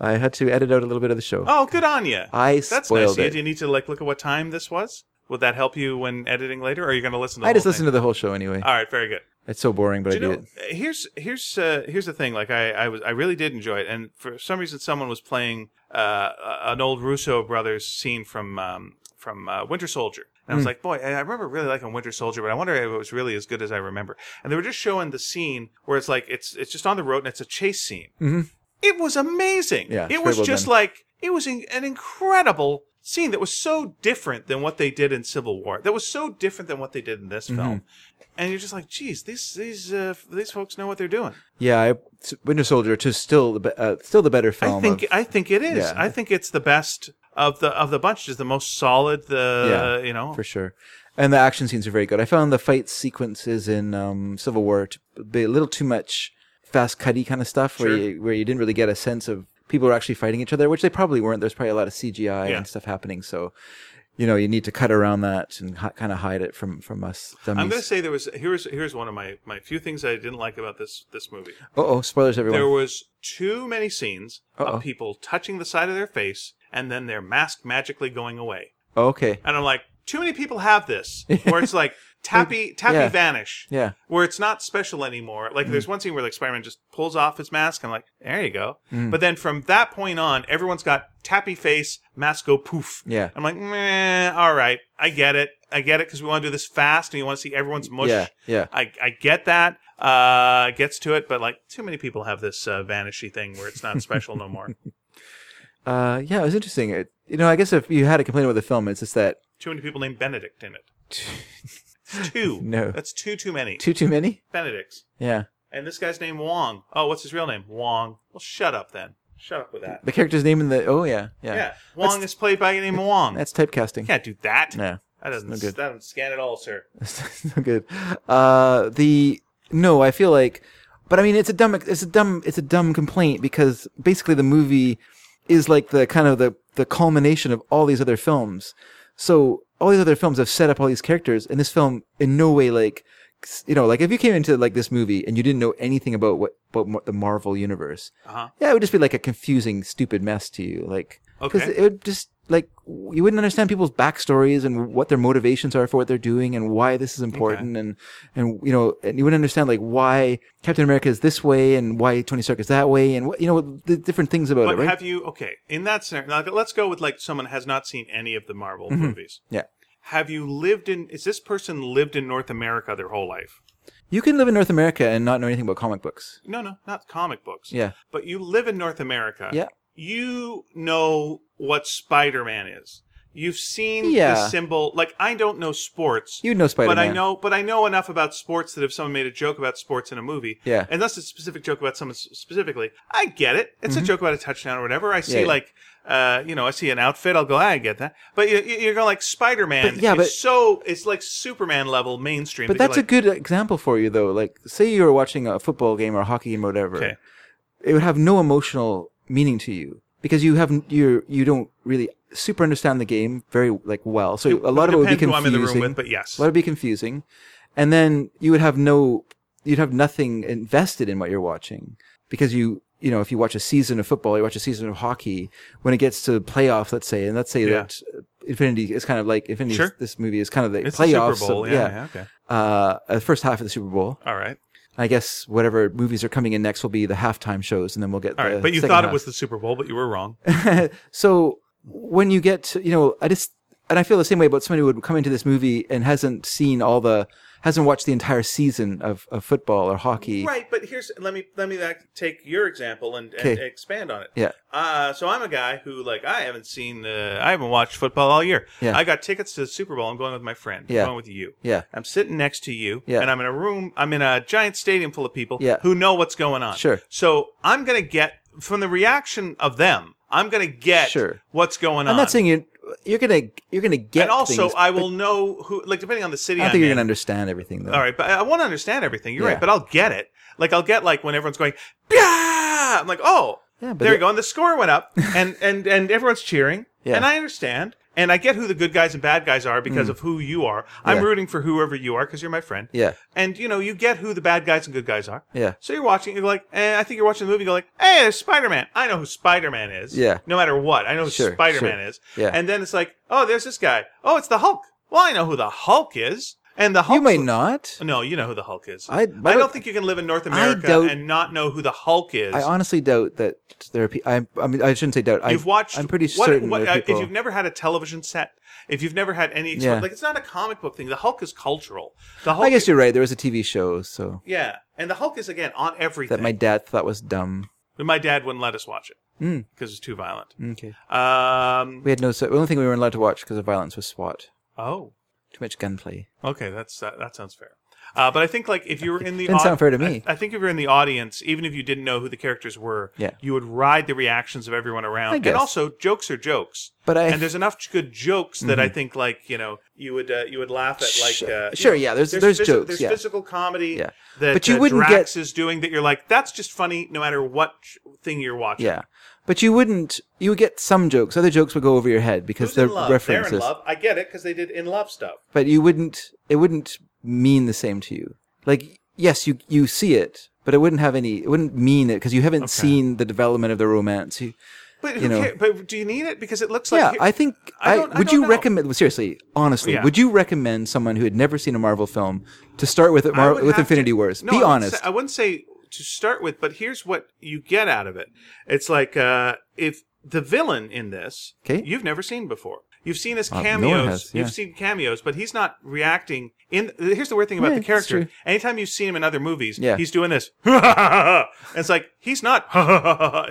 [SPEAKER 1] I had to edit out a little bit of the show.
[SPEAKER 2] Oh, good on you.
[SPEAKER 1] I
[SPEAKER 2] That's nice.
[SPEAKER 1] spoiled
[SPEAKER 2] of You,
[SPEAKER 1] it.
[SPEAKER 2] do you need to like look at what time this was? Would that help you when editing later? Or are you going to listen to? The
[SPEAKER 1] I just
[SPEAKER 2] whole
[SPEAKER 1] listened to
[SPEAKER 2] thing?
[SPEAKER 1] the whole show anyway.
[SPEAKER 2] All right, very good.
[SPEAKER 1] it's so boring, but I
[SPEAKER 2] Do you
[SPEAKER 1] did
[SPEAKER 2] know,
[SPEAKER 1] it.
[SPEAKER 2] uh, here's here's uh, here's the thing. Like I, I was I really did enjoy it, and for some reason someone was playing uh, a- an old Russo brothers scene from um, from uh, Winter Soldier,
[SPEAKER 1] Hmm.
[SPEAKER 2] and I was like, boy, I I remember really liking Winter Soldier, but I wonder if it was really as good as I remember. And they were just showing the scene where it's like it's it's just on the road and it's a chase scene.
[SPEAKER 1] Mhm.
[SPEAKER 2] It was amazing.
[SPEAKER 1] Yeah, it's
[SPEAKER 2] it
[SPEAKER 1] very
[SPEAKER 2] was
[SPEAKER 1] well
[SPEAKER 2] just
[SPEAKER 1] done.
[SPEAKER 2] like it was in, an incredible scene that was so different than what they did in Civil War. That was so different than what they did in this
[SPEAKER 1] Mm-hmm.
[SPEAKER 2] film and you're just like, geez, these these uh, these folks know what they're doing.
[SPEAKER 1] Yeah, I, Winter Soldier to still the be- uh, still the better film.
[SPEAKER 2] I think
[SPEAKER 1] of-
[SPEAKER 2] I think it is.
[SPEAKER 1] Yeah.
[SPEAKER 2] I think it's the best of the of the bunch. Is the most solid. The you know
[SPEAKER 1] Oh. for sure. And the action scenes are very good. I found the fight sequences in um, Civil War to be a little too much fast cutty kind of stuff,
[SPEAKER 2] Sure.
[SPEAKER 1] where you, where you didn't really get a sense of people were actually fighting each other, which they probably weren't. There's probably a lot of CGI
[SPEAKER 2] Yeah.
[SPEAKER 1] and stuff happening, so you know you need to cut around that and hi- kind of hide it from from us
[SPEAKER 2] I'm going to
[SPEAKER 1] dummies.
[SPEAKER 2] say there was here's here's one of my my few things I didn't like about this this movie.
[SPEAKER 1] Uh oh, spoilers everyone.
[SPEAKER 2] There was too many scenes
[SPEAKER 1] Uh-oh.
[SPEAKER 2] of people touching the side of their face and then their mask magically going away.
[SPEAKER 1] oh, okay,
[SPEAKER 2] And I'm like, too many people have this where it's like tappy tappy
[SPEAKER 1] Yeah. Mm.
[SPEAKER 2] vanish.
[SPEAKER 1] yeah,
[SPEAKER 2] where it's not special anymore. Like there's one scene where like Spider-Man just pulls off his mask and like there you go.
[SPEAKER 1] Mm.
[SPEAKER 2] But then from that point on, everyone's got tappy face, mask go poof.
[SPEAKER 1] Yeah.
[SPEAKER 2] I'm like, meh, all right, I get it, I get it because we want to do this fast and you want to see everyone's mush.
[SPEAKER 1] yeah, yeah.
[SPEAKER 2] I I get that. Uh, gets to it, but like too many people have this uh, vanishy thing where it's not special no more.
[SPEAKER 1] Uh, yeah, it was interesting. It, you know, I guess if you had a complaint about the film, it's just that
[SPEAKER 2] Too many people named Benedict in it. It's two.
[SPEAKER 1] No.
[SPEAKER 2] that's two too many
[SPEAKER 1] too too many.
[SPEAKER 2] Benedicts.
[SPEAKER 1] Yeah,
[SPEAKER 2] And this guy's name Wong. Oh, what's his real name? Wong. Well, shut up then. Shut up with that.
[SPEAKER 1] the character's name in the oh yeah yeah,
[SPEAKER 2] Yeah, Wong is played by a name Wong.
[SPEAKER 1] that's typecasting.
[SPEAKER 2] you can't do that.
[SPEAKER 1] No.
[SPEAKER 2] that doesn't
[SPEAKER 1] no good.
[SPEAKER 2] that doesn't scan at all, sir.
[SPEAKER 1] That's not good. Uh, the no, I feel like, but I mean, it's a dumb, it's a dumb, it's a dumb complaint because basically the movie is like the kind of the the culmination of all these other films. So all these other films have set up all these characters, and this film in no way like s- you know like if you came into like this movie and you didn't know anything about what about mar- the Marvel universe,
[SPEAKER 2] Uh-huh.
[SPEAKER 1] yeah, it would just be like a confusing, stupid mess to you, like because
[SPEAKER 2] Okay.
[SPEAKER 1] it would just like w- you wouldn't understand people's backstories and what their motivations are for what they're doing and why this is important and and you know and you wouldn't understand like why Captain America is this way and why Tony Stark is that way and what you know the different things about
[SPEAKER 2] But
[SPEAKER 1] it, right?
[SPEAKER 2] have you okay in that scenario? Now, let's go with like someone has not seen any of the Marvel movies.
[SPEAKER 1] Mm-hmm. Yeah.
[SPEAKER 2] Have you lived in? Is this person lived in North America their whole life?
[SPEAKER 1] You can live in North America and not know anything about comic books.
[SPEAKER 2] No, no, not comic books.
[SPEAKER 1] Yeah.
[SPEAKER 2] But you live in North America.
[SPEAKER 1] Yeah.
[SPEAKER 2] You know what Spider-Man is. You've seen
[SPEAKER 1] Yeah.
[SPEAKER 2] the symbol. Like I don't know sports.
[SPEAKER 1] You'd know Spider-Man.
[SPEAKER 2] But I know, but I know enough about sports that if someone made a joke about sports in a movie,
[SPEAKER 1] Yeah.
[SPEAKER 2] and that's a specific joke about someone s- specifically, I get it. It's a joke about a touchdown or whatever. I see
[SPEAKER 1] Mm-hmm. Yeah, yeah.
[SPEAKER 2] like, uh, you know, I see an outfit, I'll go, "Ah, I get that. But you, you- you're going like Spider Man.
[SPEAKER 1] But- yeah, but-
[SPEAKER 2] it's so it's like Superman level mainstream.
[SPEAKER 1] But
[SPEAKER 2] that you're
[SPEAKER 1] that's
[SPEAKER 2] like,
[SPEAKER 1] a good example for you though. Like say you were watching a football game or a hockey game or whatever.
[SPEAKER 2] Okay.
[SPEAKER 1] It would have no emotional meaning to you because you haven't you you don't really super understand the game very like well. So a lot of it would be confusing.
[SPEAKER 2] depends who I'm in the room with, but yes.
[SPEAKER 1] a lot would be confusing. And then you would have no you'd have nothing invested in what you're watching because you you know if you watch a season of football you watch a season of hockey when it gets to playoffs let's say and let's say
[SPEAKER 2] Yeah.
[SPEAKER 1] that infinity is kind of like infinity
[SPEAKER 2] Sure.
[SPEAKER 1] this movie is kind of the
[SPEAKER 2] It's the
[SPEAKER 1] playoffs
[SPEAKER 2] Super Bowl.
[SPEAKER 1] of-
[SPEAKER 2] yeah, yeah. Okay.
[SPEAKER 1] uh, the first half of the Super Bowl.
[SPEAKER 2] All right.
[SPEAKER 1] I guess whatever movies are coming in next will be the halftime shows, and then we'll get.
[SPEAKER 2] All right.
[SPEAKER 1] the
[SPEAKER 2] but you
[SPEAKER 1] second
[SPEAKER 2] thought it
[SPEAKER 1] half.
[SPEAKER 2] was the Super Bowl, but you were wrong.
[SPEAKER 1] so when you get, to, you know, I just and I feel the same way about somebody who would come into this movie and hasn't seen all the hasn't watched the entire season of, of football or hockey.
[SPEAKER 2] Right, but here's let me let me like, take your example and, and
[SPEAKER 1] Okay.
[SPEAKER 2] expand on it.
[SPEAKER 1] Yeah.
[SPEAKER 2] Uh, so I'm a guy who like I haven't seen uh, I haven't watched football all year.
[SPEAKER 1] Yeah.
[SPEAKER 2] I got tickets to the Super Bowl. I'm going with my friend.
[SPEAKER 1] Yeah.
[SPEAKER 2] I'm going with you.
[SPEAKER 1] Yeah.
[SPEAKER 2] I'm sitting next to you,
[SPEAKER 1] Yeah.
[SPEAKER 2] and I'm in a room. I'm in a giant stadium full of people
[SPEAKER 1] Yeah.
[SPEAKER 2] who know what's going on.
[SPEAKER 1] Sure.
[SPEAKER 2] So I'm gonna get from the reaction of them. I'm gonna get
[SPEAKER 1] Sure.
[SPEAKER 2] what's going
[SPEAKER 1] I'm
[SPEAKER 2] on.
[SPEAKER 1] not saying you're you're gonna you're gonna get.
[SPEAKER 2] Um, and also, uh,
[SPEAKER 1] things,
[SPEAKER 2] I
[SPEAKER 1] but
[SPEAKER 2] will know who like depending on the city.
[SPEAKER 1] I don't
[SPEAKER 2] am
[SPEAKER 1] think you're
[SPEAKER 2] in,
[SPEAKER 1] gonna understand everything though.
[SPEAKER 2] all right, but I want to understand everything. You're
[SPEAKER 1] Yeah.
[SPEAKER 2] right, but I'll get it. Like I'll get like when everyone's going, "Pyah!" I'm like, oh,
[SPEAKER 1] Yeah, but
[SPEAKER 2] there
[SPEAKER 1] it-
[SPEAKER 2] you go. And the score went up, and and and everyone's cheering,
[SPEAKER 1] Yeah. Mm.
[SPEAKER 2] and I understand, and I get who the good guys and bad guys are because of who you are. I'm
[SPEAKER 1] Yeah.
[SPEAKER 2] rooting for whoever you are because you're my friend.
[SPEAKER 1] Yeah.
[SPEAKER 2] and you know you get who the bad guys and good guys are.
[SPEAKER 1] Yeah.
[SPEAKER 2] So you're watching, you're like, eh, I think you're watching the movie, you go like, hey, there's Spider Man. I know who Spider Man is.
[SPEAKER 1] Yeah.
[SPEAKER 2] No matter what, I know who
[SPEAKER 1] Sure,
[SPEAKER 2] Spider Man
[SPEAKER 1] sure.
[SPEAKER 2] is.
[SPEAKER 1] Yeah.
[SPEAKER 2] And then it's like, oh, there's this guy. Oh, it's the Hulk. Well, I know who the Hulk is. And the Hulk.
[SPEAKER 1] You may not.
[SPEAKER 2] No, you know who the Hulk is.
[SPEAKER 1] I-
[SPEAKER 2] I,
[SPEAKER 1] I
[SPEAKER 2] don't
[SPEAKER 1] don't-
[SPEAKER 2] think you can live in North
[SPEAKER 1] I
[SPEAKER 2] America
[SPEAKER 1] don't-
[SPEAKER 2] and not know who the Hulk is.
[SPEAKER 1] I honestly doubt that there are. Pe- I, I mean, I shouldn't say doubt. I,
[SPEAKER 2] you've watched.
[SPEAKER 1] I'm pretty
[SPEAKER 2] what-
[SPEAKER 1] certain
[SPEAKER 2] what-
[SPEAKER 1] there are
[SPEAKER 2] uh,
[SPEAKER 1] people.
[SPEAKER 2] If you've never had a television set, if you've never had any,
[SPEAKER 1] Yeah.
[SPEAKER 2] like it's not a comic book thing. The Hulk is cultural. The Hulk.
[SPEAKER 1] I guess you're right. There was a TV show, so
[SPEAKER 2] Yeah, and the Hulk is again on everything.
[SPEAKER 1] that my dad thought was dumb.
[SPEAKER 2] But my dad wouldn't let us watch it because
[SPEAKER 1] Mm.
[SPEAKER 2] it's too violent.
[SPEAKER 1] Okay.
[SPEAKER 2] Um.
[SPEAKER 1] We had no. So the only thing we weren't allowed to watch because of violence was SWAT.
[SPEAKER 2] Oh.
[SPEAKER 1] Too much gunplay.
[SPEAKER 2] Okay, that's that, that sounds fair. Uh, but I think like if you were in the
[SPEAKER 1] Didn't sound fair to me.
[SPEAKER 2] I, I think if you're in the audience, even if you didn't know who the characters were,
[SPEAKER 1] Yeah.
[SPEAKER 2] you would ride the reactions of everyone around.
[SPEAKER 1] I guess.
[SPEAKER 2] And also, jokes are jokes.
[SPEAKER 1] But I- Mm-hmm.
[SPEAKER 2] and there's enough good jokes that I think like you know you would uh, you would laugh at like
[SPEAKER 1] Sure.
[SPEAKER 2] uh, you
[SPEAKER 1] Sure,
[SPEAKER 2] know,
[SPEAKER 1] yeah, there's- there's
[SPEAKER 2] physi-
[SPEAKER 1] jokes,
[SPEAKER 2] there's
[SPEAKER 1] yeah.
[SPEAKER 2] physical comedy
[SPEAKER 1] Yeah.
[SPEAKER 2] that
[SPEAKER 1] But you
[SPEAKER 2] uh,
[SPEAKER 1] wouldn't
[SPEAKER 2] Drax is doing that you're like that's just funny no matter what sh- thing you're watching.
[SPEAKER 1] Yeah. But you wouldn't. You would get some jokes. Other jokes would go over your head because
[SPEAKER 2] Who's
[SPEAKER 1] they're
[SPEAKER 2] in love?
[SPEAKER 1] references.
[SPEAKER 2] They're in love. I get it because they did in love stuff.
[SPEAKER 1] but you wouldn't it wouldn't mean the same to you like yes you you see it but it wouldn't have any it wouldn't mean it because you haven't seen the development of the romance you,
[SPEAKER 2] But who
[SPEAKER 1] You know.
[SPEAKER 2] cares? But do you need it? Because it looks like
[SPEAKER 1] yeah
[SPEAKER 2] here-
[SPEAKER 1] i think
[SPEAKER 2] I
[SPEAKER 1] i,
[SPEAKER 2] don't- I
[SPEAKER 1] would
[SPEAKER 2] don't
[SPEAKER 1] you
[SPEAKER 2] know.
[SPEAKER 1] recommend seriously honestly
[SPEAKER 2] Yeah.
[SPEAKER 1] would you recommend someone who had never seen a marvel film to start with
[SPEAKER 2] I
[SPEAKER 1] Mar-
[SPEAKER 2] would
[SPEAKER 1] with
[SPEAKER 2] have
[SPEAKER 1] infinity
[SPEAKER 2] to-
[SPEAKER 1] wars
[SPEAKER 2] No,
[SPEAKER 1] be
[SPEAKER 2] I wouldn't
[SPEAKER 1] honest
[SPEAKER 2] say- I wouldn't say to start with, but here's what you get out of it. It's like uh, if the villain in this
[SPEAKER 1] 'Kay.
[SPEAKER 2] you've never seen before. You've seen his
[SPEAKER 1] Uh, no one
[SPEAKER 2] cameos.
[SPEAKER 1] has, yeah.
[SPEAKER 2] You've seen cameos, but he's not reacting. In here's the weird thing about
[SPEAKER 1] Yeah,
[SPEAKER 2] the
[SPEAKER 1] it's
[SPEAKER 2] character.
[SPEAKER 1] true.
[SPEAKER 2] Anytime you've seen him in other movies,
[SPEAKER 1] Yeah.
[SPEAKER 2] he's doing this. And it's like he's not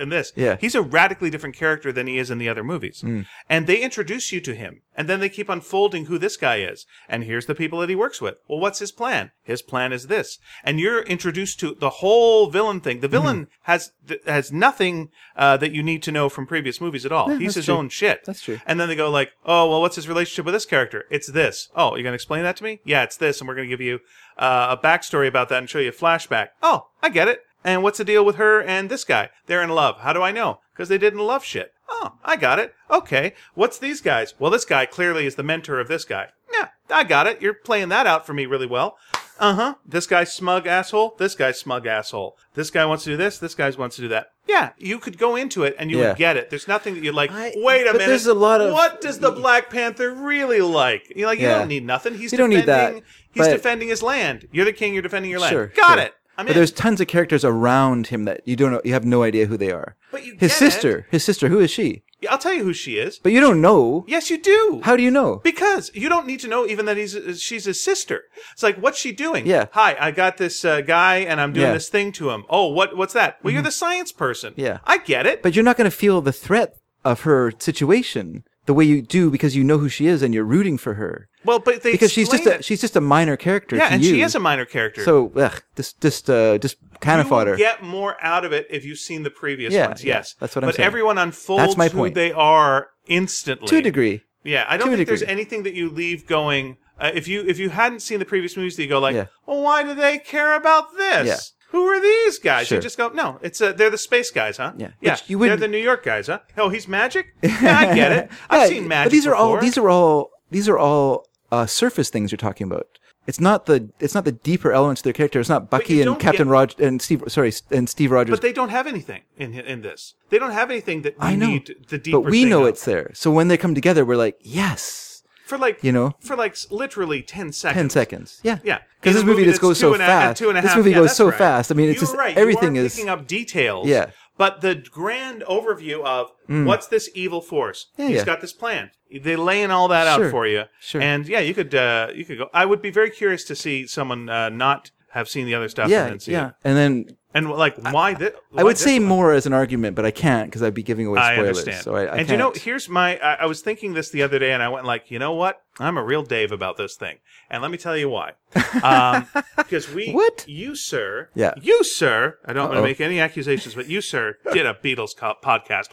[SPEAKER 2] in this.
[SPEAKER 1] Yeah. Hmm.
[SPEAKER 2] he's a radically different character than he is in the other movies. And they introduce you to him, and then they keep unfolding who this guy is. And here's the people that he works with. Well, what's his plan? His plan is this, and you're introduced to the whole villain thing. The villain
[SPEAKER 1] Mm-hmm.
[SPEAKER 2] has th- has nothing uh, that you need to know from previous movies at all. He's
[SPEAKER 1] that's
[SPEAKER 2] his
[SPEAKER 1] true.
[SPEAKER 2] own shit.
[SPEAKER 1] That's true.
[SPEAKER 2] And then they go like, "Oh, well, what's his relationship with this character? It's this. Oh, you're gonna explain that to me? Yeah, it's this, and we're gonna give you uh, a backstory about that and show you a flashback. Oh, I get it. And what's the deal with her and this guy? They're in love. How do I know? Because they didn't love shit. Oh, I got it. Okay, what's these guys? Well, this guy clearly is the mentor of this guy. Yeah, I got it. You're playing that out for me really well. Uh huh. This guy's smug asshole. This guy's smug asshole. This guy wants to do this. This guy wants to do that. Yeah, you could go into it and you
[SPEAKER 1] Yeah.
[SPEAKER 2] would get it. There's nothing that you're like,
[SPEAKER 1] I-
[SPEAKER 2] wait a
[SPEAKER 1] but
[SPEAKER 2] minute.
[SPEAKER 1] there's a lot of-
[SPEAKER 2] what does the Black Panther really like? You're like, you
[SPEAKER 1] Yeah.
[SPEAKER 2] don't need nothing. He's
[SPEAKER 1] You don't
[SPEAKER 2] defending,
[SPEAKER 1] need that,
[SPEAKER 2] He's
[SPEAKER 1] but-
[SPEAKER 2] defending his land. You're the king. You're defending your land.
[SPEAKER 1] Sure,
[SPEAKER 2] Got
[SPEAKER 1] sure.
[SPEAKER 2] it. I'm
[SPEAKER 1] but
[SPEAKER 2] in.
[SPEAKER 1] there's tons of characters around him that you don't know you have no idea who they are
[SPEAKER 2] But you
[SPEAKER 1] his
[SPEAKER 2] get
[SPEAKER 1] sister his sister who is she
[SPEAKER 2] It. I'll tell you who she is.
[SPEAKER 1] but you don't know
[SPEAKER 2] Yes, you do.
[SPEAKER 1] how do you know
[SPEAKER 2] Because you don't need to know even that he's she's his sister. It's like what's she doing?
[SPEAKER 1] Yeah.
[SPEAKER 2] Hi, I got this uh, guy and I'm doing
[SPEAKER 1] Yeah. Mm-hmm.
[SPEAKER 2] this thing to him. Oh, what what's that? Well, you're the science person.
[SPEAKER 1] Yeah.
[SPEAKER 2] I get it.
[SPEAKER 1] but you're not going to feel the threat of her situation the way you do because you know who she is and you're rooting for her
[SPEAKER 2] well, but they
[SPEAKER 1] because she's
[SPEAKER 2] explain
[SPEAKER 1] just a,
[SPEAKER 2] it.
[SPEAKER 1] she's just a minor character
[SPEAKER 2] yeah,
[SPEAKER 1] to
[SPEAKER 2] and
[SPEAKER 1] you.
[SPEAKER 2] she is a minor character.
[SPEAKER 1] so ugh, just just uh, just cannon
[SPEAKER 2] you
[SPEAKER 1] fodder.
[SPEAKER 2] will get more out of it if you've seen the previous
[SPEAKER 1] Yeah,
[SPEAKER 2] ones.
[SPEAKER 1] yeah,
[SPEAKER 2] Yes,
[SPEAKER 1] that's what I'm
[SPEAKER 2] but
[SPEAKER 1] saying.
[SPEAKER 2] everyone unfolds
[SPEAKER 1] That's my point.
[SPEAKER 2] who they are instantly.
[SPEAKER 1] to a degree.
[SPEAKER 2] Yeah, I don't
[SPEAKER 1] to a
[SPEAKER 2] think there's
[SPEAKER 1] degree.
[SPEAKER 2] anything that you leave going. Uh, if you if you hadn't seen the previous movies, that you go like,
[SPEAKER 1] Yeah.
[SPEAKER 2] well, why do they care about this?
[SPEAKER 1] Yeah.
[SPEAKER 2] Who are these guys?
[SPEAKER 1] Sure.
[SPEAKER 2] You just go, no, it's uh, they're the space guys, huh?
[SPEAKER 1] Yeah.
[SPEAKER 2] yeah.
[SPEAKER 1] Which you
[SPEAKER 2] they're
[SPEAKER 1] wouldn't-
[SPEAKER 2] the New York guys, huh? Oh, he's magic. Yeah, I get it. I've
[SPEAKER 1] Yeah,
[SPEAKER 2] seen magic.
[SPEAKER 1] But these are all
[SPEAKER 2] before.
[SPEAKER 1] these are all these are all uh, surface things you're talking about. It's not the it's not the deeper elements of their character. It's not
[SPEAKER 2] you
[SPEAKER 1] Bucky and
[SPEAKER 2] don't
[SPEAKER 1] Captain
[SPEAKER 2] get-
[SPEAKER 1] Rog and Steve sorry and Steve Rogers.
[SPEAKER 2] But they don't have anything in in this. They don't have anything that we
[SPEAKER 1] I know,
[SPEAKER 2] need the deeper.
[SPEAKER 1] but we
[SPEAKER 2] thing
[SPEAKER 1] know
[SPEAKER 2] of.
[SPEAKER 1] it's there. So when they come together, we're like, yes,
[SPEAKER 2] for like
[SPEAKER 1] you know?
[SPEAKER 2] for like s- literally ten seconds.
[SPEAKER 1] ten seconds. Yeah,
[SPEAKER 2] Yeah,
[SPEAKER 1] Because this
[SPEAKER 2] In a
[SPEAKER 1] movie, just
[SPEAKER 2] that's
[SPEAKER 1] goes
[SPEAKER 2] two
[SPEAKER 1] so
[SPEAKER 2] and a- and
[SPEAKER 1] fast.
[SPEAKER 2] two and a
[SPEAKER 1] this
[SPEAKER 2] half-
[SPEAKER 1] movie
[SPEAKER 2] yeah,
[SPEAKER 1] goes
[SPEAKER 2] that's
[SPEAKER 1] so
[SPEAKER 2] right.
[SPEAKER 1] fast. I mean, it's
[SPEAKER 2] You're
[SPEAKER 1] just
[SPEAKER 2] right.
[SPEAKER 1] everything
[SPEAKER 2] you are
[SPEAKER 1] is
[SPEAKER 2] picking up details.
[SPEAKER 1] Yeah. Mm.
[SPEAKER 2] But the grand overview of what's this evil force?
[SPEAKER 1] Yeah,
[SPEAKER 2] He's
[SPEAKER 1] yeah.
[SPEAKER 2] got this plan. They laying all that out
[SPEAKER 1] Sure.
[SPEAKER 2] for you.
[SPEAKER 1] Sure.
[SPEAKER 2] And yeah, you could uh, you could go. I would be very curious to see someone uh, not have seen the other stuff.
[SPEAKER 1] yeah,
[SPEAKER 2] and then see
[SPEAKER 1] yeah.
[SPEAKER 2] it.
[SPEAKER 1] And then
[SPEAKER 2] And like, why this?
[SPEAKER 1] I would say more as an argument, but I can't because I'd be giving away
[SPEAKER 2] I
[SPEAKER 1] spoilers.
[SPEAKER 2] understand.
[SPEAKER 1] So I, I
[SPEAKER 2] and
[SPEAKER 1] can't.
[SPEAKER 2] you know, here's my. I, I was thinking this the other day, and I went like, you know what? I'm a real Dave about this thing, and let me tell you why. Um, because we,
[SPEAKER 1] What?
[SPEAKER 2] you, sir,
[SPEAKER 1] Yeah.
[SPEAKER 2] you, sir. I don't want to
[SPEAKER 1] Uh-oh.
[SPEAKER 2] make any accusations, but you, sir, did a Beatles co- podcast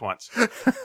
[SPEAKER 2] once.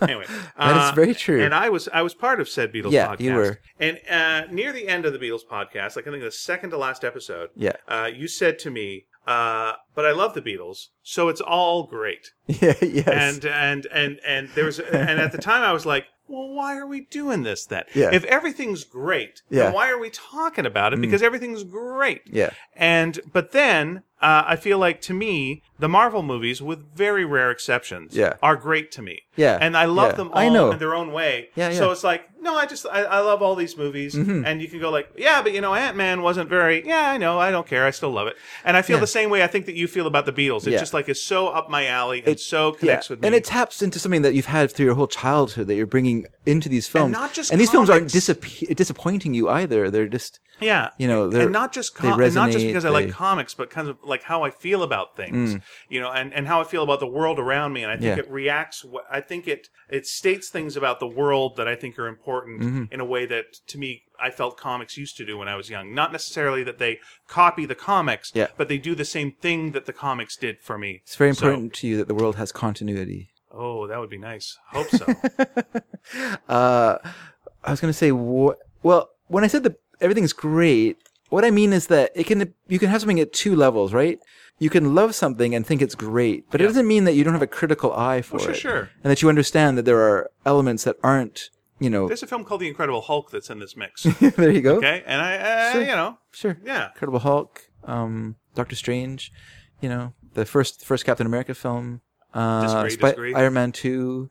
[SPEAKER 2] Anyway,
[SPEAKER 1] That is
[SPEAKER 2] uh,
[SPEAKER 1] very true.
[SPEAKER 2] And I was I was part of said Beatles
[SPEAKER 1] Yeah,
[SPEAKER 2] podcast.
[SPEAKER 1] you were.
[SPEAKER 2] And uh, near the end of the Beatles podcast, like I think the second to last episode,
[SPEAKER 1] Yeah.
[SPEAKER 2] uh, you said to me. Uh, but I love the Beatles, so it's all great
[SPEAKER 1] yeah, yes.
[SPEAKER 2] and and and and there was and at the time I was like, well, why are we doing this then?
[SPEAKER 1] Yeah.
[SPEAKER 2] If everything's great,
[SPEAKER 1] Yeah. Mm.
[SPEAKER 2] then why are we talking about it? Because everything's great.
[SPEAKER 1] yeah.
[SPEAKER 2] And but then uh, I feel like to me the Marvel movies, with very rare exceptions,
[SPEAKER 1] Yeah.
[SPEAKER 2] are great to me.
[SPEAKER 1] Yeah.
[SPEAKER 2] and I love
[SPEAKER 1] Yeah.
[SPEAKER 2] them all
[SPEAKER 1] I know.
[SPEAKER 2] in their own way.
[SPEAKER 1] Yeah, Mm-hmm.
[SPEAKER 2] So
[SPEAKER 1] yeah.
[SPEAKER 2] it's like no, I just I, I love all these movies, and you can go like yeah, but you know Ant Man wasn't very yeah I know I don't care I still love it, and I feel the same way I think that you feel about the Beatles. It
[SPEAKER 1] Yeah.
[SPEAKER 2] just like is so up my alley and so connects with me.
[SPEAKER 1] And it taps into something that you've had through your whole childhood that you're bringing into these films.
[SPEAKER 2] not just
[SPEAKER 1] and these films aren't
[SPEAKER 2] comics.
[SPEAKER 1] disappe- disappointing you either. They're just
[SPEAKER 2] Yeah,
[SPEAKER 1] You know, they're-
[SPEAKER 2] and not just
[SPEAKER 1] they
[SPEAKER 2] com- and not just
[SPEAKER 1] resonate,
[SPEAKER 2] because I like
[SPEAKER 1] they- Mm.
[SPEAKER 2] comics, but kind of like how I feel about things, you know, and, and how I feel about the world around me, and I think
[SPEAKER 1] Yeah.
[SPEAKER 2] it reacts. wh- I think it it states things about the world that I think are important
[SPEAKER 1] Mm-hmm.
[SPEAKER 2] in a way that to me I felt comics used to do when I was young. Not necessarily that they copy the comics,
[SPEAKER 1] Yeah.
[SPEAKER 2] but they do the same thing that the comics did for me.
[SPEAKER 1] it's very
[SPEAKER 2] So-
[SPEAKER 1] important to you that the world has continuity.
[SPEAKER 2] oh, that would be nice. Hope so.
[SPEAKER 1] Uh, I was going to say, wh- well, when I said that everything's great, what I mean is that it can you can have something at two levels, right? You can love something and think it's great, but it doesn't mean that you don't have a critical eye for
[SPEAKER 2] Oh, sure,
[SPEAKER 1] it,
[SPEAKER 2] sure.
[SPEAKER 1] and that you understand that there are elements that aren't, you know.
[SPEAKER 2] There's a film called The Incredible Hulk that's in this mix.
[SPEAKER 1] there you go.
[SPEAKER 2] Okay, and I, uh,
[SPEAKER 1] Sure.
[SPEAKER 2] you know,
[SPEAKER 1] Sure.
[SPEAKER 2] yeah.
[SPEAKER 1] Incredible Hulk, um, Doctor Strange, you know, the first first Captain America film, uh,
[SPEAKER 2] Disagree,
[SPEAKER 1] Spi-
[SPEAKER 2] disagree.
[SPEAKER 1] Iron Man two.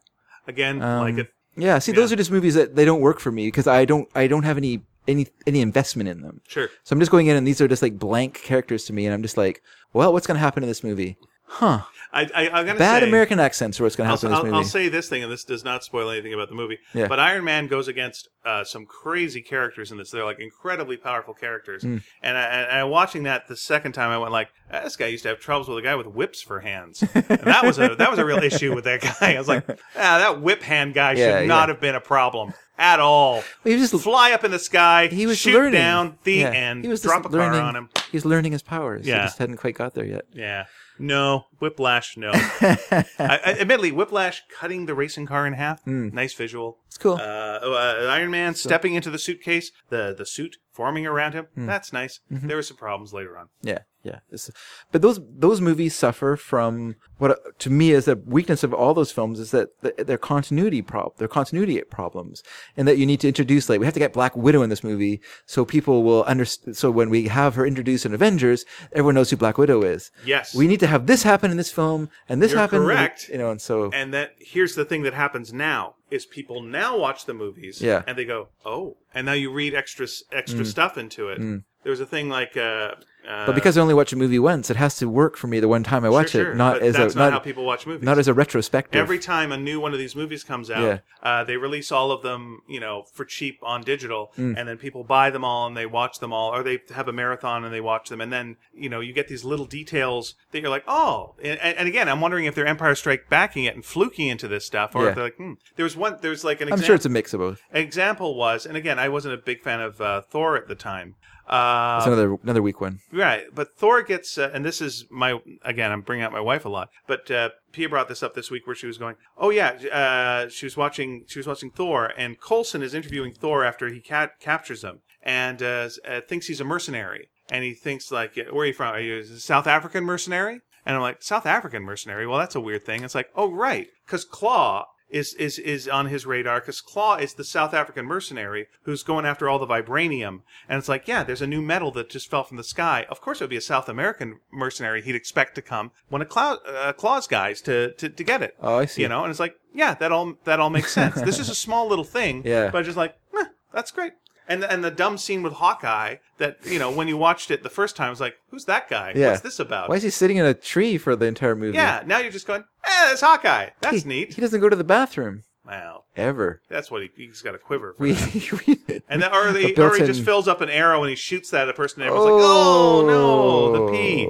[SPEAKER 2] Again,
[SPEAKER 1] Um,
[SPEAKER 2] like it.
[SPEAKER 1] Yeah, see, those are just movies that they don't work for me because I don't I don't have any any any investment in them.
[SPEAKER 2] Sure.
[SPEAKER 1] So I'm just going in and these are just like blank characters to me, and I'm just like, well, what's going to happen in this movie? Huh?
[SPEAKER 2] I, I, I'm gonna
[SPEAKER 1] Bad
[SPEAKER 2] say,
[SPEAKER 1] American accents are what's going to
[SPEAKER 2] I'll,
[SPEAKER 1] happen in this
[SPEAKER 2] I'll,
[SPEAKER 1] movie.
[SPEAKER 2] I'll say this thing, and this does not spoil anything about the movie.
[SPEAKER 1] Yeah.
[SPEAKER 2] But Iron Man goes against uh, some crazy characters in this. They're like incredibly powerful characters.
[SPEAKER 1] Mm.
[SPEAKER 2] And, I, and I, watching that the second time, I went like, "Ah, "This guy used to have troubles with a guy with whips for hands." And that was a that was a real issue with that guy. I was like, "Ah, that whip hand guy
[SPEAKER 1] Yeah,
[SPEAKER 2] should not
[SPEAKER 1] yeah.
[SPEAKER 2] have been a problem at all."
[SPEAKER 1] He was just
[SPEAKER 2] Fly up in the sky.
[SPEAKER 1] he was
[SPEAKER 2] shoot
[SPEAKER 1] learning
[SPEAKER 2] down the
[SPEAKER 1] Yeah,
[SPEAKER 2] end.
[SPEAKER 1] He was
[SPEAKER 2] drop
[SPEAKER 1] just
[SPEAKER 2] a
[SPEAKER 1] learning.
[SPEAKER 2] car on him.
[SPEAKER 1] He was learning his powers.
[SPEAKER 2] Yeah.
[SPEAKER 1] He just hadn't quite got there yet.
[SPEAKER 2] Yeah. No, Whiplash. No. I, I, admittedly, Whiplash cutting the racing car in half. Nice visual.
[SPEAKER 1] Hmm. It's cool.
[SPEAKER 2] Uh, uh, Iron Man stepping into the suitcase. The the suit forming around him.
[SPEAKER 1] Hmm.
[SPEAKER 2] That's nice.
[SPEAKER 1] Mm-hmm.
[SPEAKER 2] There were some problems later on.
[SPEAKER 1] Yeah, yeah. It's- but those those movies suffer from what uh, to me is the weakness of all those films is that th- their continuity prob their continuity problems, and that you need to introduce like we have to get Black Widow in this movie so people will understand. So when we have her introduced in Avengers, everyone knows who Black Widow is.
[SPEAKER 2] Yes.
[SPEAKER 1] We need to have this happen in this film and this
[SPEAKER 2] You're
[SPEAKER 1] happen. and-
[SPEAKER 2] correct.
[SPEAKER 1] You know, and so
[SPEAKER 2] and that here's the thing that happens now is people now watch the movies
[SPEAKER 1] Yeah. Hmm.
[SPEAKER 2] and they go oh and now you read extra s- extra stuff into it. There was a thing like. Uh, uh,
[SPEAKER 1] but because I only watch a movie once, it has to work for me the one time I watch
[SPEAKER 2] sure,
[SPEAKER 1] it, not
[SPEAKER 2] but
[SPEAKER 1] as
[SPEAKER 2] that's
[SPEAKER 1] a
[SPEAKER 2] not
[SPEAKER 1] not,
[SPEAKER 2] how people watch movies.
[SPEAKER 1] not as a retrospective.
[SPEAKER 2] Every time a new one of these movies comes out,
[SPEAKER 1] Yeah.
[SPEAKER 2] uh, they release all of them, you know, for cheap on digital,
[SPEAKER 1] Mm.
[SPEAKER 2] and then people buy them all and they watch them all, or they have a marathon and they watch them, and then you know you get these little details that you're like, oh, and, and and again, I'm wondering if they're Empire Strike backing it and fluking into this stuff, or
[SPEAKER 1] Yeah.
[SPEAKER 2] if they're like, hmm. there was one, there's like an
[SPEAKER 1] I'm
[SPEAKER 2] example
[SPEAKER 1] sure it's a mix of both.
[SPEAKER 2] example was, and again, I wasn't a big fan of uh, Thor at the time. Uh,
[SPEAKER 1] It's another another weak one.
[SPEAKER 2] Right, but Thor gets, uh, and this is my again. I'm bringing out my wife a lot, but uh, Pia brought this up this week where she was going, "Oh yeah, uh, she was watching. She was watching Thor, and Colson is interviewing Thor after he cat- captures him, and uh, uh, thinks he's a mercenary, and he thinks like, where are you from? Are you a South African mercenary?" And I'm like, "South African mercenary? Well, that's a weird thing." It's like, "Oh right, because Claw." Is, is is on his radar because Claw is the South African mercenary who's going after all the vibranium, and it's like, yeah, there's a new metal that just fell from the sky. Of course, it would be a South American mercenary he'd expect to come when a Claw, uh, Claw's guys to, to to get it.
[SPEAKER 1] Oh, I see.
[SPEAKER 2] You know, and it's like, yeah, that all that all makes sense. this is a small little thing,
[SPEAKER 1] Yeah.
[SPEAKER 2] but just like, eh, that's great. And and the dumb scene with Hawkeye that you know when you watched it the first time, it's like, who's that guy?
[SPEAKER 1] Yeah.
[SPEAKER 2] What's this about?
[SPEAKER 1] Why is he sitting in a tree for the entire movie?
[SPEAKER 2] yeah. Now you're just going, eh, that's Hawkeye. That's
[SPEAKER 1] He-
[SPEAKER 2] neat.
[SPEAKER 1] He doesn't go to the bathroom
[SPEAKER 2] Well,
[SPEAKER 1] ever.
[SPEAKER 2] that's what he, he's got a quiver. For
[SPEAKER 1] We,
[SPEAKER 2] that.
[SPEAKER 1] we
[SPEAKER 2] And then, or,
[SPEAKER 1] A
[SPEAKER 2] they, or
[SPEAKER 1] built-in-
[SPEAKER 2] he just fills up an arrow and he shoots that at a person. And everyone's like, oh no, the P.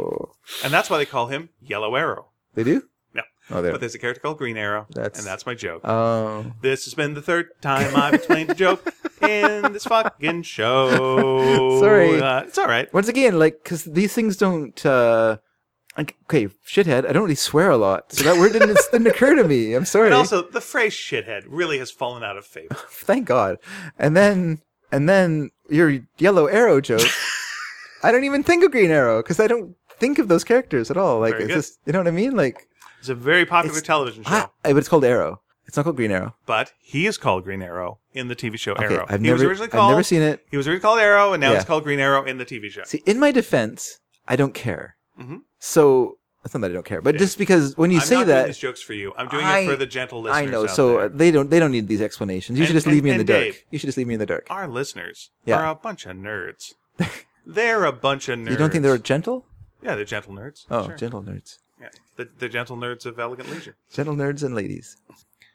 [SPEAKER 2] And that's why they call him Yellow Arrow.
[SPEAKER 1] They do?
[SPEAKER 2] No.
[SPEAKER 1] Oh, there.
[SPEAKER 2] But there's a character called Green Arrow,
[SPEAKER 1] That's-
[SPEAKER 2] and that's my joke.
[SPEAKER 1] Oh.
[SPEAKER 2] This has been the third time I've explained a joke in this fucking show.
[SPEAKER 1] Sorry.
[SPEAKER 2] Uh, it's all right.
[SPEAKER 1] Once again, like, because these things don't. uh like, Okay, shithead. I don't really swear a lot, so that word didn't, didn't occur to me. I'm sorry.
[SPEAKER 2] And also, the phrase shithead really has fallen out of favor.
[SPEAKER 1] Thank God. And then, and then your yellow arrow joke. I don't even think of Green Arrow because I don't think of those characters at all. Like,
[SPEAKER 2] Very
[SPEAKER 1] it's
[SPEAKER 2] good.
[SPEAKER 1] just you know what I mean. Like,
[SPEAKER 2] It's a very popular
[SPEAKER 1] It's-
[SPEAKER 2] television show,
[SPEAKER 1] ah, but it's called Arrow. It's not called Green Arrow.
[SPEAKER 2] but he is called Green Arrow in the TV show
[SPEAKER 1] Okay,
[SPEAKER 2] Arrow.
[SPEAKER 1] I've
[SPEAKER 2] he
[SPEAKER 1] never,
[SPEAKER 2] was originally
[SPEAKER 1] I've
[SPEAKER 2] called
[SPEAKER 1] never seen it.
[SPEAKER 2] He was originally called Arrow, and now
[SPEAKER 1] Yeah.
[SPEAKER 2] it's called Green Arrow in the TV show.
[SPEAKER 1] See, in my defense, I don't care.
[SPEAKER 2] Mhm.
[SPEAKER 1] So it's not that I don't care, but
[SPEAKER 2] Yeah.
[SPEAKER 1] just because when you
[SPEAKER 2] I'm
[SPEAKER 1] say
[SPEAKER 2] not doing
[SPEAKER 1] that,
[SPEAKER 2] these jokes for you. I'm doing
[SPEAKER 1] I-
[SPEAKER 2] it for the gentle
[SPEAKER 1] I
[SPEAKER 2] listeners.
[SPEAKER 1] know.
[SPEAKER 2] out
[SPEAKER 1] So uh,
[SPEAKER 2] there.
[SPEAKER 1] they don't they don't need these explanations. You should
[SPEAKER 2] And-
[SPEAKER 1] just leave
[SPEAKER 2] and-
[SPEAKER 1] me in the
[SPEAKER 2] and
[SPEAKER 1] dark.
[SPEAKER 2] Dave.
[SPEAKER 1] You should just leave me in the dark.
[SPEAKER 2] our listeners
[SPEAKER 1] Yeah.
[SPEAKER 2] are a bunch of nerds. they're a bunch of nerds.
[SPEAKER 1] You don't think they're gentle?
[SPEAKER 2] Yeah, they're gentle nerds.
[SPEAKER 1] Oh,
[SPEAKER 2] Sure.
[SPEAKER 1] gentle nerds,
[SPEAKER 2] Yeah. The, the gentle nerds of elegant leisure.
[SPEAKER 1] gentle nerds and ladies,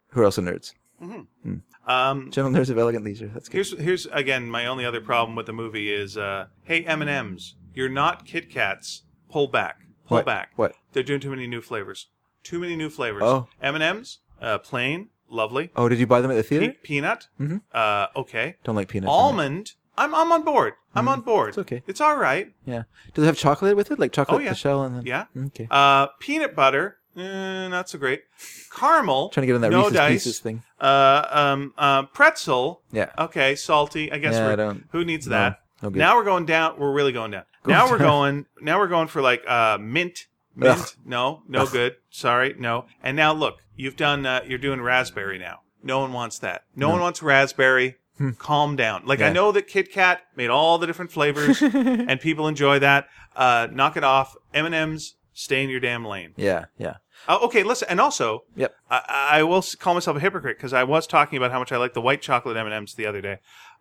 [SPEAKER 1] who are also nerds.
[SPEAKER 2] Um,
[SPEAKER 1] Gentle nerds of elegant leisure. That's good.
[SPEAKER 2] here's here's again my only other problem with the movie is uh, hey M and M's, you're not Kit Kats. Pull back, pull
[SPEAKER 1] What?
[SPEAKER 2] back.
[SPEAKER 1] What?
[SPEAKER 2] They're doing too many new flavors. Too many new flavors.
[SPEAKER 1] Oh.
[SPEAKER 2] M and M's, uh, plain, lovely.
[SPEAKER 1] Oh, did you buy them at the
[SPEAKER 2] Pe-
[SPEAKER 1] theater?
[SPEAKER 2] peanut,
[SPEAKER 1] Mhm.
[SPEAKER 2] uh, okay.
[SPEAKER 1] Don't like peanuts. all right. Mm.
[SPEAKER 2] Almond, I'm I'm on board. I'm on board.
[SPEAKER 1] It's okay.
[SPEAKER 2] It's all right.
[SPEAKER 1] Yeah. Does it have chocolate with it? Like chocolate,
[SPEAKER 2] Oh, yeah.
[SPEAKER 1] the shell, and then Mm,
[SPEAKER 2] Yeah.
[SPEAKER 1] Okay.
[SPEAKER 2] Uh, peanut butter, eh, not so great. Caramel,
[SPEAKER 1] Trying to get on that
[SPEAKER 2] no
[SPEAKER 1] Reese's
[SPEAKER 2] dice.
[SPEAKER 1] Pieces thing.
[SPEAKER 2] Uh, um, uh, pretzel,
[SPEAKER 1] Yeah.
[SPEAKER 2] okay, salty. I guess
[SPEAKER 1] Yeah,
[SPEAKER 2] we're,
[SPEAKER 1] I don't-
[SPEAKER 2] who needs
[SPEAKER 1] no,
[SPEAKER 2] that?
[SPEAKER 1] no good.
[SPEAKER 2] now we're going down. We're really going down.
[SPEAKER 1] Going
[SPEAKER 2] now we're
[SPEAKER 1] down.
[SPEAKER 2] going. Now we're going for like uh, mint, mint.
[SPEAKER 1] Ugh.
[SPEAKER 2] No, no good. Sorry, no. And now look, you've done. Uh, you're doing raspberry now. No one wants that. No, one wants raspberry. Calm down. Like I
[SPEAKER 1] Hmm. Yeah.
[SPEAKER 2] know that Kit Kat made all the different flavors, and people enjoy that. Uh, knock it off. M and M's. Stay in your damn lane.
[SPEAKER 1] Yeah. Yeah.
[SPEAKER 2] Uh, okay, listen. And also,
[SPEAKER 1] Yep.
[SPEAKER 2] I, I will s- call myself a hypocrite because I was talking about how much I like the white chocolate M and M's the other day.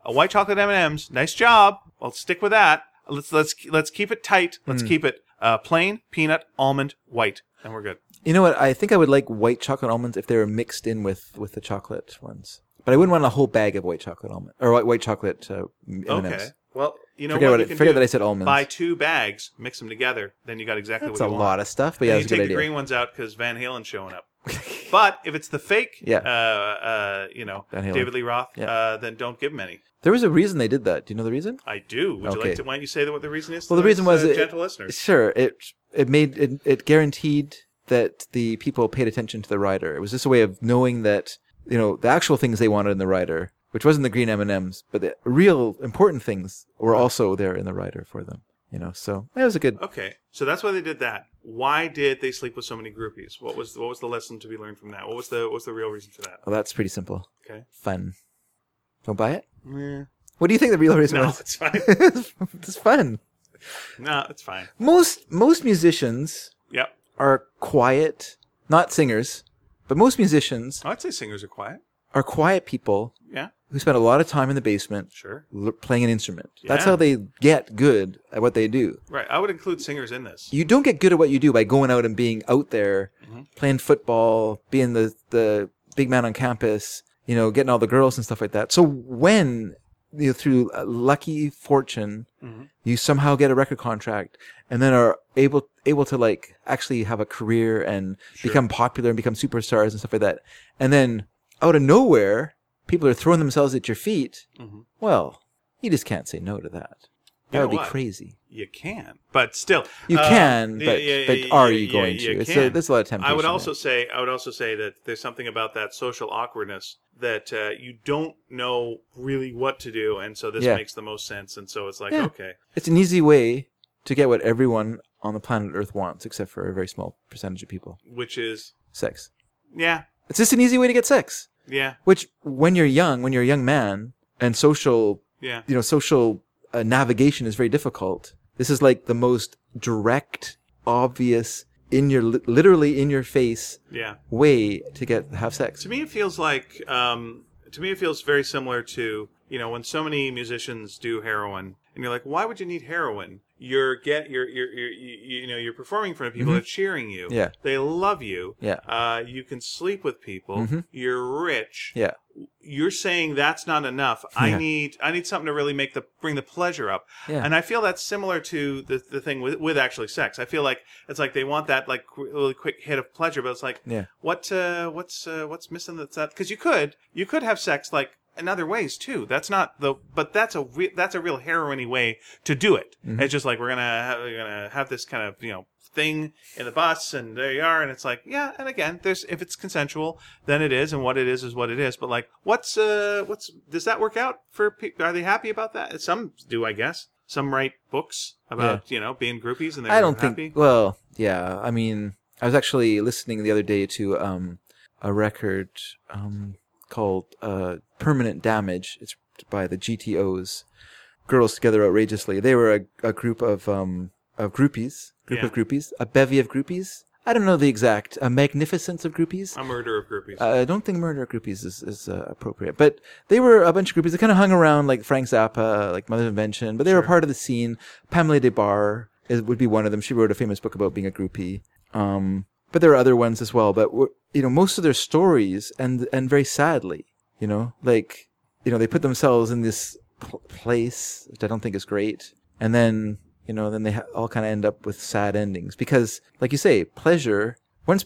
[SPEAKER 2] Uh, white chocolate M and M's, nice job. I'll stick with that. Let's let's let's keep it tight.
[SPEAKER 1] Hmm.
[SPEAKER 2] Let's keep it uh, plain peanut almond white, and we're good.
[SPEAKER 1] You know what? I think I would like white chocolate almonds if they were mixed in with with the chocolate ones. But I wouldn't want a whole bag of white chocolate almond or white, white chocolate uh, M&Ms.
[SPEAKER 2] Okay. Well, you know
[SPEAKER 1] Forget
[SPEAKER 2] what
[SPEAKER 1] what
[SPEAKER 2] you
[SPEAKER 1] it-
[SPEAKER 2] can
[SPEAKER 1] forget
[SPEAKER 2] do?
[SPEAKER 1] that I said almonds.
[SPEAKER 2] Buy two bags, mix them together, then you got exactly
[SPEAKER 1] That's
[SPEAKER 2] what
[SPEAKER 1] a
[SPEAKER 2] you want.
[SPEAKER 1] lot of stuff, but yeah,
[SPEAKER 2] And
[SPEAKER 1] that's a
[SPEAKER 2] you
[SPEAKER 1] good
[SPEAKER 2] take the
[SPEAKER 1] idea.
[SPEAKER 2] green ones out because Van Halen's showing up. but if it's the fake,
[SPEAKER 1] Yeah.
[SPEAKER 2] uh, uh, you know,
[SPEAKER 1] Van Halen.
[SPEAKER 2] David Lee Roth,
[SPEAKER 1] Yeah.
[SPEAKER 2] uh, then don't give him any.
[SPEAKER 1] There was a reason they did that. Do you know the reason?
[SPEAKER 2] I do. Would you
[SPEAKER 1] Okay.
[SPEAKER 2] like to? Why don't you say that what the reason is?
[SPEAKER 1] Well, the
[SPEAKER 2] to
[SPEAKER 1] reason
[SPEAKER 2] those,
[SPEAKER 1] was
[SPEAKER 2] uh,
[SPEAKER 1] it-
[SPEAKER 2] gentle listeners.
[SPEAKER 1] Sure. It it made it, it guaranteed that the people paid attention to the rider. It was just a way of knowing that you know the actual things they wanted in the rider, which wasn't the green M and M's, but the real important things were also there in the rider for them. You know, so that was a good.
[SPEAKER 2] Okay, so that's why they did that. Why did they sleep with so many groupies? What was what was the lesson to be learned from that? What was the what was the real reason for that?
[SPEAKER 1] Oh, that's pretty simple.
[SPEAKER 2] Okay,
[SPEAKER 1] Fun. Don't buy it.
[SPEAKER 2] no,
[SPEAKER 1] What do you think the real reason was?
[SPEAKER 2] it's fine.
[SPEAKER 1] it's fun.
[SPEAKER 2] no, it's fine.
[SPEAKER 1] Most most musicians
[SPEAKER 2] Yep,
[SPEAKER 1] are quiet, not singers, but most musicians
[SPEAKER 2] I'd say singers are quiet.
[SPEAKER 1] are quiet people
[SPEAKER 2] Yeah,
[SPEAKER 1] who spend a lot of time in the basement
[SPEAKER 2] sure.
[SPEAKER 1] l- playing an instrument. That's
[SPEAKER 2] Yeah.
[SPEAKER 1] how they get good at what they do.
[SPEAKER 2] Right, I would include singers in this.
[SPEAKER 1] You don't get good at what you do by going out and being out there, playing football, being the, the big man on campus, you know, getting all the girls and stuff like that. So when, you know, through uh, lucky fortune,
[SPEAKER 2] Mm-hmm.
[SPEAKER 1] you somehow get a record contract and then are able, able to like actually have a career and become popular and become superstars and stuff like that. And then out of nowhere, people are throwing themselves at your feet.
[SPEAKER 2] Mm-hmm.
[SPEAKER 1] Well, you just can't say no to that. That
[SPEAKER 2] You know
[SPEAKER 1] would be
[SPEAKER 2] what?
[SPEAKER 1] crazy.
[SPEAKER 2] You can, but still,
[SPEAKER 1] You
[SPEAKER 2] uh,
[SPEAKER 1] can,
[SPEAKER 2] yeah,
[SPEAKER 1] but,
[SPEAKER 2] yeah,
[SPEAKER 1] but
[SPEAKER 2] yeah,
[SPEAKER 1] are
[SPEAKER 2] yeah,
[SPEAKER 1] you
[SPEAKER 2] yeah,
[SPEAKER 1] going
[SPEAKER 2] you
[SPEAKER 1] to? It's a,
[SPEAKER 2] can.
[SPEAKER 1] there's a lot of temptation.
[SPEAKER 2] I would also
[SPEAKER 1] there.
[SPEAKER 2] say I would also say that there's something about that social awkwardness that uh, you don't know really what to do, and so this
[SPEAKER 1] Yeah.
[SPEAKER 2] makes the most sense. And so it's like,
[SPEAKER 1] Yeah.
[SPEAKER 2] okay,
[SPEAKER 1] it's an easy way to get what everyone on the planet Earth wants, except for a very small percentage of people:
[SPEAKER 2] which is
[SPEAKER 1] sex.
[SPEAKER 2] yeah,
[SPEAKER 1] It's just an easy way to get sex.
[SPEAKER 2] yeah,
[SPEAKER 1] Which, when you're young, when you're a young man, and social,
[SPEAKER 2] yeah.
[SPEAKER 1] you know, social uh, navigation is very difficult. This is like the most direct, obvious, in your li- literally in your face
[SPEAKER 2] Yeah.
[SPEAKER 1] way to get have sex.
[SPEAKER 2] To me, it feels like um, to me it feels very similar to you know when so many musicians do heroin and you're like why would you need heroin you're get you're you're, you're you, you know you're performing in front of people they're cheering you
[SPEAKER 1] Mm-hmm. Yeah.
[SPEAKER 2] they love you
[SPEAKER 1] Yeah.
[SPEAKER 2] uh, you can sleep with people
[SPEAKER 1] Mm-hmm.
[SPEAKER 2] you're rich
[SPEAKER 1] Yeah.
[SPEAKER 2] you're saying that's not enough. I
[SPEAKER 1] Yeah.
[SPEAKER 2] need I need something to really make the bring the pleasure up.
[SPEAKER 1] Yeah.
[SPEAKER 2] And I feel that's similar to the the thing with with actually sex. I feel like it's like they want that like qu- really quick hit of pleasure, but it's like
[SPEAKER 1] Yeah.
[SPEAKER 2] what uh, what's uh, what's missing that's that because you could you could have sex like in other ways too. That's not the but that's a re- that's a real heroiny way to do it.
[SPEAKER 1] Mm-hmm.
[SPEAKER 2] It's just like we're gonna have, we're gonna have this kind of you know thing in the bus and there you are and it's like yeah and again there's if it's consensual then it is and what it is is what it is but like what's uh what's does that work out for people are they happy about that some do i guess some write books about you know being groupies and they're
[SPEAKER 1] I don't
[SPEAKER 2] happy.
[SPEAKER 1] think. Well, yeah. I mean, I was actually listening the other day to um, a record um, called uh, "Permanent Damage." It's by the GTOs, Girls Together Outrageously. They were a, a group of um, of groupies, group
[SPEAKER 2] Yeah.
[SPEAKER 1] of groupies, a bevy of groupies. I don't know the exact a magnificence of groupies.
[SPEAKER 2] a murder of groupies
[SPEAKER 1] Uh, I don't think murder of groupies is, is uh, appropriate, but they were a bunch of groupies that kind of hung around like Frank Zappa, like Mother Invention, but they were part of the scene. Pamela DeBar is, would be one of them. She wrote a famous book about being a groupie. Um, but there are other ones as well. But w- you know, most of their stories and and very sadly, you know, like you know, they put themselves in this pl- place which I don't think is great, and then you know, then they ha- all kind of end up with sad endings because, like you say, pleasure once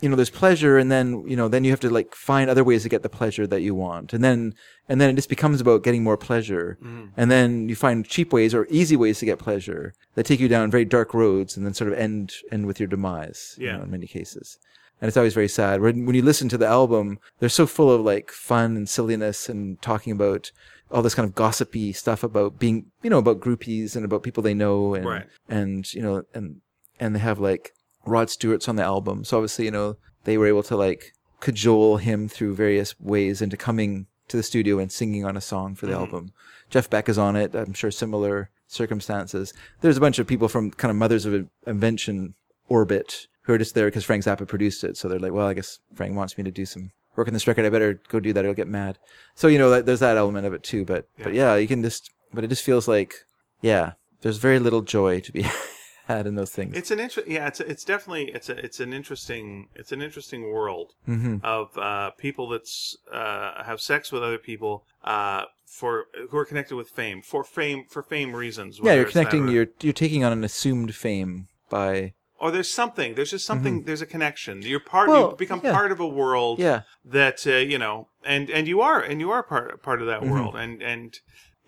[SPEAKER 1] you know there's pleasure and then you know then you have to like find other ways to get the pleasure that you want and then and then it just becomes about getting more pleasure and then you find cheap ways or easy ways to get pleasure that take you down very dark roads and then sort of end end with your demise you
[SPEAKER 2] Yeah.
[SPEAKER 1] know, in many cases and it's always very sad when, when you listen to the album they're so full of like fun and silliness and talking about all this kind of gossipy stuff about being you know about groupies and about people they know and
[SPEAKER 2] Right.
[SPEAKER 1] and you know and and they have like Rod Stewart's on the album, so obviously you know they were able to like cajole him through various ways into coming to the studio and singing on a song for the album. Jeff Beck is on it. I'm sure similar circumstances. There's a bunch of people from kind of mothers of invention orbit who are just there because Frank Zappa produced it. So they're like, well, I guess Frank wants me to do some work on this record. I better go do that. He'll get mad. So you know, like, there's that element of it too. But but yeah, you can just. But it just feels like yeah, there's very little joy to be had in those things.
[SPEAKER 2] It's an inter- yeah, it's it's definitely it's a it's an interesting it's an interesting world
[SPEAKER 1] Mm-hmm.
[SPEAKER 2] of uh, people that's uh, have sex with other people uh, for who are connected with fame for fame for fame reasons.
[SPEAKER 1] yeah,
[SPEAKER 2] whether
[SPEAKER 1] you're
[SPEAKER 2] it's that
[SPEAKER 1] connecting.
[SPEAKER 2] or-
[SPEAKER 1] You're you're taking on an assumed fame by
[SPEAKER 2] or there's something there's just something there's a connection. You're part
[SPEAKER 1] Mm-hmm. Well,
[SPEAKER 2] you become
[SPEAKER 1] yeah.
[SPEAKER 2] part of a world
[SPEAKER 1] yeah.
[SPEAKER 2] that uh, you know and and you are and you are part part of that world and and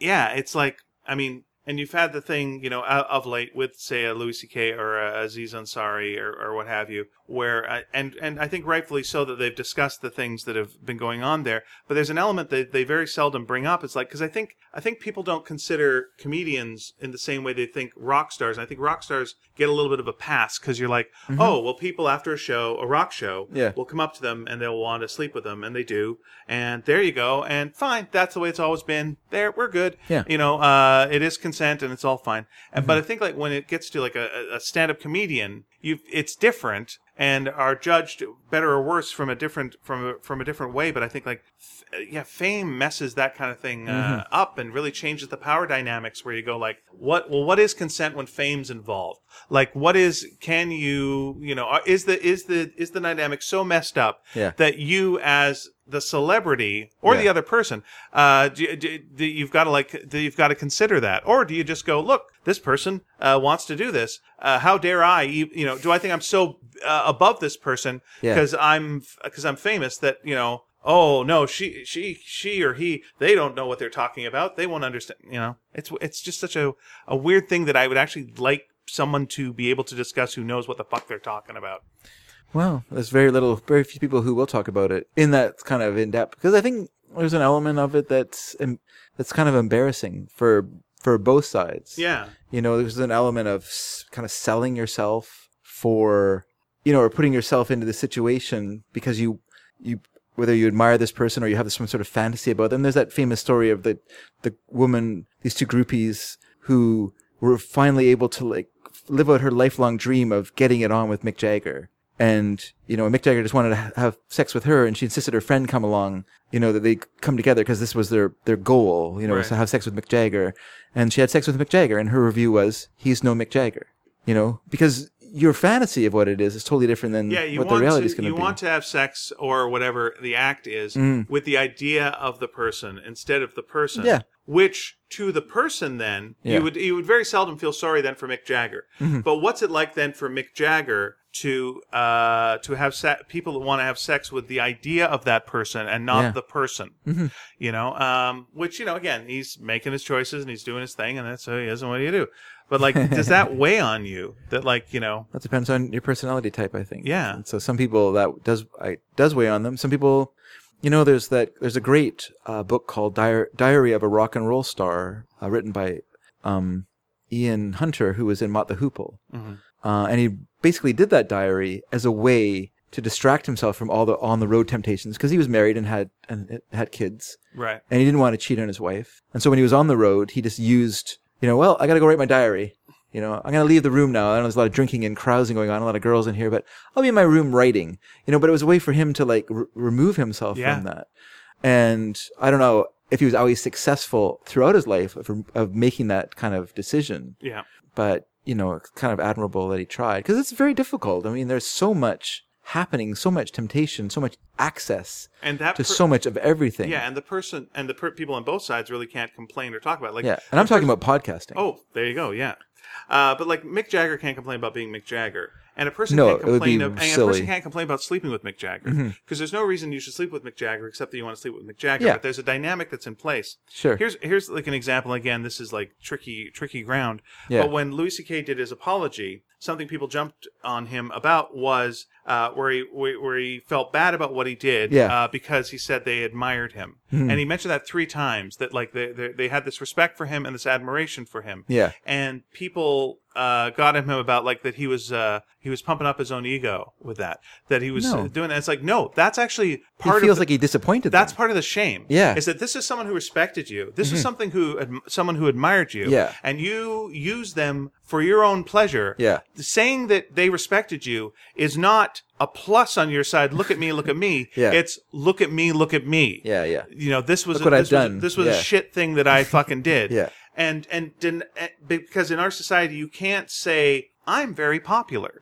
[SPEAKER 2] yeah it's like i mean and you've had the thing you know o- of late with say a louis ck or a aziz ansari or, or what have you where I, and and i think rightfully so that they've discussed the things that have been going on there but there's an element that they very seldom bring up it's like because i think i think people don't consider comedians in the same way they think rock stars and i think rock stars get a little bit of a pass because you're like oh well people after a show a rock show
[SPEAKER 1] Mm-hmm. Yeah.
[SPEAKER 2] will come up to them and they'll want to sleep with them and they do and there you go and fine that's the way it's always been there we're good
[SPEAKER 1] Yeah. Mm-hmm.
[SPEAKER 2] you know uh, it is consent and it's all fine And but i think like when it gets to like a, a- a stand-up comedian you it's different and are judged better or worse from a different from a, from a different way but i think like f- yeah fame messes that kind of thing uh, up and really changes the power dynamics where you go like what well what is consent when fame's involved like what is can you you know are- is the is the is the dynamic so messed up
[SPEAKER 1] Yeah.
[SPEAKER 2] that you as the celebrity or
[SPEAKER 1] Yeah.
[SPEAKER 2] the other person uh do, do, do you've got to like do, you've got to consider that or do you just go look this person uh, wants to do this uh, how dare i e- you know do i think i'm so uh, above this person
[SPEAKER 1] Yeah.
[SPEAKER 2] because i'm because i'm famous that you know oh no she she she or he they don't know what they're talking about they won't understand you know it's it's just such a a weird thing that i would actually like someone to be able to discuss who knows what the fuck they're talking about
[SPEAKER 1] Well, there's very little, very few people who will talk about it in that kind of in depth because I think there's an element of it that's em- that's kind of embarrassing for for both sides.
[SPEAKER 2] yeah
[SPEAKER 1] You know, there's an element of s- kind of selling yourself for, you know, or putting yourself into the situation because you, you, whether you admire this person or you have some sort of fantasy about them. There's that famous story of the, the woman, these two groupies who were finally able to like live out her lifelong dream of getting it on with Mick Jagger. and you know, Mick Jagger just wanted to ha- have sex with her, and she insisted her friend come along. You know that they come together because this was their their goal. You know, was
[SPEAKER 2] Right.
[SPEAKER 1] to have sex with Mick Jagger, and she had sex with Mick Jagger, and her review was, "He's no Mick Jagger." You know, because your fantasy of what it is is totally different than
[SPEAKER 2] Yeah, you
[SPEAKER 1] what the
[SPEAKER 2] want
[SPEAKER 1] reality
[SPEAKER 2] to,
[SPEAKER 1] is going
[SPEAKER 2] you
[SPEAKER 1] be. Mm.
[SPEAKER 2] want to have sex or whatever the act is with the idea of the person instead of the person.
[SPEAKER 1] Yeah.
[SPEAKER 2] Which to the person then
[SPEAKER 1] Yeah. Mm-hmm.
[SPEAKER 2] you would you would very seldom feel sorry then for Mick Jagger. But what's it like then for Mick Jagger to uh to have se- people that want to have sex with the idea of that person and not
[SPEAKER 1] Yeah. Mm-hmm.
[SPEAKER 2] the person. You know, um which you know again, he's making his choices and he's doing his thing and that's who he is and what do you do? But like does that weigh on you that like, you know,
[SPEAKER 1] That depends on your personality type, I think.
[SPEAKER 2] Yeah.
[SPEAKER 1] And so some people that does I, does weigh on them. Some people, you know, there's that there's a great uh, book called Diar- Diary of a Rock and Roll Star, uh, written by um, Ian Hunter, who was in Mott the Hoople,
[SPEAKER 2] Mhm.
[SPEAKER 1] uh, and he basically did that diary as a way to distract himself from all the on the road temptations because he was married and had and had kids
[SPEAKER 2] right.
[SPEAKER 1] and he didn't want to cheat on his wife. And so when he was on the road, he just used, you know, well, I got to go write my diary. You know, I'm going to leave the room now. I know there's a lot of drinking and carousing going on, a lot of girls in here, but I'll be in my room writing. You know, but it was a way for him to like r- remove himself
[SPEAKER 2] Yeah.
[SPEAKER 1] from that. And I don't know if he was always successful throughout his life of, of making that kind of decision,
[SPEAKER 2] Yeah.
[SPEAKER 1] but you know, it's kind of admirable that he tried because it's very difficult. I mean, there's so much happening, so much temptation, so much access
[SPEAKER 2] And that
[SPEAKER 1] to
[SPEAKER 2] per-
[SPEAKER 1] so much of everything.
[SPEAKER 2] Yeah, and the person and the per- people on both sides really can't complain or talk about it. like
[SPEAKER 1] Yeah, and I'm talking about podcasting.
[SPEAKER 2] oh there you go yeah, uh, but like Mick Jagger can't complain about being Mick Jagger, and a person
[SPEAKER 1] No,
[SPEAKER 2] can't
[SPEAKER 1] it would
[SPEAKER 2] complain
[SPEAKER 1] be
[SPEAKER 2] of, and a
[SPEAKER 1] silly. Mm-hmm.
[SPEAKER 2] person can't complain about sleeping with Mick Jagger because there's no reason you should sleep with Mick Jagger except that you want to sleep with Mick Jagger.
[SPEAKER 1] Yeah.
[SPEAKER 2] But there's a dynamic that's in place.
[SPEAKER 1] Sure.
[SPEAKER 2] Here's here's like an example again. This is like tricky tricky ground.
[SPEAKER 1] Yeah.
[SPEAKER 2] But when Louis C.K. did his apology, something people jumped on him about was uh, where he where, where he felt bad about what he did.
[SPEAKER 1] Yeah.
[SPEAKER 2] Uh, because he said they admired him,
[SPEAKER 1] Hmm.
[SPEAKER 2] and he mentioned that three times. That like they, they they had this respect for him and this admiration for him.
[SPEAKER 1] Yeah.
[SPEAKER 2] And people uh, got at him about like that he was uh, he was pumping up his own ego with that. That he was uh,
[SPEAKER 1] No.
[SPEAKER 2] doing. That. It's like no, that's actually
[SPEAKER 1] He
[SPEAKER 2] part
[SPEAKER 1] feels
[SPEAKER 2] of the,
[SPEAKER 1] like he disappointed.
[SPEAKER 2] that's
[SPEAKER 1] them.
[SPEAKER 2] part of the shame.
[SPEAKER 1] Yeah. Mm-hmm.
[SPEAKER 2] is that this is someone who respected you. This is something who adm- someone who admired you.
[SPEAKER 1] Yeah.
[SPEAKER 2] and you use them for your own pleasure.
[SPEAKER 1] Yeah.
[SPEAKER 2] saying that they respected you is not a plus on your side. Look at me, look at me.
[SPEAKER 1] Yeah.
[SPEAKER 2] it's look at me, look at me.
[SPEAKER 1] Yeah, yeah.
[SPEAKER 2] You know, this was
[SPEAKER 1] Look
[SPEAKER 2] a,
[SPEAKER 1] what I've
[SPEAKER 2] this was a-
[SPEAKER 1] done.
[SPEAKER 2] this was
[SPEAKER 1] Yeah.
[SPEAKER 2] a shit thing that I fucking did.
[SPEAKER 1] Yeah.
[SPEAKER 2] and and didn't eh, because in our society you can't say. I'm very popular.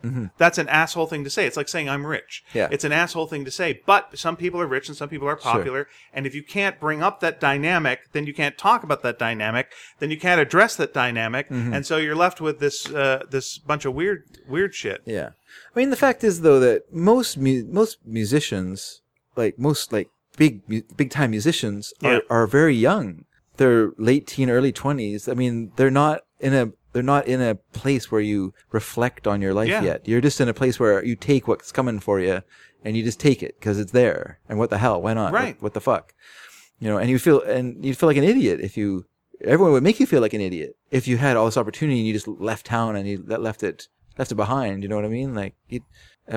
[SPEAKER 2] That's an asshole thing to say. It's like saying I'm rich.
[SPEAKER 1] Mm-hmm. Yeah.
[SPEAKER 2] It's an asshole thing to say, but some people are rich and some people are popular. And if you can't bring up that dynamic, then you can't talk about that dynamic. Then you can't address that dynamic,
[SPEAKER 1] Mm-hmm.
[SPEAKER 2] and so you're left with this uh, this bunch of weird weird shit.
[SPEAKER 1] Yeah. I mean, the fact is though that most mu- most musicians, like most like big mu- big time musicians,
[SPEAKER 2] Yeah.
[SPEAKER 1] are, are very young. They're late teen, early twenties. I mean, they're not in a they're not in a place where you reflect on your life
[SPEAKER 2] Yeah.
[SPEAKER 1] yet. You're just in a place where you take what's coming for you, and you just take it because it's there. And what the hell? Why not? What-
[SPEAKER 2] Right.
[SPEAKER 1] what the fuck? you know, and you feel and you'd feel like an idiot if you. Everyone would make you feel like an idiot if you had all this opportunity and you just left town and you le- left it left it behind. You know what I mean? Like, you,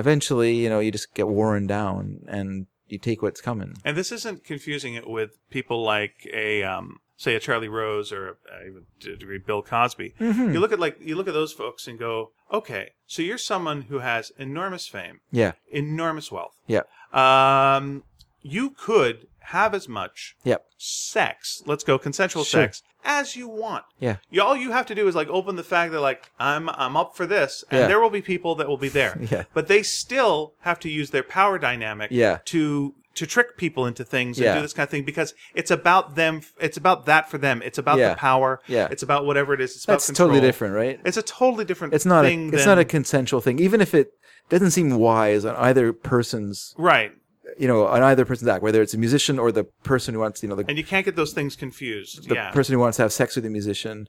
[SPEAKER 1] eventually, you know, you just get worn down and you take what's coming.
[SPEAKER 2] And this isn't confusing it with people like a um, say a Charlie Rose or uh, even to a degree Bill Cosby.
[SPEAKER 1] Hmm.
[SPEAKER 2] You look at like you look at those folks and go, okay, so you're someone who has enormous fame,
[SPEAKER 1] Yeah,
[SPEAKER 2] enormous wealth.
[SPEAKER 1] yeah,
[SPEAKER 2] Um, you could have as much
[SPEAKER 1] yeah,
[SPEAKER 2] sex. Let's go consensual
[SPEAKER 1] Sure.
[SPEAKER 2] sex as you want.
[SPEAKER 1] yeah,
[SPEAKER 2] You, all you have to do is like open the fact that like I'm I'm up for this, and
[SPEAKER 1] Yeah.
[SPEAKER 2] there will be people that will be there.
[SPEAKER 1] Yeah.
[SPEAKER 2] But they still have to use their power dynamic.
[SPEAKER 1] Yeah.
[SPEAKER 2] To to trick people into things
[SPEAKER 1] Yeah.
[SPEAKER 2] and do this kind of thing because it's about them. It's about that for them. It's about
[SPEAKER 1] Yeah.
[SPEAKER 2] the power.
[SPEAKER 1] Yeah.
[SPEAKER 2] It's about whatever it is. It's
[SPEAKER 1] That's
[SPEAKER 2] about control.
[SPEAKER 1] totally different, right?
[SPEAKER 2] It's a totally different.
[SPEAKER 1] It's not a
[SPEAKER 2] thing
[SPEAKER 1] it's
[SPEAKER 2] than-
[SPEAKER 1] not a consensual thing, even if it doesn't seem wise on either person's
[SPEAKER 2] right.
[SPEAKER 1] you know on either person's act, whether it's a musician or the person who wants you know the
[SPEAKER 2] And you can't get those things confused.
[SPEAKER 1] the
[SPEAKER 2] yeah.
[SPEAKER 1] person who wants to have sex with a musician,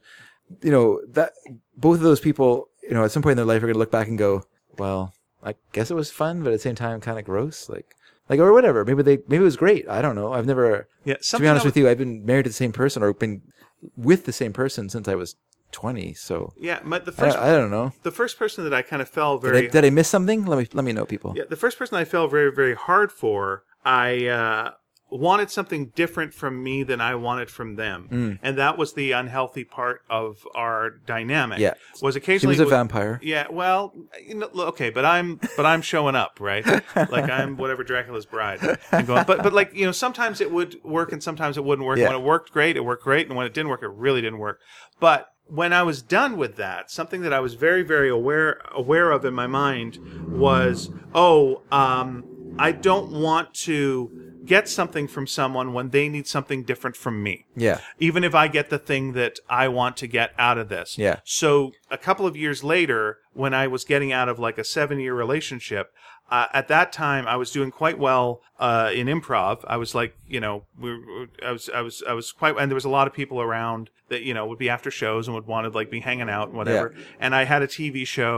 [SPEAKER 1] you know, that both of those people, you know, at some point in their life are going to look back and go, well, I guess it was fun, but at the same time, kind of gross, like, like or whatever. Maybe they, maybe it was great. I don't know. I've never,
[SPEAKER 2] yeah.
[SPEAKER 1] to be honest with you, I've been married to the same person or been with the same person since I was twenty. So
[SPEAKER 2] Yeah. My, the first
[SPEAKER 1] I, I don't know.
[SPEAKER 2] the first person that I kind of fell
[SPEAKER 1] Did I,
[SPEAKER 2] very
[SPEAKER 1] did I miss something? Let me let me know, people.
[SPEAKER 2] Yeah, the first person I fell very, very hard for, I uh, wanted something different from me than I wanted from them,
[SPEAKER 1] Mm.
[SPEAKER 2] and that was the unhealthy part of our dynamic.
[SPEAKER 1] Yeah.
[SPEAKER 2] was
[SPEAKER 1] He
[SPEAKER 2] occasionally
[SPEAKER 1] was a
[SPEAKER 2] it would-
[SPEAKER 1] vampire.
[SPEAKER 2] yeah, well, you know, look, okay, but I'm but I'm showing up, right? Like I'm whatever Dracula's bride. And going, but but like you know, sometimes it would work and sometimes it wouldn't work.
[SPEAKER 1] Yeah.
[SPEAKER 2] When it worked, great, it worked great, and when it didn't work, it really didn't work. But when I was done with that, something that I was very very aware aware of in my mind was, oh, um, I don't want to get something from someone when they need something different from me
[SPEAKER 1] Yeah.
[SPEAKER 2] even if I get the thing that I want to get out of this.
[SPEAKER 1] Yeah.
[SPEAKER 2] So a couple of years later, when I was getting out of like a seven year relationship, uh, at that time I was doing quite well uh, in improv. I was like, you know, we, we- I was, I was, I was quite, and there was a lot of people around that you know would be after shows and would want to like be hanging out and whatever. And I had a TV show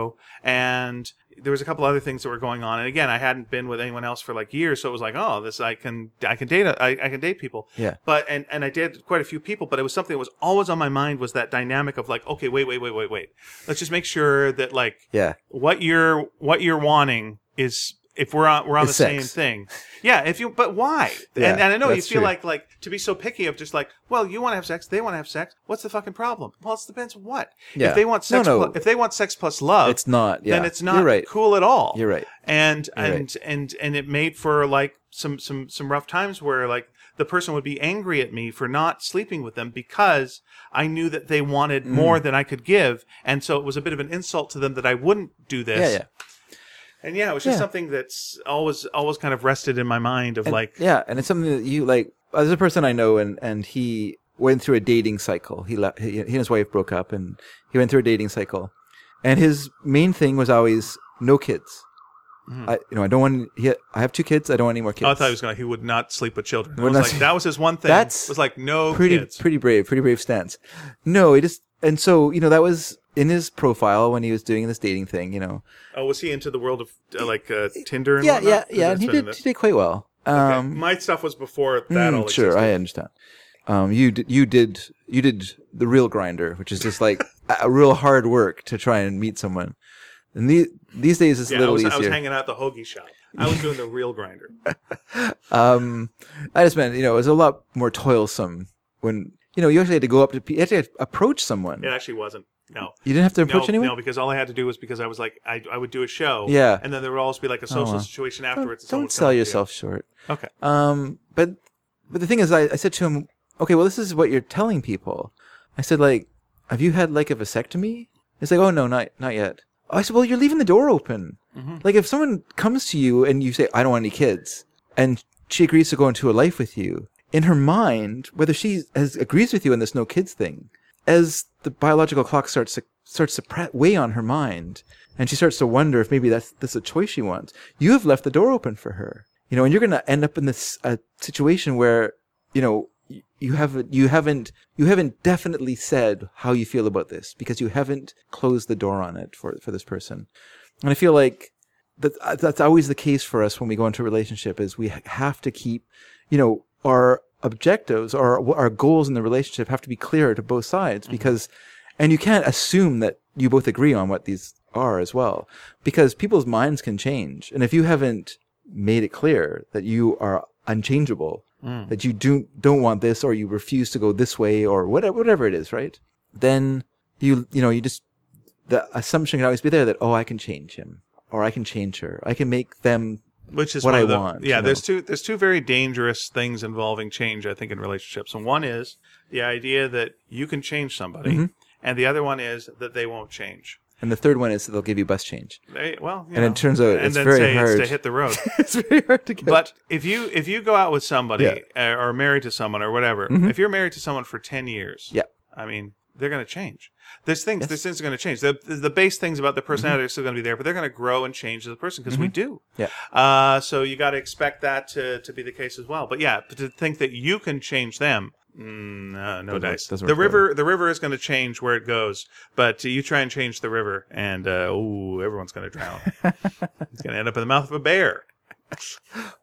[SPEAKER 2] and. There was a couple other things that were going on, and again, I hadn't been with anyone else for like years, so it was like, oh, this I can I can date I, I can date people
[SPEAKER 1] Yeah.
[SPEAKER 2] but and and I did quite a few people, but it was something that was always on my mind was that dynamic of like, okay, wait, wait, wait, wait, wait. Let's just make sure that like
[SPEAKER 1] Yeah.
[SPEAKER 2] what you're what you're wanting is if we're on we're on
[SPEAKER 1] Is
[SPEAKER 2] the
[SPEAKER 1] sex.
[SPEAKER 2] same thing. Yeah, if you but why?
[SPEAKER 1] Yeah,
[SPEAKER 2] and, and I know you
[SPEAKER 1] that's
[SPEAKER 2] feel
[SPEAKER 1] true.
[SPEAKER 2] like like to be so picky of just like, well, you want to have sex, they want to have sex. What's the fucking problem? Well, it depends what.
[SPEAKER 1] Yeah.
[SPEAKER 2] If they want
[SPEAKER 1] No,
[SPEAKER 2] sex
[SPEAKER 1] no.
[SPEAKER 2] plu- if they want sex plus love,
[SPEAKER 1] It's not. Yeah.
[SPEAKER 2] then it's not
[SPEAKER 1] You're right.
[SPEAKER 2] cool at all
[SPEAKER 1] You're right.
[SPEAKER 2] and
[SPEAKER 1] You're
[SPEAKER 2] and and and it made for like some some some rough times where like the person would be angry at me for not sleeping with them because I knew that they wanted
[SPEAKER 1] Mm.
[SPEAKER 2] more than I could give, and so it was a bit of an insult to them that I wouldn't do this.
[SPEAKER 1] Yeah. Yeah.
[SPEAKER 2] And yeah, it was just
[SPEAKER 1] Yeah.
[SPEAKER 2] something that's always always kind of rested in my mind of like
[SPEAKER 1] yeah and it's something that you like there's a person i know and and he went through a dating cycle he left he, he and his wife broke up and he went through a dating cycle and his main thing was always no kids i you know i don't want he, i have two kids Mm-hmm. Oh, i don't want any more kids
[SPEAKER 2] oh, I thought he was going. to He would not sleep with children. I
[SPEAKER 1] Would
[SPEAKER 2] was
[SPEAKER 1] not
[SPEAKER 2] like,
[SPEAKER 1] sleep-
[SPEAKER 2] that was his one thing.
[SPEAKER 1] That's
[SPEAKER 2] was like no
[SPEAKER 1] pretty
[SPEAKER 2] kids.
[SPEAKER 1] pretty brave pretty brave stance no it just and so you know that was in his profile when he was doing this dating thing you know
[SPEAKER 2] oh, was he into the world of uh, like uh, Tinder? And
[SPEAKER 1] yeah
[SPEAKER 2] whatnot?
[SPEAKER 1] yeah
[SPEAKER 2] Is
[SPEAKER 1] yeah
[SPEAKER 2] that
[SPEAKER 1] and he
[SPEAKER 2] sort of
[SPEAKER 1] did
[SPEAKER 2] the-
[SPEAKER 1] he did quite well
[SPEAKER 2] Okay.
[SPEAKER 1] um
[SPEAKER 2] My stuff was before that.
[SPEAKER 1] Mm,
[SPEAKER 2] all
[SPEAKER 1] sure,
[SPEAKER 2] existed.
[SPEAKER 1] I understand. Um, you d- you did you did the real grinder, which is just like a- a real hard work to try and meet someone. And these these days it's a
[SPEAKER 2] Yeah, I
[SPEAKER 1] little
[SPEAKER 2] was, I was
[SPEAKER 1] easier.
[SPEAKER 2] hanging out at the hoagie shop. I was doing the real grinder.
[SPEAKER 1] um, I just meant you know it was a lot more toilsome when you know you actually had to go up to pe- you had to approach someone.
[SPEAKER 2] It actually wasn't. No.
[SPEAKER 1] You didn't have to approach
[SPEAKER 2] no,
[SPEAKER 1] anyone.
[SPEAKER 2] no, because all I had to do was because I was like, I, I would do a show.
[SPEAKER 1] Yeah.
[SPEAKER 2] And then there would always be like a social
[SPEAKER 1] well.
[SPEAKER 2] situation
[SPEAKER 1] Don't-
[SPEAKER 2] afterwards. and
[SPEAKER 1] Don't,
[SPEAKER 2] someone would come
[SPEAKER 1] sell
[SPEAKER 2] up to you.
[SPEAKER 1] yourself short.
[SPEAKER 2] Okay.
[SPEAKER 1] Um, but but the thing is, I, I said to him, okay, well, this is what you're telling people. I said, like, have you had like a vasectomy? He's like, oh no, not not yet. I said, well, you're leaving the door open. Like, if someone comes to you and you say, I don't want any kids, and she agrees to go into a life with you, in her mind, whether she has agrees with you on this no kids thing, as the biological clock starts to starts to pre- weigh on her mind, and she starts to wonder if maybe that's that's a choice she wants. You have left the door open for her, you know, and you're going to end up in this uh, situation where you know y- you haven't you haven't you haven't definitely said how you feel about this because you haven't closed the door on it for for this person, and I feel like that uh, that's always the case for us when we go into a relationship is we ha- have to keep you know our objectives our our goals in the relationship have to be clear to both sides because and you can't assume that you both agree on what these are as well because people's minds can change and if you haven't made it clear that you are unchangeable that you do don't want this or you refuse to go this way or whatever whatever it is right then you you know you just the assumption can always be there that oh I can change him or I can change her. I can make them
[SPEAKER 2] Which is
[SPEAKER 1] what
[SPEAKER 2] one
[SPEAKER 1] I
[SPEAKER 2] of the-
[SPEAKER 1] want,
[SPEAKER 2] Yeah,
[SPEAKER 1] you know.
[SPEAKER 2] there's two there's two very dangerous things involving change, I think, in relationships. And one is the idea that you can change somebody,
[SPEAKER 1] Mm-hmm.
[SPEAKER 2] and the other one is that they won't change.
[SPEAKER 1] and the third one is that they'll give you bus change.
[SPEAKER 2] They, well, you
[SPEAKER 1] And it
[SPEAKER 2] know,
[SPEAKER 1] turns out
[SPEAKER 2] and
[SPEAKER 1] it's
[SPEAKER 2] then
[SPEAKER 1] very
[SPEAKER 2] say
[SPEAKER 1] hard.
[SPEAKER 2] it's to hit the road.
[SPEAKER 1] it's very hard to get.
[SPEAKER 2] But if you if you go out with somebody uh, or married to someone or whatever, if you're married to someone for ten years,
[SPEAKER 1] Mm-hmm. Yeah.
[SPEAKER 2] I mean they're going to change. There's things there's things are going to change. The, the the base things about
[SPEAKER 1] Mm-hmm.
[SPEAKER 2] the personality are still going to be there, but they're going to grow and change as a person because we do.
[SPEAKER 1] Yeah.
[SPEAKER 2] Uh, so you got to expect that to to be the case as well. But yeah, but to think that you can change them. Mm, uh, no
[SPEAKER 1] Doesn't work-
[SPEAKER 2] dice.
[SPEAKER 1] doesn't
[SPEAKER 2] the
[SPEAKER 1] work that way.
[SPEAKER 2] river, the river is going to change where it goes, but you try and change the river, and uh, oh, everyone's going to drown. it's going to end up in the mouth of a bear.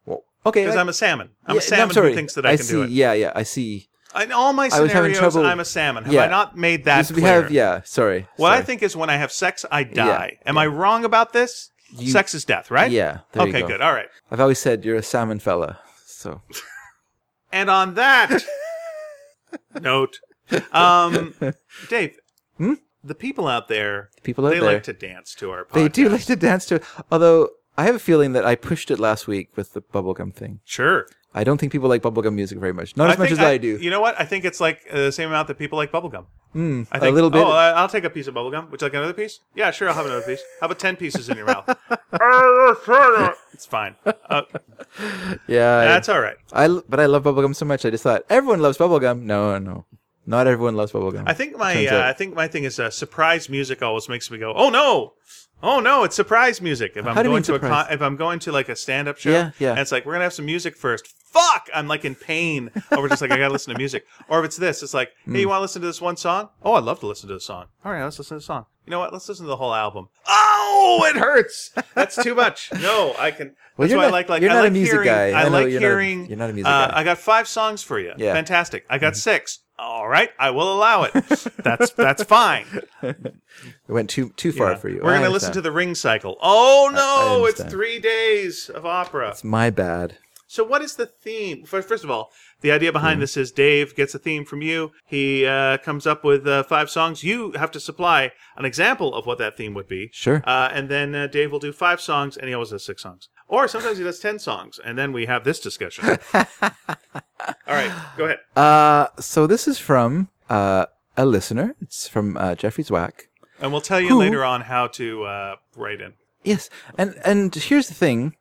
[SPEAKER 1] Well, okay,
[SPEAKER 2] Because
[SPEAKER 1] I-
[SPEAKER 2] I'm a salmon. I'm
[SPEAKER 1] yeah,
[SPEAKER 2] a
[SPEAKER 1] no,
[SPEAKER 2] salmon
[SPEAKER 1] sorry.
[SPEAKER 2] who thinks that I, can
[SPEAKER 1] see,
[SPEAKER 2] do it.
[SPEAKER 1] Yeah, yeah, I see.
[SPEAKER 2] In all my
[SPEAKER 1] I was having
[SPEAKER 2] scenarios,
[SPEAKER 1] trouble-
[SPEAKER 2] I'm a salmon. Have
[SPEAKER 1] Yeah.
[SPEAKER 2] I not made that
[SPEAKER 1] So
[SPEAKER 2] clear?
[SPEAKER 1] we have yeah. Sorry.
[SPEAKER 2] What
[SPEAKER 1] sorry.
[SPEAKER 2] I think is when I have sex, I die. Am I wrong about this?
[SPEAKER 1] You-
[SPEAKER 2] sex is death, right?
[SPEAKER 1] Yeah. There you
[SPEAKER 2] Okay,
[SPEAKER 1] go.
[SPEAKER 2] good. All right.
[SPEAKER 1] I've always said you're a salmon fella. So
[SPEAKER 2] And on that note, um, Dave,
[SPEAKER 1] Hmm?
[SPEAKER 2] the people out there,
[SPEAKER 1] People out
[SPEAKER 2] they
[SPEAKER 1] there.
[SPEAKER 2] like to dance to our podcast.
[SPEAKER 1] They do like to dance to it. Although I have a feeling that I pushed it last week with the bubblegum thing.
[SPEAKER 2] Sure.
[SPEAKER 1] I don't think people like bubblegum music very much. Not as much
[SPEAKER 2] think
[SPEAKER 1] as I do.
[SPEAKER 2] You know what? I think it's like uh, the same amount that people like bubblegum.
[SPEAKER 1] Mm,
[SPEAKER 2] I think,
[SPEAKER 1] a little bit.
[SPEAKER 2] Oh, I- I'll take a piece of bubblegum. Would you like another piece? Yeah, sure. I'll have another piece. How about 10 pieces in your mouth? it's fine. Uh,
[SPEAKER 1] yeah. I-
[SPEAKER 2] that's all right.
[SPEAKER 1] I, l- but I love bubblegum so much. I just thought everyone loves bubblegum. No, no. Not everyone loves bubblegum.
[SPEAKER 2] I think my
[SPEAKER 1] Turns
[SPEAKER 2] uh,
[SPEAKER 1] out-
[SPEAKER 2] I think my thing is uh, surprise music always makes me go, oh no, oh no, it's surprise music. If I'm
[SPEAKER 1] How do you mean
[SPEAKER 2] going to a con-
[SPEAKER 1] surprise?
[SPEAKER 2] if I'm going to like a stand up show,
[SPEAKER 1] Yeah, yeah.
[SPEAKER 2] and it's like we're gonna have some music first. Fuck, I'm like in pain over just like I gotta listen to music. Or if it's this, it's like, hey,
[SPEAKER 1] Mm.
[SPEAKER 2] you want to listen to this one song? Oh, I'd love to listen to this song. All right, let's listen to the song. You know what? Let's listen to the whole album. Oh, it hurts. That's too much. No, I can.
[SPEAKER 1] Well,
[SPEAKER 2] that's
[SPEAKER 1] you're
[SPEAKER 2] why I
[SPEAKER 1] not-
[SPEAKER 2] like like
[SPEAKER 1] you're
[SPEAKER 2] I
[SPEAKER 1] not a
[SPEAKER 2] like
[SPEAKER 1] music
[SPEAKER 2] hearing,
[SPEAKER 1] guy.
[SPEAKER 2] I
[SPEAKER 1] I know
[SPEAKER 2] like
[SPEAKER 1] you're not a-
[SPEAKER 2] hearing.
[SPEAKER 1] you're not a music
[SPEAKER 2] uh,
[SPEAKER 1] guy.
[SPEAKER 2] I got five songs for you.
[SPEAKER 1] Yeah. Mm-hmm.
[SPEAKER 2] Fantastic. I got six. All right, I will allow it. That's that's fine.
[SPEAKER 1] it went too too far for you.
[SPEAKER 2] We're
[SPEAKER 1] I
[SPEAKER 2] going to listen to
[SPEAKER 1] understand.
[SPEAKER 2] the ring cycle. Oh no, it's
[SPEAKER 1] understand.
[SPEAKER 2] 3 days of opera.
[SPEAKER 1] It's my bad.
[SPEAKER 2] So what is the theme? Fir- First of all, the idea
[SPEAKER 1] Mm-hmm.
[SPEAKER 2] behind this is Dave gets a theme from you. He uh, comes up with uh, five songs. You have to supply an example of what that theme would be.
[SPEAKER 1] Sure.
[SPEAKER 2] Uh, and then uh, Dave will do five songs, and he always does six songs. Or sometimes he does ten songs, and then we have this discussion. all right, go ahead.
[SPEAKER 1] Uh, so this is from uh, a listener. It's from uh, Jeffrey's Whack.
[SPEAKER 2] And we'll tell you
[SPEAKER 1] Who-
[SPEAKER 2] later on how to uh, write in.
[SPEAKER 1] Yes, and and here's the thing.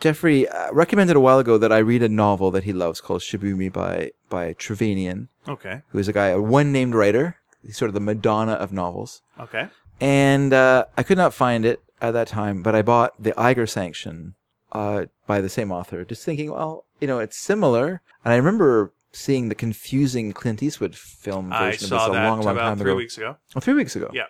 [SPEAKER 1] Jeffrey uh, recommended a while ago that I read a novel that he loves called Shibumi by by Trevanian,
[SPEAKER 2] Okay.
[SPEAKER 1] who is a guy, a one-named writer. He's sort of the Madonna of novels.
[SPEAKER 2] Okay.
[SPEAKER 1] and uh, I could not find it at that time. But I bought the Iger Sanction uh, by the same author, just thinking, well, you know, it's similar. And I remember seeing the confusing Clint Eastwood film version
[SPEAKER 2] I
[SPEAKER 1] of this
[SPEAKER 2] saw
[SPEAKER 1] a
[SPEAKER 2] that
[SPEAKER 1] long, long
[SPEAKER 2] about
[SPEAKER 1] time
[SPEAKER 2] three
[SPEAKER 1] ago.
[SPEAKER 2] weeks ago.
[SPEAKER 1] Oh, three weeks ago.
[SPEAKER 2] Yeah.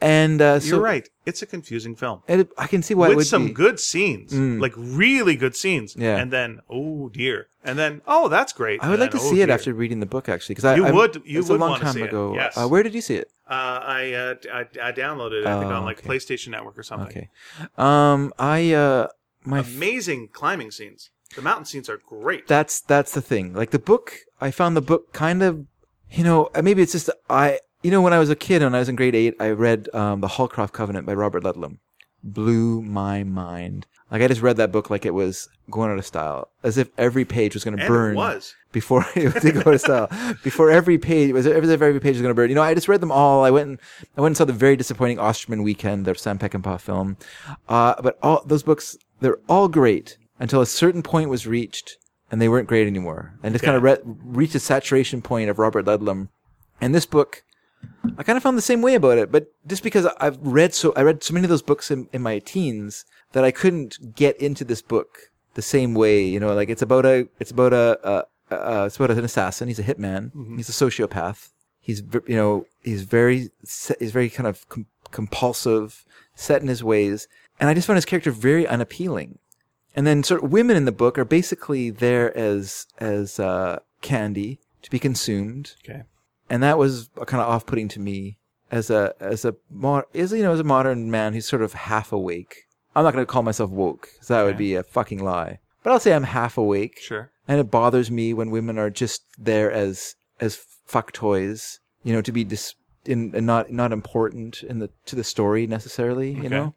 [SPEAKER 1] And uh, so
[SPEAKER 2] You're right. It's a confusing film.
[SPEAKER 1] it- I can see why it
[SPEAKER 2] with
[SPEAKER 1] would
[SPEAKER 2] some
[SPEAKER 1] be.
[SPEAKER 2] good scenes,
[SPEAKER 1] Mm.
[SPEAKER 2] like really good scenes.
[SPEAKER 1] Yeah.
[SPEAKER 2] And then, oh dear. And then, oh, that's great.
[SPEAKER 1] I would
[SPEAKER 2] And
[SPEAKER 1] like
[SPEAKER 2] then,
[SPEAKER 1] to
[SPEAKER 2] "Oh,
[SPEAKER 1] see it
[SPEAKER 2] dear."
[SPEAKER 1] after reading the book, actually, because I
[SPEAKER 2] You
[SPEAKER 1] I'm-
[SPEAKER 2] would- you
[SPEAKER 1] it's
[SPEAKER 2] would
[SPEAKER 1] a long
[SPEAKER 2] wanna
[SPEAKER 1] time
[SPEAKER 2] see it,
[SPEAKER 1] ago.
[SPEAKER 2] yes.
[SPEAKER 1] Uh, where did you see it?
[SPEAKER 2] Uh, I, uh, d- I I downloaded it. I think
[SPEAKER 1] Oh,
[SPEAKER 2] on like
[SPEAKER 1] okay.
[SPEAKER 2] PlayStation Network or something.
[SPEAKER 1] Okay, um, I uh, my f-
[SPEAKER 2] Amazing climbing scenes. The mountain scenes are great.
[SPEAKER 1] that's that's the thing. Like the book, I found the book kind of, you know, uh, maybe it's just I, you know, when I was a kid, when I was in grade eight, I read um, the Hallcroft Covenant by Robert Ludlum, blew my mind. Like I just read that book like it was going out of style, as if every page was going to
[SPEAKER 2] and
[SPEAKER 1] burn
[SPEAKER 2] it was.
[SPEAKER 1] before it did go out of style. Before every page was every every page was going to burn. You know, I just read them all. I went and I went and saw the very disappointing Osterman Weekend, their Sam Peckinpah film. Uh, but all those books, they're all great until a certain point was reached, and they weren't great anymore. And just kind of re- reached a saturation point of Robert Ludlum. And this book, I kind of found the same way about it, but just because I've read so I read so many of those books in, in my teens that I couldn't get into this book the same way. You know, like it's about a it's about a, a, a it's about an assassin. He's a hitman. He's a sociopath. He's v- you know he's very se- he's very kind of com- compulsive, set in his ways, and I just found his character very unappealing. And then sort of women in the book are basically there as as uh, candy to be consumed
[SPEAKER 2] Okay.
[SPEAKER 1] and that was kind of off-putting to me as a as a mod, as you know as a modern man who's sort of half awake. I'm not going to call myself woke because that would
[SPEAKER 2] Okay.
[SPEAKER 1] be a fucking lie. But I'll say I'm half awake,
[SPEAKER 2] Sure.
[SPEAKER 1] and it bothers me when women are just there as as fuck toys, you know, to be dis in, and not not important in the to the story necessarily,
[SPEAKER 2] Okay.
[SPEAKER 1] you know.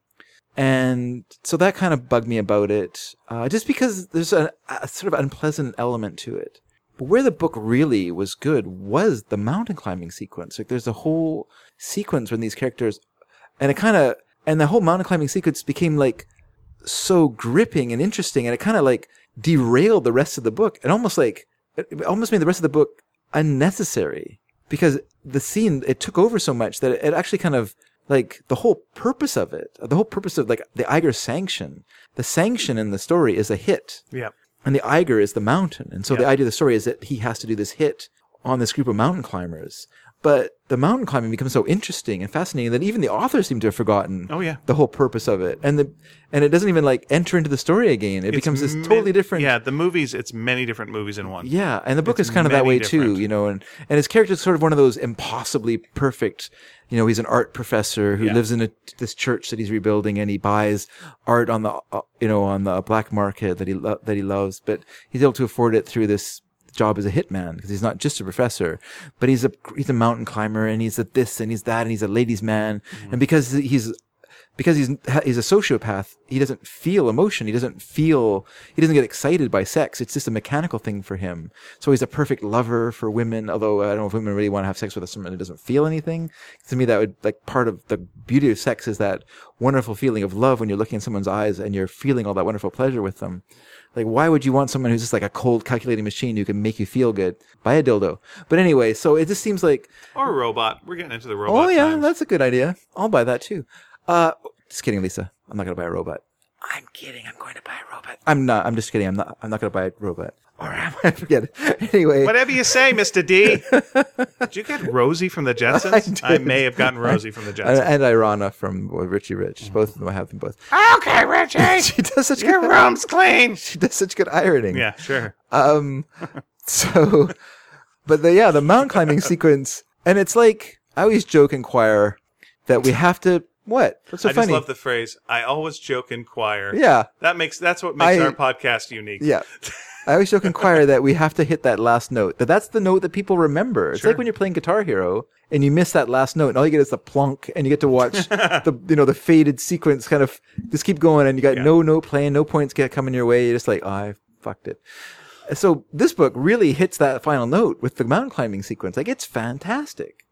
[SPEAKER 1] And so that kind of bugged me about it, uh, just because there's a, a sort of unpleasant element to it. But where the book really was good was the mountain climbing sequence. Like there's a whole sequence when these characters, and it kind of, and the whole mountain climbing sequence became like so gripping and interesting, and it kind of like derailed the rest of the book. It almost like, it it almost made the rest of the book unnecessary because the scene it took over so much that it actually kind of like the whole purpose of it, the whole purpose of like the Iger sanction, the sanction in the story is a hit
[SPEAKER 2] Yeah.
[SPEAKER 1] and the Eiger is the mountain. And so the
[SPEAKER 2] Yeah.
[SPEAKER 1] idea of the story is that he has to do this hit on this group of mountain climbers. But the mountain climbing becomes so interesting and fascinating that even the author seemed to have forgotten
[SPEAKER 2] Oh, yeah.
[SPEAKER 1] the whole purpose of it. And the and it doesn't even like enter into the story again. It becomes this
[SPEAKER 2] It's min-
[SPEAKER 1] totally different
[SPEAKER 2] Yeah, the movies. It's many different movies in one.
[SPEAKER 1] yeah, and the book
[SPEAKER 2] It's
[SPEAKER 1] is kind of that
[SPEAKER 2] many
[SPEAKER 1] way
[SPEAKER 2] different.
[SPEAKER 1] too, you know, and and his character is sort of one of those impossibly perfect, you know, he's an art professor who
[SPEAKER 2] Yeah.
[SPEAKER 1] lives in a, this church that he's rebuilding and he buys art on the uh, you know, on the black market that he lo- that he loves, but he's able to afford it through this job as a hitman because he's not just a professor, but he's a he's a mountain climber and he's a this and he's that and he's a ladies man.
[SPEAKER 2] Mm-hmm.
[SPEAKER 1] And because he's because he's he's a sociopath, he doesn't feel emotion. He doesn't feel he doesn't get excited by sex. It's just a mechanical thing for him. So he's a perfect lover for women. Although I don't know if women really want to have sex with someone who doesn't feel anything. To me, that would like part of the beauty of sex is that wonderful feeling of love when you're looking in someone's eyes and you're feeling all that wonderful pleasure with them. Like, why would you want someone who's just like a cold, calculating machine who can make you feel good? Buy a dildo. But anyway, so it just seems like,
[SPEAKER 2] Or a robot. We're getting into the robot.
[SPEAKER 1] oh yeah,
[SPEAKER 2] times.
[SPEAKER 1] that's a good idea. I'll buy that too. Uh, just kidding, Lisa. I'm not gonna buy a robot. I'm kidding. I'm going to buy a robot. I'm not. I'm just kidding. I'm not. I'm not gonna buy a robot. Or am I? Forget it. Anyway,
[SPEAKER 2] Whatever you say, Mr. D. Did you get Rosie from the Jetsons? I,
[SPEAKER 1] did.
[SPEAKER 2] may have gotten Rosie from the
[SPEAKER 1] and,
[SPEAKER 2] Jetsons.
[SPEAKER 1] and Irana from well, Richie Rich. Both of them. I have them both.
[SPEAKER 2] okay, Richie.
[SPEAKER 1] She does such
[SPEAKER 2] Your
[SPEAKER 1] good.
[SPEAKER 2] room's clean.
[SPEAKER 1] She does such good ironing.
[SPEAKER 2] Yeah, sure.
[SPEAKER 1] Um, so, but the, yeah, the mountain climbing sequence, and it's like I always joke in choir that we have to what? What's so
[SPEAKER 2] I just
[SPEAKER 1] funny?
[SPEAKER 2] love the phrase. I always joke in choir.
[SPEAKER 1] yeah,
[SPEAKER 2] That makes that's what makes
[SPEAKER 1] I-
[SPEAKER 2] our podcast unique.
[SPEAKER 1] yeah. I always joke in choir that we have to hit that last note. That that's the note that people remember. It's
[SPEAKER 2] Sure.
[SPEAKER 1] like when you're playing Guitar Hero and you miss that last note, and all you get is the plonk, and you get to watch the you know the faded sequence kind of just keep going, and you got
[SPEAKER 2] Yeah.
[SPEAKER 1] no note playing, no points get coming your way. You're just like, oh, I fucked it. So this book really hits that final note with the mountain climbing sequence. Like it's fantastic.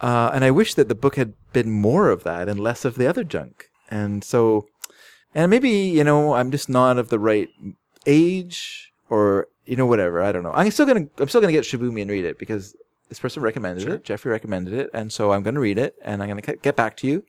[SPEAKER 1] Uh, and I wish that the book had been more of that and less of the other junk. And so, and maybe, you know, I'm just not of the right age or, you know, whatever. I don't know. I'm still going to, I'm still going to get Shibumi and read it because this person recommended it. Jeffrey recommended it. And so I'm going to read it and I'm going to get back to you.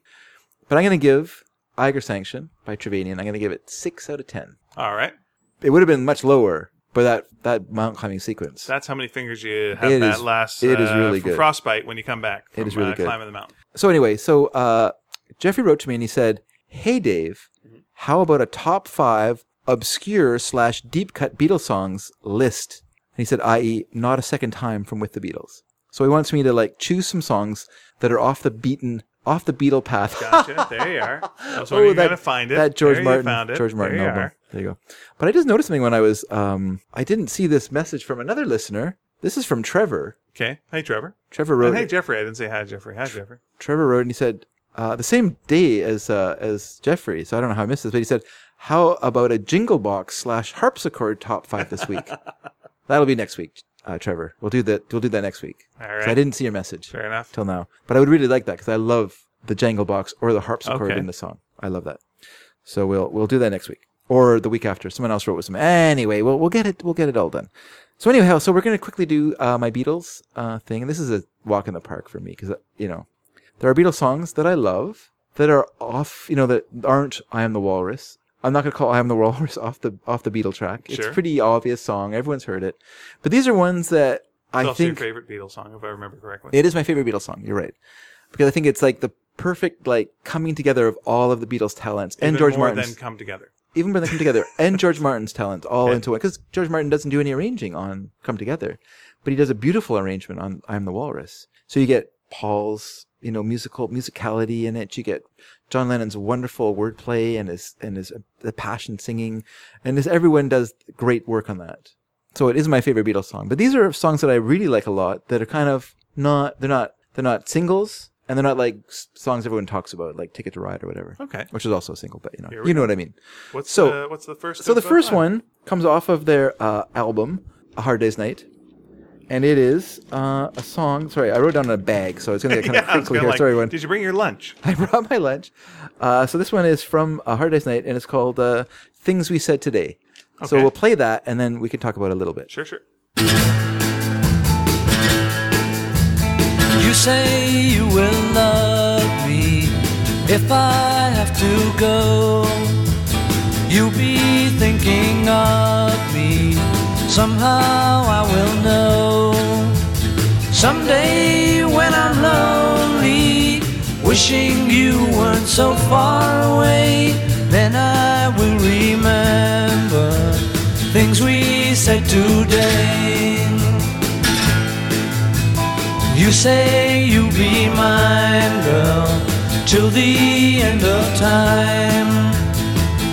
[SPEAKER 1] But I'm going to give Iger Sanction by Trevanian. I'm going to give it six out of 10.
[SPEAKER 2] All right.
[SPEAKER 1] It would have been much lower, but that, that mountain climbing sequence.
[SPEAKER 2] That's how many fingers you have
[SPEAKER 1] It
[SPEAKER 2] that
[SPEAKER 1] is-
[SPEAKER 2] last.
[SPEAKER 1] it is
[SPEAKER 2] uh,
[SPEAKER 1] really
[SPEAKER 2] from
[SPEAKER 1] good.
[SPEAKER 2] Frostbite when you come back. From,
[SPEAKER 1] is really
[SPEAKER 2] uh,
[SPEAKER 1] good.
[SPEAKER 2] Climbing the mountain.
[SPEAKER 1] So anyway, so uh, Jeffrey wrote to me and he said, "Hey Dave,
[SPEAKER 2] Mm-hmm.
[SPEAKER 1] how about a top five obscure slash deep cut Beatles songs list?" And he said, "I.e., not a second time from with the Beatles." So he wants me to like choose some songs that are off the beaten, off the Beatle path.
[SPEAKER 2] Gotcha. there you are. I was wondering if you
[SPEAKER 1] Oh, that-
[SPEAKER 2] to find it.
[SPEAKER 1] That George
[SPEAKER 2] There you
[SPEAKER 1] Martin,
[SPEAKER 2] found it.
[SPEAKER 1] George Martin
[SPEAKER 2] There you
[SPEAKER 1] album.
[SPEAKER 2] are.
[SPEAKER 1] There you go. But I just noticed something when I was, um, I didn't see this message from another listener. This is from Trevor.
[SPEAKER 2] Okay. Hey, Trevor.
[SPEAKER 1] Trevor wrote.
[SPEAKER 2] And Oh, hey, Jeffrey. I didn't say hi, Jeffrey. Hi, Jeffrey.
[SPEAKER 1] Trevor wrote and he said uh, the same day as uh, as Jeffrey, so I don't know how I missed this, but he said, "How about a jingle box slash harpsichord top five this week? That'll be next week, uh, Trevor. We'll do that. We'll do that next week."
[SPEAKER 2] All
[SPEAKER 1] So I
[SPEAKER 2] right.
[SPEAKER 1] didn't see your message
[SPEAKER 2] Fair enough.
[SPEAKER 1] till now, but I would really like that because I love the jangle box or the harpsichord
[SPEAKER 2] Okay.
[SPEAKER 1] in the song. I love that. So we'll we'll do that next week or the week after. Someone else wrote with some. Anyway, we'll we'll get it we'll get it all done. So anyhow, so we're gonna quickly do uh, my Beatles uh, thing, and this is a walk in the park for me because you know there are Beatles songs that I love that are off, you know, that aren't "I Am the Walrus." I'm not gonna call "I Am the Walrus" off the off the Beatle track. It's
[SPEAKER 2] Sure.
[SPEAKER 1] a pretty obvious song; everyone's heard it. But these are ones that
[SPEAKER 2] It's
[SPEAKER 1] I
[SPEAKER 2] also
[SPEAKER 1] think
[SPEAKER 2] your favorite Beatles song, if I remember correctly.
[SPEAKER 1] it is my favorite Beatles song. You're right, because I think it's like the perfect like coming together of all of the Beatles' talents and
[SPEAKER 2] Even
[SPEAKER 1] George
[SPEAKER 2] more
[SPEAKER 1] Martin's,
[SPEAKER 2] than come together.
[SPEAKER 1] even when they come together, and George Martin's talents all
[SPEAKER 2] Okay.
[SPEAKER 1] into one. Because George Martin doesn't do any arranging on "Come Together," but he does a beautiful arrangement on "I'm the Walrus." So you get Paul's you know musical musicality in it. You get John Lennon's wonderful wordplay and his and his uh, the passion singing, and this everyone does great work on that. So it is my favorite Beatles song. But these are songs that I really like a lot that are kind of not they're not they're not singles and they're not like s- songs everyone talks about like Ticket to Ride or whatever.
[SPEAKER 2] Okay.
[SPEAKER 1] Which is also a single, but you know,
[SPEAKER 2] Here we
[SPEAKER 1] you know what I mean.
[SPEAKER 2] What's
[SPEAKER 1] So-
[SPEAKER 2] the, what's the first?
[SPEAKER 1] So the
[SPEAKER 2] of
[SPEAKER 1] first
[SPEAKER 2] five?
[SPEAKER 1] one comes off of their uh, album, A Hard Day's Night, and it is uh, a song. Sorry, I wrote down in a bag, so it's going to get kind
[SPEAKER 2] Yeah,
[SPEAKER 1] of
[SPEAKER 2] I was
[SPEAKER 1] crinkly
[SPEAKER 2] gonna
[SPEAKER 1] here.
[SPEAKER 2] like,
[SPEAKER 1] sorry, everyone.
[SPEAKER 2] Did you bring your lunch?
[SPEAKER 1] I brought my lunch. Uh, so this one is from A Hard Day's Night, and it's called uh, "Things We Said Today." So
[SPEAKER 2] Okay.
[SPEAKER 1] we'll play that, and then we can talk about it a little bit.
[SPEAKER 2] Sure, sure.
[SPEAKER 3] You say you will love me if I have to go. You'll be thinking of me. Somehow I will know. Someday when I'm lonely, wishing you weren't so far away, then I will remember things we said today. You say you'll be mine, girl, till the end of time.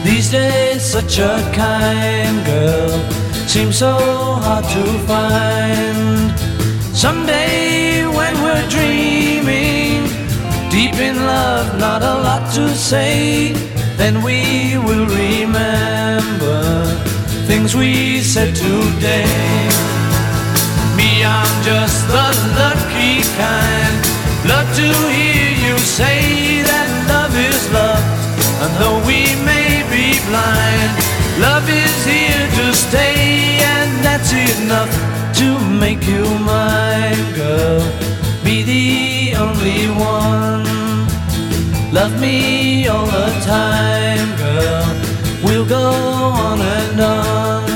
[SPEAKER 3] These days, such a kind girl, seems so hard to find. Someday when we're dreaming, deep in love, not a lot to say, then we will remember things we said today. Me, I'm just the lucky kind. Love to hear you say that love is love. And though we may be blind, love is here to stay, and that's enough to make you mine, girl. Be the only one. Love me all the time, girl. We'll go on and on.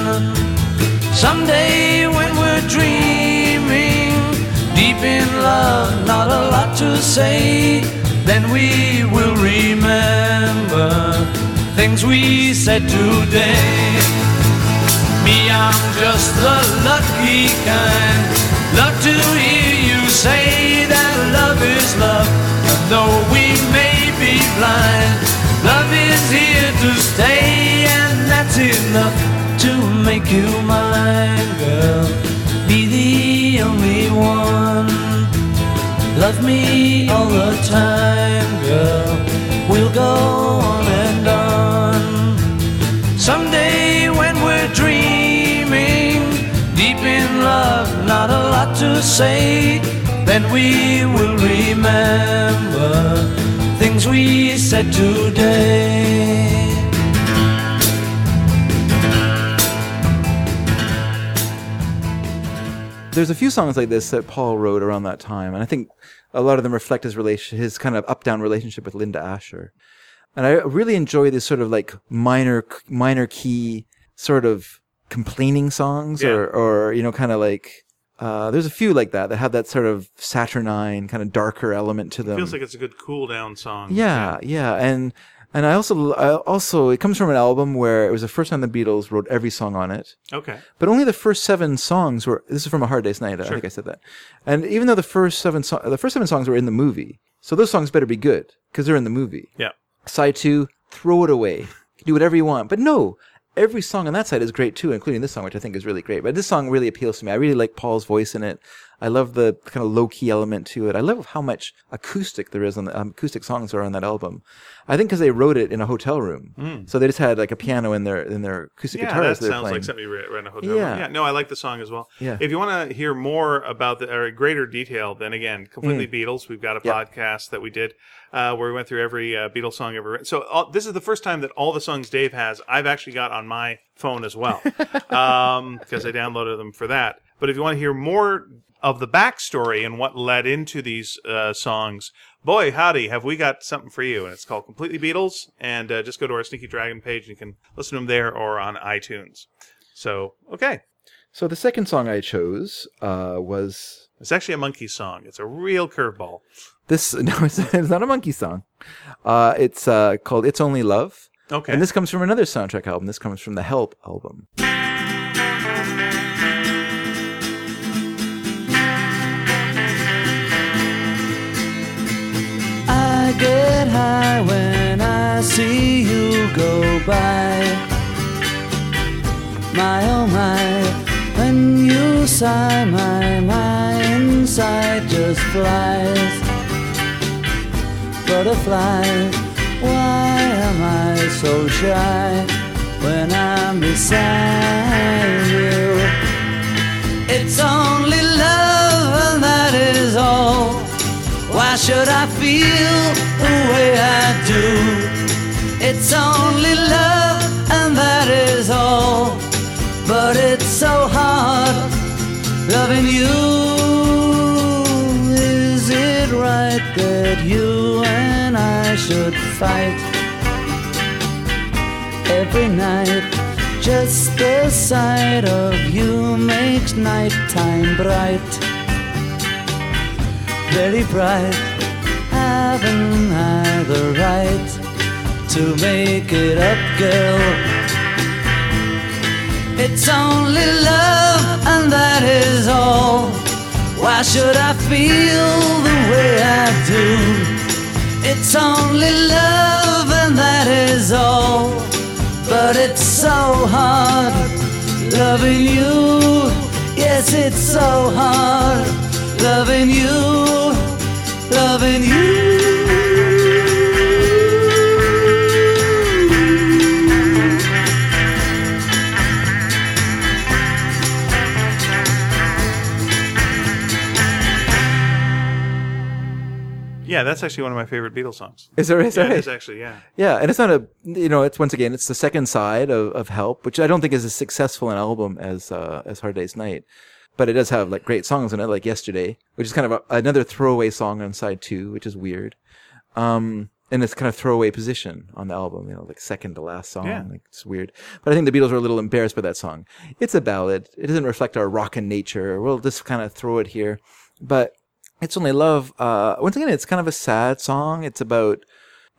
[SPEAKER 3] Someday when we're dreaming, deep in love, not a lot to say, then we will remember things we said today. Me, I'm just the lucky kind. Love to hear you say that love is love. And though we may be blind, love is here to stay, and that's enough to make you mine, girl. Be the only one. Love me all the time, girl. We'll go on and on. Someday when we're dreaming, deep in love, not a lot to say, then we will remember things we said today.
[SPEAKER 1] There's a few songs like this that Paul wrote around that time, and I think a lot of them reflect his relation, his kind of up down relationship with Linda Asher. And I really enjoy this sort of like minor minor key sort of complaining songs, or or you know, kind of like uh, there's a few like that that have that sort of saturnine kind of darker element to them.
[SPEAKER 2] Feels like it's a good cool down song.
[SPEAKER 1] Um, Yeah, yeah, and and I also I also it comes from an album where it was the first time the Beatles wrote every song on it,
[SPEAKER 2] Okay.
[SPEAKER 1] but only the first seven songs were. This is from a Hard Day's Night. I think I said that. And even though the first seven so- the first seven songs were in the movie, so those songs better be good because they're in the movie.
[SPEAKER 2] Yeah.
[SPEAKER 1] Side two, throw it away. Do whatever you want. But no, every song on that side is great too, including this song, which I think is really great. But this song really appeals to me. I really like Paul's voice in it. I love the kind of low key element to it. I love how much acoustic there is on the um, acoustic songs are on that album. I think because they wrote it in a hotel room, so they just had like a piano in their in their acoustic
[SPEAKER 2] Mm. Yeah,
[SPEAKER 1] guitar
[SPEAKER 2] that
[SPEAKER 1] as they're
[SPEAKER 2] sounds
[SPEAKER 1] playing.
[SPEAKER 2] like something you read in a hotel.
[SPEAKER 1] Yeah.
[SPEAKER 2] room. yeah. No, I like the song as well.
[SPEAKER 1] Yeah.
[SPEAKER 2] If you want to hear more about the or greater detail, then again, completely Beatles. We've got a
[SPEAKER 1] Yeah.
[SPEAKER 2] podcast that we did uh, where we went through every uh, Beatles song ever written. So all, this is the first time that all the songs Dave has, I've actually got on my phone as well because I downloaded them for that. But if you want to hear more of the backstory and what led into these uh, songs, boy, howdy, have we got something for you. And it's called Completely Beatles. And uh, just go to our Sneaky Dragon page and you can listen to them there or on iTunes. So, okay.
[SPEAKER 1] So the second song I chose uh, was
[SPEAKER 2] It's actually a monkey song. It's a real curveball.
[SPEAKER 1] this. No, it's, it's not a monkey song. Uh, it's uh, called "It's Only Love,"
[SPEAKER 2] Okay.
[SPEAKER 1] and this comes from another soundtrack album. This comes from the Help album.
[SPEAKER 3] I get high when I see you go by. My oh my, when you sigh, my mind inside just flies. Butterfly, why am I so shy when I'm beside you? It's only love, and that is all. Why should I feel the way I do? It's only love, and that is all. But it's so hard loving you. Is it right that you and I should fight every night? Just the sight of you makes nighttime bright very bright. Haven't I the right to make it up, girl? It's only love, and that is all. Why should I feel the way I do? It's only love, and that is all. But it's so hard Loving you, yes, it's so hard. Loving you, loving you.
[SPEAKER 2] Yeah, that's actually one of my favorite Beatles songs.
[SPEAKER 1] Is there is
[SPEAKER 2] Yeah,
[SPEAKER 1] there-
[SPEAKER 2] it is actually, yeah.
[SPEAKER 1] Yeah, and it's not a you know it's once again it's the second side of, of Help, which I don't think is as successful an album as uh, as Hard Day's Night, but it does have like great songs in it, like Yesterday, which is kind of a, another throwaway song on side two, which is weird, um, and it's kind of throwaway position on the album, you know, like second to last song,
[SPEAKER 2] Yeah.
[SPEAKER 1] like it's weird. But I think the Beatles were a little embarrassed by that song. It's a ballad. It doesn't reflect our rockin' nature. We'll just kind of throw it here, but it's only love. Uh, once again, it's kind of a sad song. It's about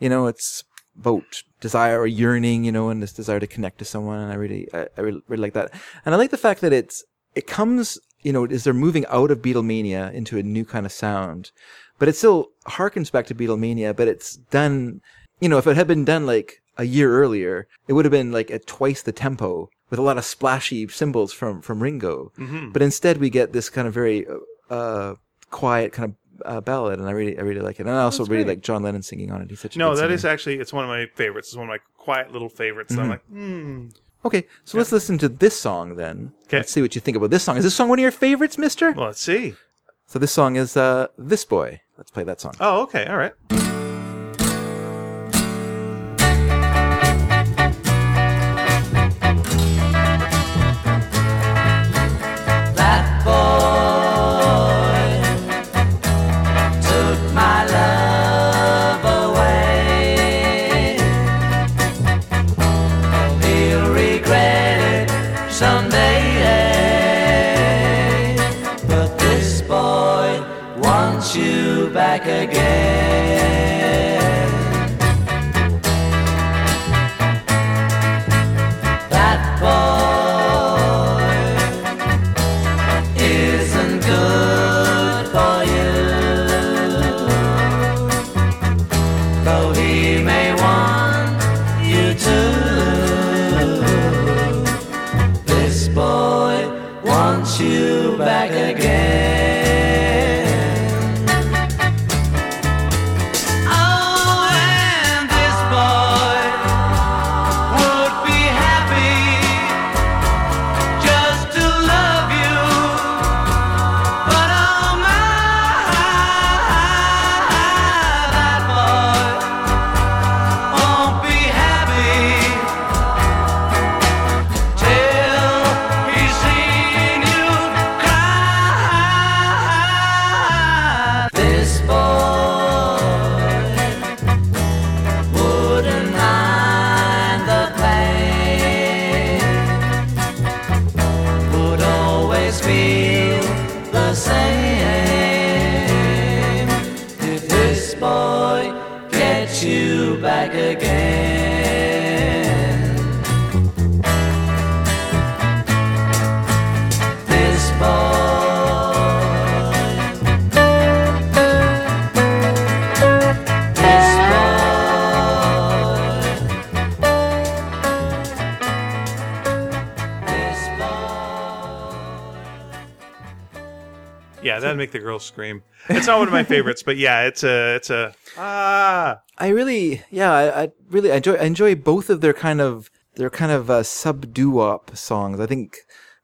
[SPEAKER 1] you know, it's about desire or yearning, you know, and this desire to connect to someone. And I really, I, I really, really like that. And I like the fact that it's, it comes, you know, as they're moving out of Beatlemania into a new kind of sound, but it still harkens back to Beatlemania, but it's done, you know, if it had been done like a year earlier, it would have been like at twice the tempo with a lot of splashy symbols from, from Ringo. But instead we get this kind of very, uh, quiet kind of uh, ballad. And I really, I really like it. And I also really like John Lennon singing on it. He's such a
[SPEAKER 2] No,
[SPEAKER 1] good
[SPEAKER 2] that
[SPEAKER 1] singer.
[SPEAKER 2] is actually it's one of my favorites. It's one of my quiet little favorites.
[SPEAKER 1] Mm-hmm.
[SPEAKER 2] that I'm like, hmm.
[SPEAKER 1] Okay, so let's listen to this song then.
[SPEAKER 2] 'Kay.
[SPEAKER 1] Let's see what you think about this song. Is this song one of your favorites, mister?
[SPEAKER 2] Well, let's see.
[SPEAKER 1] So this song is uh, This Boy. Let's play that song.
[SPEAKER 2] Oh, okay, all right.
[SPEAKER 3] That boy took my love away. He'll regret it someday. But this boy wants you back again. That boy isn't good for you. Though he may want you to, this boy wants you back again. Oh, and this boy would be happy just to love you. But oh my, that boy won't be happy till he's seen you cry. This boy wouldn't mind the pain would always feel the same if this boy gets you back again. This boy, this boy. This
[SPEAKER 2] Yeah, that'd make the girls scream. It's not one of my favorites, but yeah, it's a it's a ah.
[SPEAKER 1] I really, yeah, I, I really I enjoy I enjoy both of their kind of their kind of uh, sub doo-wop songs. I think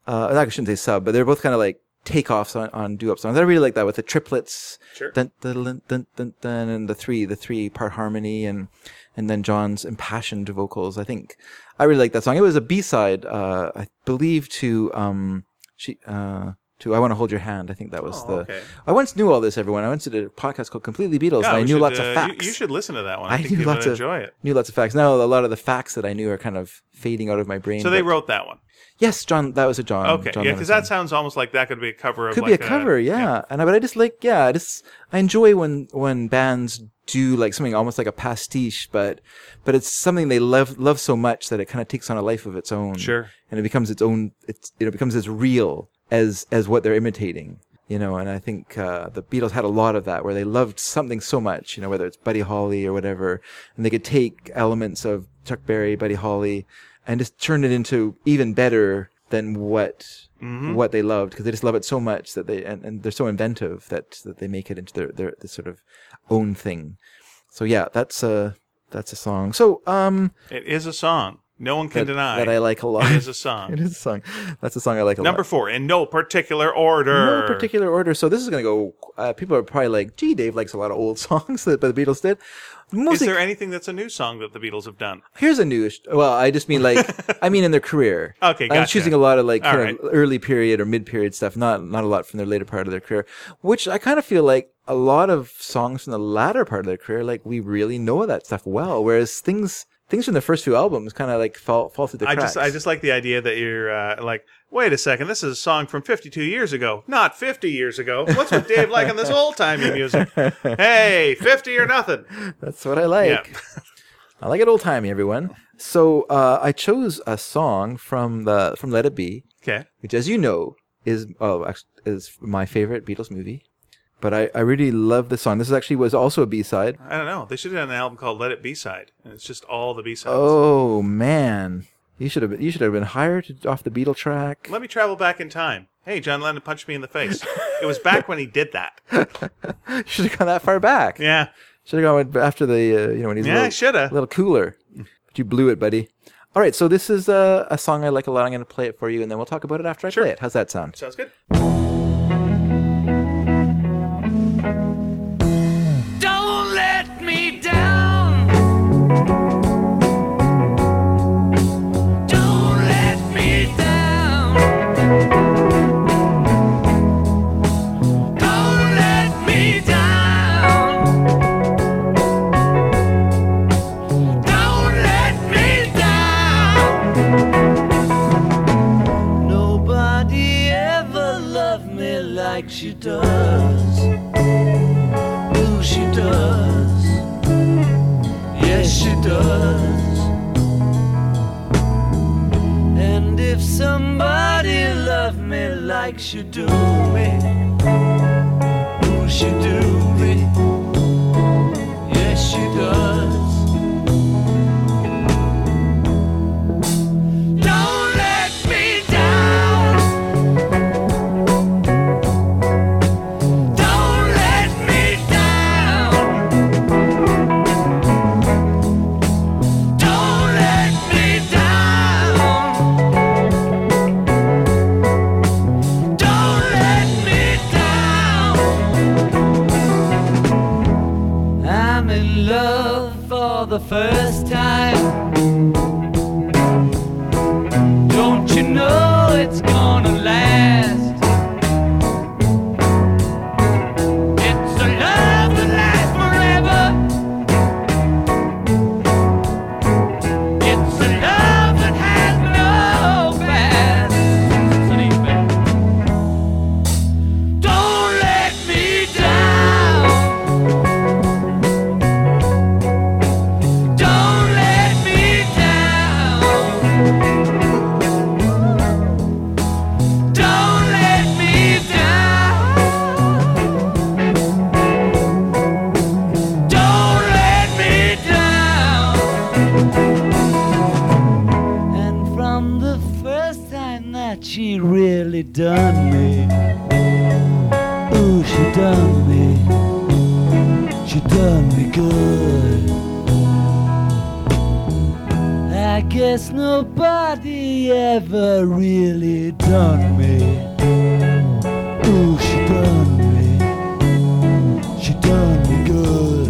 [SPEAKER 1] uh, I shouldn't say sub, but they're both kind of like takeoffs on, on doo-wop songs. I really like that with the triplets,
[SPEAKER 2] Sure.
[SPEAKER 1] dun, dun, dun, dun, dun, dun, and the three the three part harmony and and then John's impassioned vocals. I think I really like that song. It was a B-side, uh, I believe, to um she uh to I want to hold your hand. I think that was
[SPEAKER 2] Oh,
[SPEAKER 1] the.
[SPEAKER 2] okay.
[SPEAKER 1] I once knew all this. Everyone, I once did a podcast called Completely Beatles,
[SPEAKER 2] Yeah,
[SPEAKER 1] and I
[SPEAKER 2] we
[SPEAKER 1] knew
[SPEAKER 2] should,
[SPEAKER 1] lots
[SPEAKER 2] uh,
[SPEAKER 1] of
[SPEAKER 2] you-
[SPEAKER 1] facts.
[SPEAKER 2] You, should listen to that one. I,
[SPEAKER 1] I,
[SPEAKER 2] think
[SPEAKER 1] knew
[SPEAKER 2] people
[SPEAKER 1] lots
[SPEAKER 2] would
[SPEAKER 1] of
[SPEAKER 2] enjoy it.
[SPEAKER 1] knew lots of facts. Now a lot of the facts that I knew are kind of fading out of my brain.
[SPEAKER 2] So they
[SPEAKER 1] but-
[SPEAKER 2] wrote that one.
[SPEAKER 1] yes, John. That was a John.
[SPEAKER 2] Okay,
[SPEAKER 1] John
[SPEAKER 2] yeah,
[SPEAKER 1] Lennon
[SPEAKER 2] because
[SPEAKER 1] song.
[SPEAKER 2] that sounds almost like that could be a cover of
[SPEAKER 1] could
[SPEAKER 2] like
[SPEAKER 1] be a cover. yeah. and I, but I just like yeah. I just I enjoy when when bands do like something almost like a pastiche, but but it's something they love love so much that it kind of takes on a life of its own.
[SPEAKER 2] Sure.
[SPEAKER 1] and it becomes its own. It's you know becomes as real as as what they're imitating. You know, and I think uh, the Beatles had a lot of that, where they loved something so much, you know, whether it's Buddy Holly or whatever, and they could take elements of Chuck Berry, Buddy Holly, and just turn it into even better than what what they loved because they just love it so much that they and, and they're so inventive that that they make it into their their, their sort of own thing. So yeah, that's a that's a song. So um,
[SPEAKER 2] It is a song. No one can
[SPEAKER 1] that,
[SPEAKER 2] deny
[SPEAKER 1] that I like a lot.
[SPEAKER 2] it is a song.
[SPEAKER 1] It is a song. That's a song I like a lot.
[SPEAKER 2] Number four, in no particular order.
[SPEAKER 1] No particular order. So this is going to go. Uh, people are probably like, "Gee, Dave likes a lot of old songs that the Beatles did."
[SPEAKER 2] Is
[SPEAKER 1] Mostly,
[SPEAKER 2] there anything that's a new song that the Beatles have done?
[SPEAKER 1] here's a new. Well, I just mean like, I mean in their career.
[SPEAKER 2] Okay,
[SPEAKER 1] I'm
[SPEAKER 2] gotcha.
[SPEAKER 1] choosing a lot of like
[SPEAKER 2] All
[SPEAKER 1] kind of early period or mid period stuff. Not not a lot from their later part of their career, which I kind of feel like a lot of songs from the latter part of their career, like we really know that stuff well. Whereas things things from the first few albums kind of like fall fall through the
[SPEAKER 2] I
[SPEAKER 1] cracks.
[SPEAKER 2] just I just like the idea that you're uh, like, wait a second, this is a song from 52 years ago, not 50 years ago. What's with Dave liking this old timey music? Hey, 50 or nothing.
[SPEAKER 1] That's what I like.
[SPEAKER 2] Yeah.
[SPEAKER 1] I like it old timey, everyone. So uh, I chose a song from the from Let It Be,
[SPEAKER 2] Okay.
[SPEAKER 1] which, as you know, is oh, act- is my favorite Beatles movie. But I, I really love this song. This is actually was also a B side.
[SPEAKER 2] I don't know. They should have done an album called Let It Be Side, and it's just all the B sides.
[SPEAKER 1] Oh man, you should have been, you should have been hired to- off the Beatle track.
[SPEAKER 2] Let me travel back in time. Hey, John Lennon punched me in the face. it was back when he did that.
[SPEAKER 1] You should have gone that far back.
[SPEAKER 2] Yeah.
[SPEAKER 1] Should have gone with- after the uh, you know when he's
[SPEAKER 2] Yeah, I
[SPEAKER 1] a little,
[SPEAKER 2] shoulda.
[SPEAKER 1] little cooler. But you blew it, buddy. All right, so this is uh, a, a song I like a lot. I'm going to play it for you, and then we'll talk about it after I play it. How's that sound?
[SPEAKER 2] Sounds good.
[SPEAKER 3] Don't let me down. Don't let me down. Don't let me down. Don't let me down. Nobody ever loved me like she does who she does. Yes, she does. And if somebody loved me like she do me, who she do me? Yes, she does. Don't let me down. Don't let me down. Don't let me down. Don't let me down. I'm in love for the first time. Don't you know it's gonna last? It's a love that lasts forever. It's a love that has no past. Don't let me down. Don't let me down. Don't let me down. Don't let me down. And from the first time that she really done me, ooh, she done me. She done me good. I guess nobody ever really done me. Ooh, she done me. She done me good.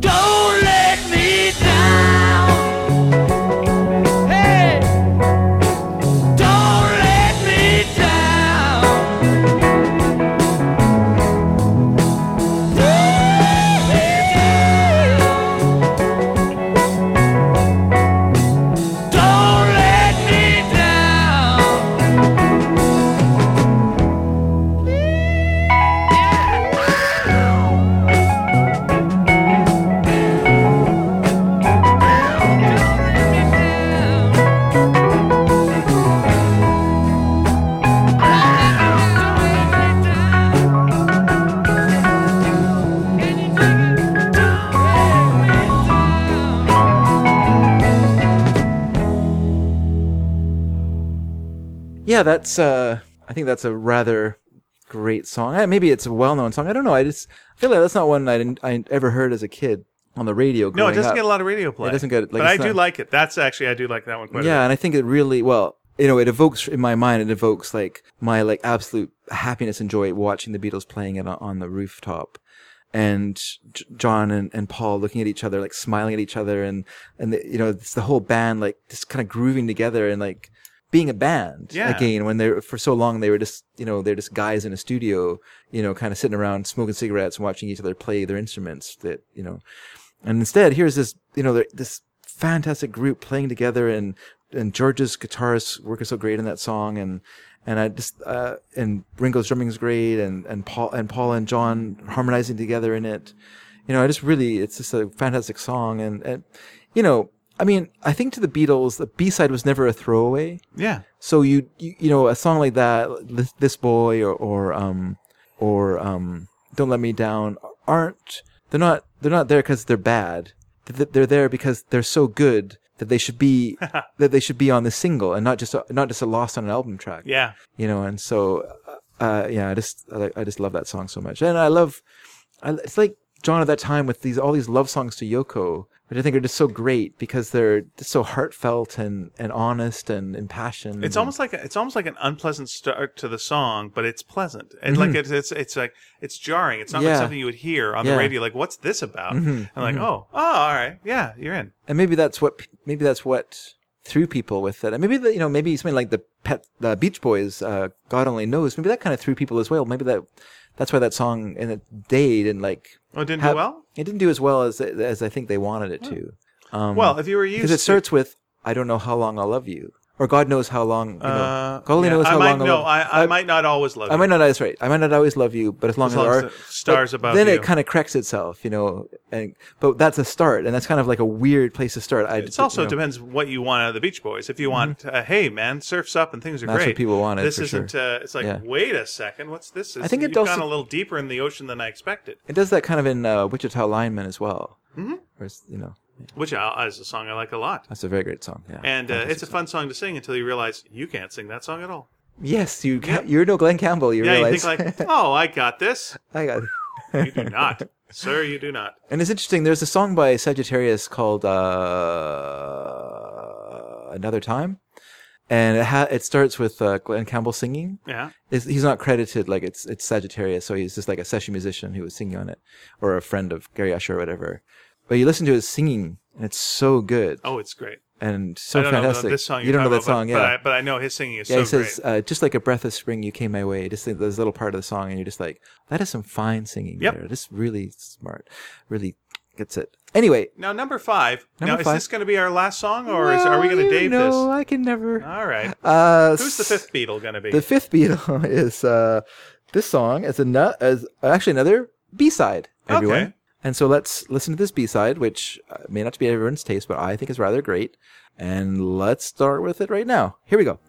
[SPEAKER 3] Don't let me down. Hey, don't let me down. Don't let me down. Don't let me down.
[SPEAKER 1] yeah, that's. uh I think that's a rather great song. Eh, Maybe it's a well-known song. I don't know. I just I feel like that's not one I didn't, I ever heard as a kid on the radio.
[SPEAKER 2] No, it
[SPEAKER 1] growing
[SPEAKER 2] doesn't
[SPEAKER 1] up.
[SPEAKER 2] get a lot of radio play.
[SPEAKER 1] doesn't get- like,
[SPEAKER 2] but I
[SPEAKER 1] it's
[SPEAKER 2] do
[SPEAKER 1] not-
[SPEAKER 2] like it. That's actually I do like that one quite
[SPEAKER 1] yeah
[SPEAKER 2] a
[SPEAKER 1] and i think it really well you know it evokes in my mind it evokes like my like absolute happiness and joy watching the beatles playing it on, on the rooftop and J- john and, and paul looking at each other like smiling at each other and and the, you know it's the whole band like just kind of grooving together and like being a band
[SPEAKER 2] Yeah.
[SPEAKER 1] again when they're for so long they were just you know they're just guys in a studio you know kind of sitting around smoking cigarettes and watching each other play their instruments that you know and instead, here's this, you know, there- this fantastic group playing together and, and George's guitarist work is so great in that song. And, and I just, uh, and Ringo's drumming is great and, and Paul, and Paul and John harmonizing together in it. You know, I just really, it's just a fantastic song. And, and, you know, I mean, I think to the Beatles, the B side was never a throwaway.
[SPEAKER 2] bit. Yeah.
[SPEAKER 1] So you, you you know a song like that, this, this boy or or um or um don't let me down aren't they're not they're not there because they're bad. Th- th- They're there because they're so good that they should be that they should be on the single and not just a, not just a lost on an album track.
[SPEAKER 2] Yeah.
[SPEAKER 1] you know, and so uh, yeah, I just I, like- I just love that song so much, and I love I, it's like John at that time with these all these love songs to Yoko, which I think are just so great because they're just so heartfelt and and honest and impassioned.
[SPEAKER 2] It's
[SPEAKER 1] and-
[SPEAKER 2] almost like a, it's almost like an unpleasant start to the song, but it's pleasant and like it's, it's it's like it's jarring. It's not like
[SPEAKER 1] Mm-hmm. Yeah.
[SPEAKER 2] something you would hear on
[SPEAKER 1] Yeah.
[SPEAKER 2] the
[SPEAKER 1] Mm-hmm.
[SPEAKER 2] radio. Like, what's this about? And like, oh, oh, all right, yeah, you're in.
[SPEAKER 1] and maybe that's what maybe that's what threw people with it. And maybe the, you know maybe something like the pet the Beach Boys, uh, God only knows. Maybe that kind of threw people as well. Maybe that that's why that song in the day didn't like.
[SPEAKER 2] Oh, it didn't do
[SPEAKER 1] have-
[SPEAKER 2] well. Oh.
[SPEAKER 1] It didn't do as well as as I think they wanted it to. Um,
[SPEAKER 2] Well, if you were used,
[SPEAKER 1] because it
[SPEAKER 2] to-
[SPEAKER 1] starts with "I don't know how long I'll love you" or "God knows how long." You know,
[SPEAKER 2] uh,
[SPEAKER 1] God only
[SPEAKER 2] yeah,
[SPEAKER 1] knows
[SPEAKER 2] I
[SPEAKER 1] how
[SPEAKER 2] might,
[SPEAKER 1] long. I'll
[SPEAKER 2] No,
[SPEAKER 1] love-
[SPEAKER 2] I, I might not always love.
[SPEAKER 1] I
[SPEAKER 2] you.
[SPEAKER 1] might not always right. I might not always love you, but as long
[SPEAKER 2] As
[SPEAKER 1] as,
[SPEAKER 2] long
[SPEAKER 1] there
[SPEAKER 2] as
[SPEAKER 1] are
[SPEAKER 2] the stars
[SPEAKER 1] but
[SPEAKER 2] above
[SPEAKER 1] then
[SPEAKER 2] you.
[SPEAKER 1] it kind of corrects itself, you know. And but that's a start, and that's kind of like a weird place to start. I,
[SPEAKER 2] It's also
[SPEAKER 1] you know, Mm-hmm.
[SPEAKER 2] depends what you want out of the Beach Boys. If you want, uh, hey man, surfs up and things are
[SPEAKER 1] That's what
[SPEAKER 2] great.
[SPEAKER 1] people wanted,
[SPEAKER 2] This
[SPEAKER 1] for
[SPEAKER 2] isn't. Uh, it's like,
[SPEAKER 1] Yeah.
[SPEAKER 2] wait a second, what's this? I
[SPEAKER 1] think it
[SPEAKER 2] you've
[SPEAKER 1] also-
[SPEAKER 2] gone a little deeper in the ocean than I expected.
[SPEAKER 1] It does that kind of in uh, Wichita Lineman as well. Mm-hmm. Or, it's- you know,
[SPEAKER 2] which I- is a song I like a lot.
[SPEAKER 1] that's a very great song. Yeah.
[SPEAKER 2] And uh, it's a fun song to sing until you realize you can't sing that song at all.
[SPEAKER 1] yes, you ca- you're no Glenn Campbell. You
[SPEAKER 2] Yeah,
[SPEAKER 1] realize.
[SPEAKER 2] you think like, oh, I got this.
[SPEAKER 1] I got.
[SPEAKER 2] You do not, sir. You do not.
[SPEAKER 1] And it's interesting. There's a song by Sagittarius called uh, "Another Time," and it ha- it starts with uh, Glenn Campbell singing.
[SPEAKER 2] Yeah,
[SPEAKER 1] It's, he's not credited like it's it's Sagittarius, so he's just like a session musician who was singing on it, or a friend of Gary Usher or whatever. But you listen to his singing, and it's so good
[SPEAKER 2] oh, it's great.
[SPEAKER 1] and so
[SPEAKER 2] I don't
[SPEAKER 1] fantastic.
[SPEAKER 2] know this song.
[SPEAKER 1] you don't know
[SPEAKER 2] talking
[SPEAKER 1] that song,
[SPEAKER 2] about, but-
[SPEAKER 1] yeah?
[SPEAKER 2] But I, but I know his singing is
[SPEAKER 1] Yeah, he
[SPEAKER 2] so
[SPEAKER 1] says,
[SPEAKER 2] great.
[SPEAKER 1] uh, just like a breath of spring, you came my way. Just think this little part of the song, and you're just like, that is some fine singing
[SPEAKER 2] Yep.
[SPEAKER 1] there. This really smart, really gets it. Anyway,
[SPEAKER 2] Now number five.
[SPEAKER 1] Number
[SPEAKER 2] now is
[SPEAKER 1] five.
[SPEAKER 2] this going to be our last song, or is, are we
[SPEAKER 1] Well,
[SPEAKER 2] going to
[SPEAKER 1] you
[SPEAKER 2] date
[SPEAKER 1] know,
[SPEAKER 2] this?
[SPEAKER 1] I can never.
[SPEAKER 2] All right.
[SPEAKER 1] Uh,
[SPEAKER 2] Who's the
[SPEAKER 1] s-
[SPEAKER 2] fifth Beatle going to be?
[SPEAKER 1] The fifth Beatle is uh, this song is another as actually another B side. Everyone.
[SPEAKER 2] Okay.
[SPEAKER 1] And so let's listen to this B side, which uh, may not be everyone's taste, but I think is rather great. And let's start with it right now. Here we go.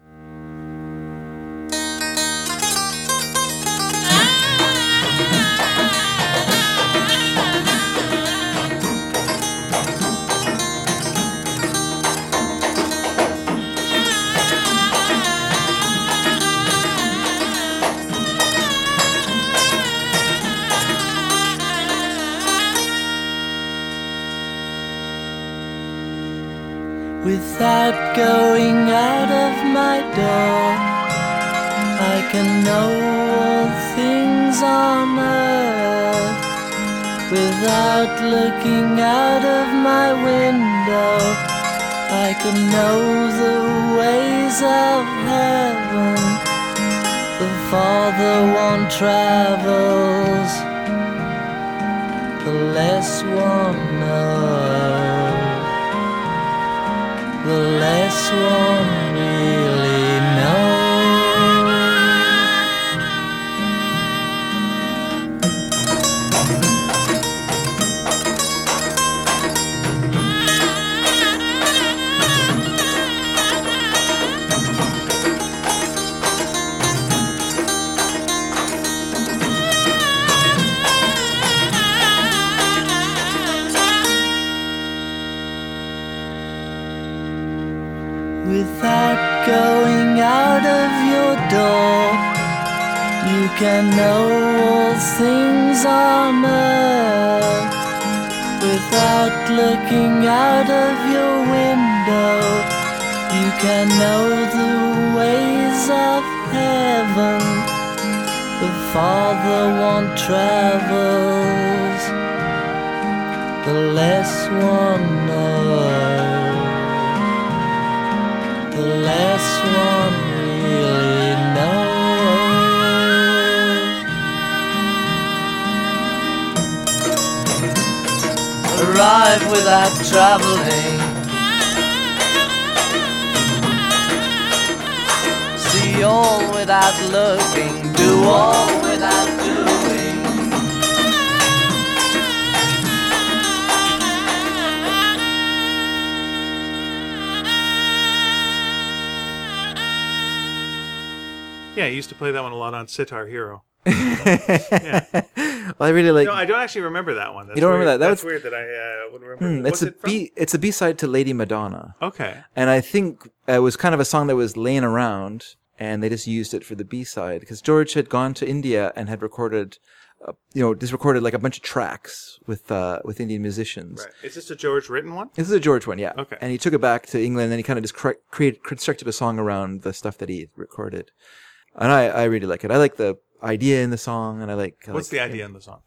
[SPEAKER 3] Without going out of my door, I can know all things on earth. Without looking out of my window, I can know the ways of heaven. The farther one travels, the less one knows the less one really knows. Without can know things are mud without looking out of your window. You can know the ways of heaven before the one travels, the less one knows, the less one really knows. arrive without traveling. See all without looking, do all without doing.
[SPEAKER 2] Yeah, I used to play that one a lot on Sitar Hero.
[SPEAKER 1] Well, I really like.
[SPEAKER 2] No, I don't actually remember that one. That's
[SPEAKER 1] You don't remember
[SPEAKER 2] weird.
[SPEAKER 1] that? That
[SPEAKER 2] That's
[SPEAKER 1] was-
[SPEAKER 2] weird that I uh, wouldn't remember.
[SPEAKER 1] Hmm,
[SPEAKER 2] What's
[SPEAKER 1] it's a
[SPEAKER 2] it from?
[SPEAKER 1] B. It's a B side to Lady Madonna,
[SPEAKER 2] Okay.
[SPEAKER 1] and I think uh, it was kind of a song that was laying around, and they just used it for the B side because George had gone to India and had recorded, uh, you know, just recorded like a bunch of tracks with uh, with Indian musicians.
[SPEAKER 2] Right. Is this a George written one?
[SPEAKER 1] This is a George one, yeah.
[SPEAKER 2] Okay.
[SPEAKER 1] And he took it back to England, and then he kind of just cre- created constructed a song around the stuff that he recorded, and I I really like it. I like the idea in the song, and I like I
[SPEAKER 2] What's
[SPEAKER 1] like-
[SPEAKER 2] the idea in the song?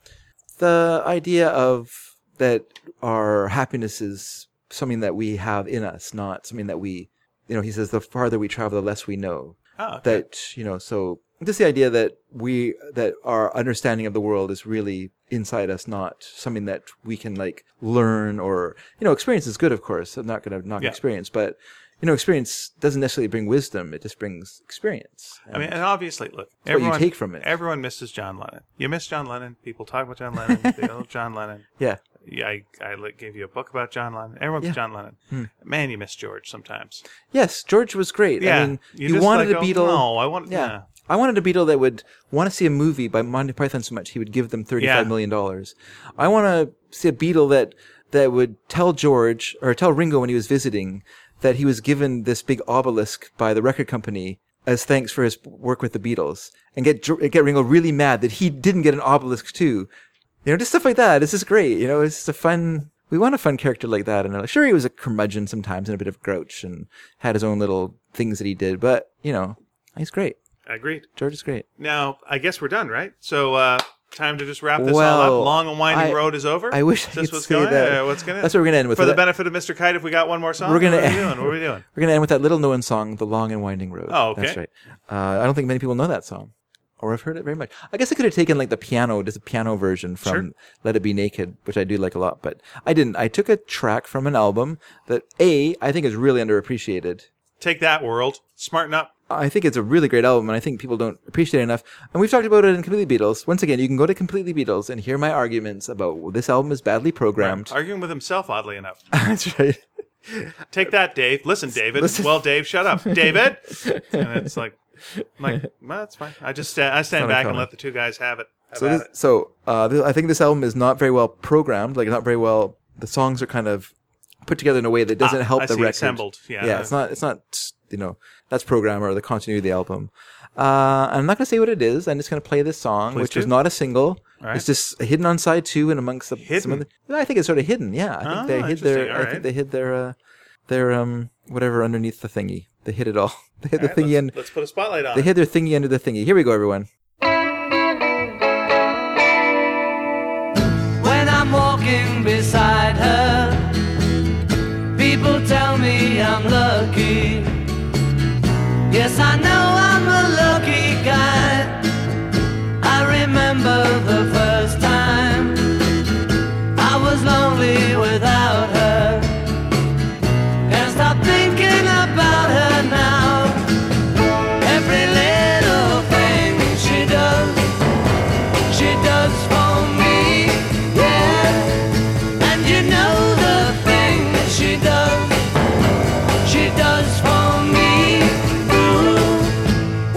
[SPEAKER 1] the idea of that our happiness is something that we have in us, not something that we, you know, he says the farther we travel, the less we know.
[SPEAKER 2] Oh, okay.
[SPEAKER 1] That, you know, so just the idea that we, that our understanding of the world is really inside us, not something that we can like learn or, you know, experience is good, of course. I'm not going to knock
[SPEAKER 2] Yeah.
[SPEAKER 1] experience, but, you know, experience doesn't necessarily bring wisdom. It just brings experience.
[SPEAKER 2] I mean, uh, and obviously, look.
[SPEAKER 1] what you take from it.
[SPEAKER 2] Everyone misses John Lennon. You miss John Lennon. People talk about John Lennon. they love John Lennon.
[SPEAKER 1] yeah.
[SPEAKER 2] Yeah, I, I like, gave you a book about John Lennon. Everyone's
[SPEAKER 1] Yeah.
[SPEAKER 2] John Lennon. Man, you miss George sometimes.
[SPEAKER 1] Yes, George was great.
[SPEAKER 2] Yeah,
[SPEAKER 1] I mean,
[SPEAKER 2] you
[SPEAKER 1] you,
[SPEAKER 2] just
[SPEAKER 1] wanted
[SPEAKER 2] like
[SPEAKER 1] a
[SPEAKER 2] go,
[SPEAKER 1] Beatle.
[SPEAKER 2] "No, I want-
[SPEAKER 1] Yeah.
[SPEAKER 2] nah."
[SPEAKER 1] I wanted a Beatle that would want to see a movie by Monty Python so much he would give them
[SPEAKER 2] Yeah.
[SPEAKER 1] thirty-five million dollars. I want to see a Beatle that that would tell George or tell Ringo when he was visiting that he was given this big obelisk by the record company as thanks for his work with the Beatles, and get Geo- get Ringo really mad that he didn't get an obelisk too. You know, just stuff like that. It's just great. You know, it's just a fun. We want a fun character like that. And uh, sure, he was a curmudgeon sometimes and a bit of a grouch and had his own little things that he did. But you know, he's great.
[SPEAKER 2] Agreed.
[SPEAKER 1] George is great.
[SPEAKER 2] Now, I guess we're done, right? So, uh, time to just wrap this all
[SPEAKER 1] Well,
[SPEAKER 2] up. Long and winding
[SPEAKER 1] I-
[SPEAKER 2] road is over.
[SPEAKER 1] I wish I
[SPEAKER 2] Is
[SPEAKER 1] could
[SPEAKER 2] this what's
[SPEAKER 1] say
[SPEAKER 2] going.
[SPEAKER 1] that.
[SPEAKER 2] Yeah, what's going
[SPEAKER 1] That's what we're gonna end with.
[SPEAKER 2] For the
[SPEAKER 1] That-
[SPEAKER 2] benefit of Mr. Kite, if we got one more song,
[SPEAKER 1] We're gonna-
[SPEAKER 2] What are we doing? What are we doing?
[SPEAKER 1] We're gonna end with that little known song, "The Long and Winding Road."
[SPEAKER 2] Oh, okay.
[SPEAKER 1] That's right. Uh, I don't think many people know that song, or have heard it very much. I guess I could have taken like the piano, just a piano version from
[SPEAKER 2] Sure.
[SPEAKER 1] "Let It Be Naked," which I do like a lot, but I didn't. I took a track from an album that a I think is really underappreciated.
[SPEAKER 2] Take that, world. Smarten up.
[SPEAKER 1] I think it's a really great album, and I think people don't appreciate it enough. And we've talked about it in Completely Beatles. Once again, you can go to Completely Beatles and hear my arguments about well, this album is badly programmed.
[SPEAKER 2] Arguing with himself, oddly enough.
[SPEAKER 1] That's right.
[SPEAKER 2] Take that, Dave. Listen, David.
[SPEAKER 1] Listen.
[SPEAKER 2] Well, Dave, shut up, David. and it's like, I'm like, well, that's fine. I just sta- I stand
[SPEAKER 1] Not
[SPEAKER 2] back and
[SPEAKER 1] uncommon.
[SPEAKER 2] let the two guys have it. Have
[SPEAKER 1] So,
[SPEAKER 2] at
[SPEAKER 1] this,
[SPEAKER 2] it.
[SPEAKER 1] so uh, th- I think this album is not very well programmed. Like not very well. The songs are kind of put together in a way that doesn't
[SPEAKER 2] Ah,
[SPEAKER 1] help
[SPEAKER 2] I
[SPEAKER 1] the
[SPEAKER 2] see,
[SPEAKER 1] record.
[SPEAKER 2] assembled. Yeah.
[SPEAKER 1] it's not. It's not. You know, that's program or the continuity of the album. Uh, I'm not going to say what it is. I'm just going to play this song, which
[SPEAKER 2] do.
[SPEAKER 1] is not a single.
[SPEAKER 2] All right.
[SPEAKER 1] It's just hidden on side two and amongst the
[SPEAKER 2] Hidden?
[SPEAKER 1] some of the. I think it's sort of hidden. Yeah, I think
[SPEAKER 2] Ah,
[SPEAKER 1] they hid their.
[SPEAKER 2] interesting.
[SPEAKER 1] I
[SPEAKER 2] All right.
[SPEAKER 1] think they hid their. Uh, their um whatever underneath the thingy. They hid it all. They hid
[SPEAKER 2] All
[SPEAKER 1] the
[SPEAKER 2] right,
[SPEAKER 1] thingy
[SPEAKER 2] let's,
[SPEAKER 1] and
[SPEAKER 2] let's put a spotlight on.
[SPEAKER 1] they
[SPEAKER 2] it.
[SPEAKER 1] hid their thingy under the thingy. Here we go, everyone.
[SPEAKER 3] When I'm walking beside her, people tell me I'm lucky. Yes, I know I'm a lucky guy. I remember the first time I was lonely without her. Can't stop thinking about her now. Every little thing she does she does for me. Yeah, and you know the thing that she does, she does for me. Ooh,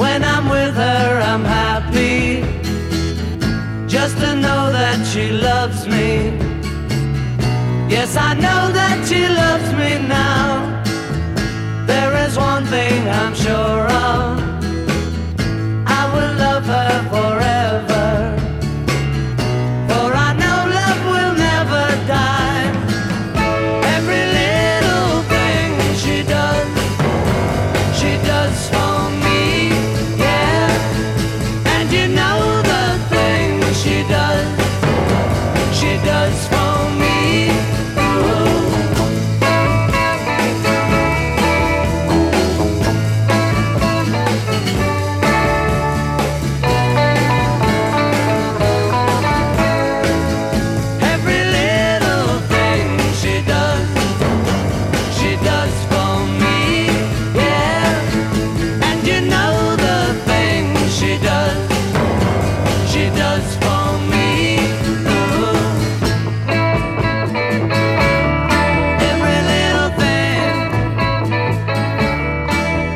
[SPEAKER 3] when I'm with her, I'm happy. Just to know that she loves me. Yes, I know that she loves me now. There is one thing I'm sure of. I will love her forever.
[SPEAKER 4] does for me. Oh. Every little thing.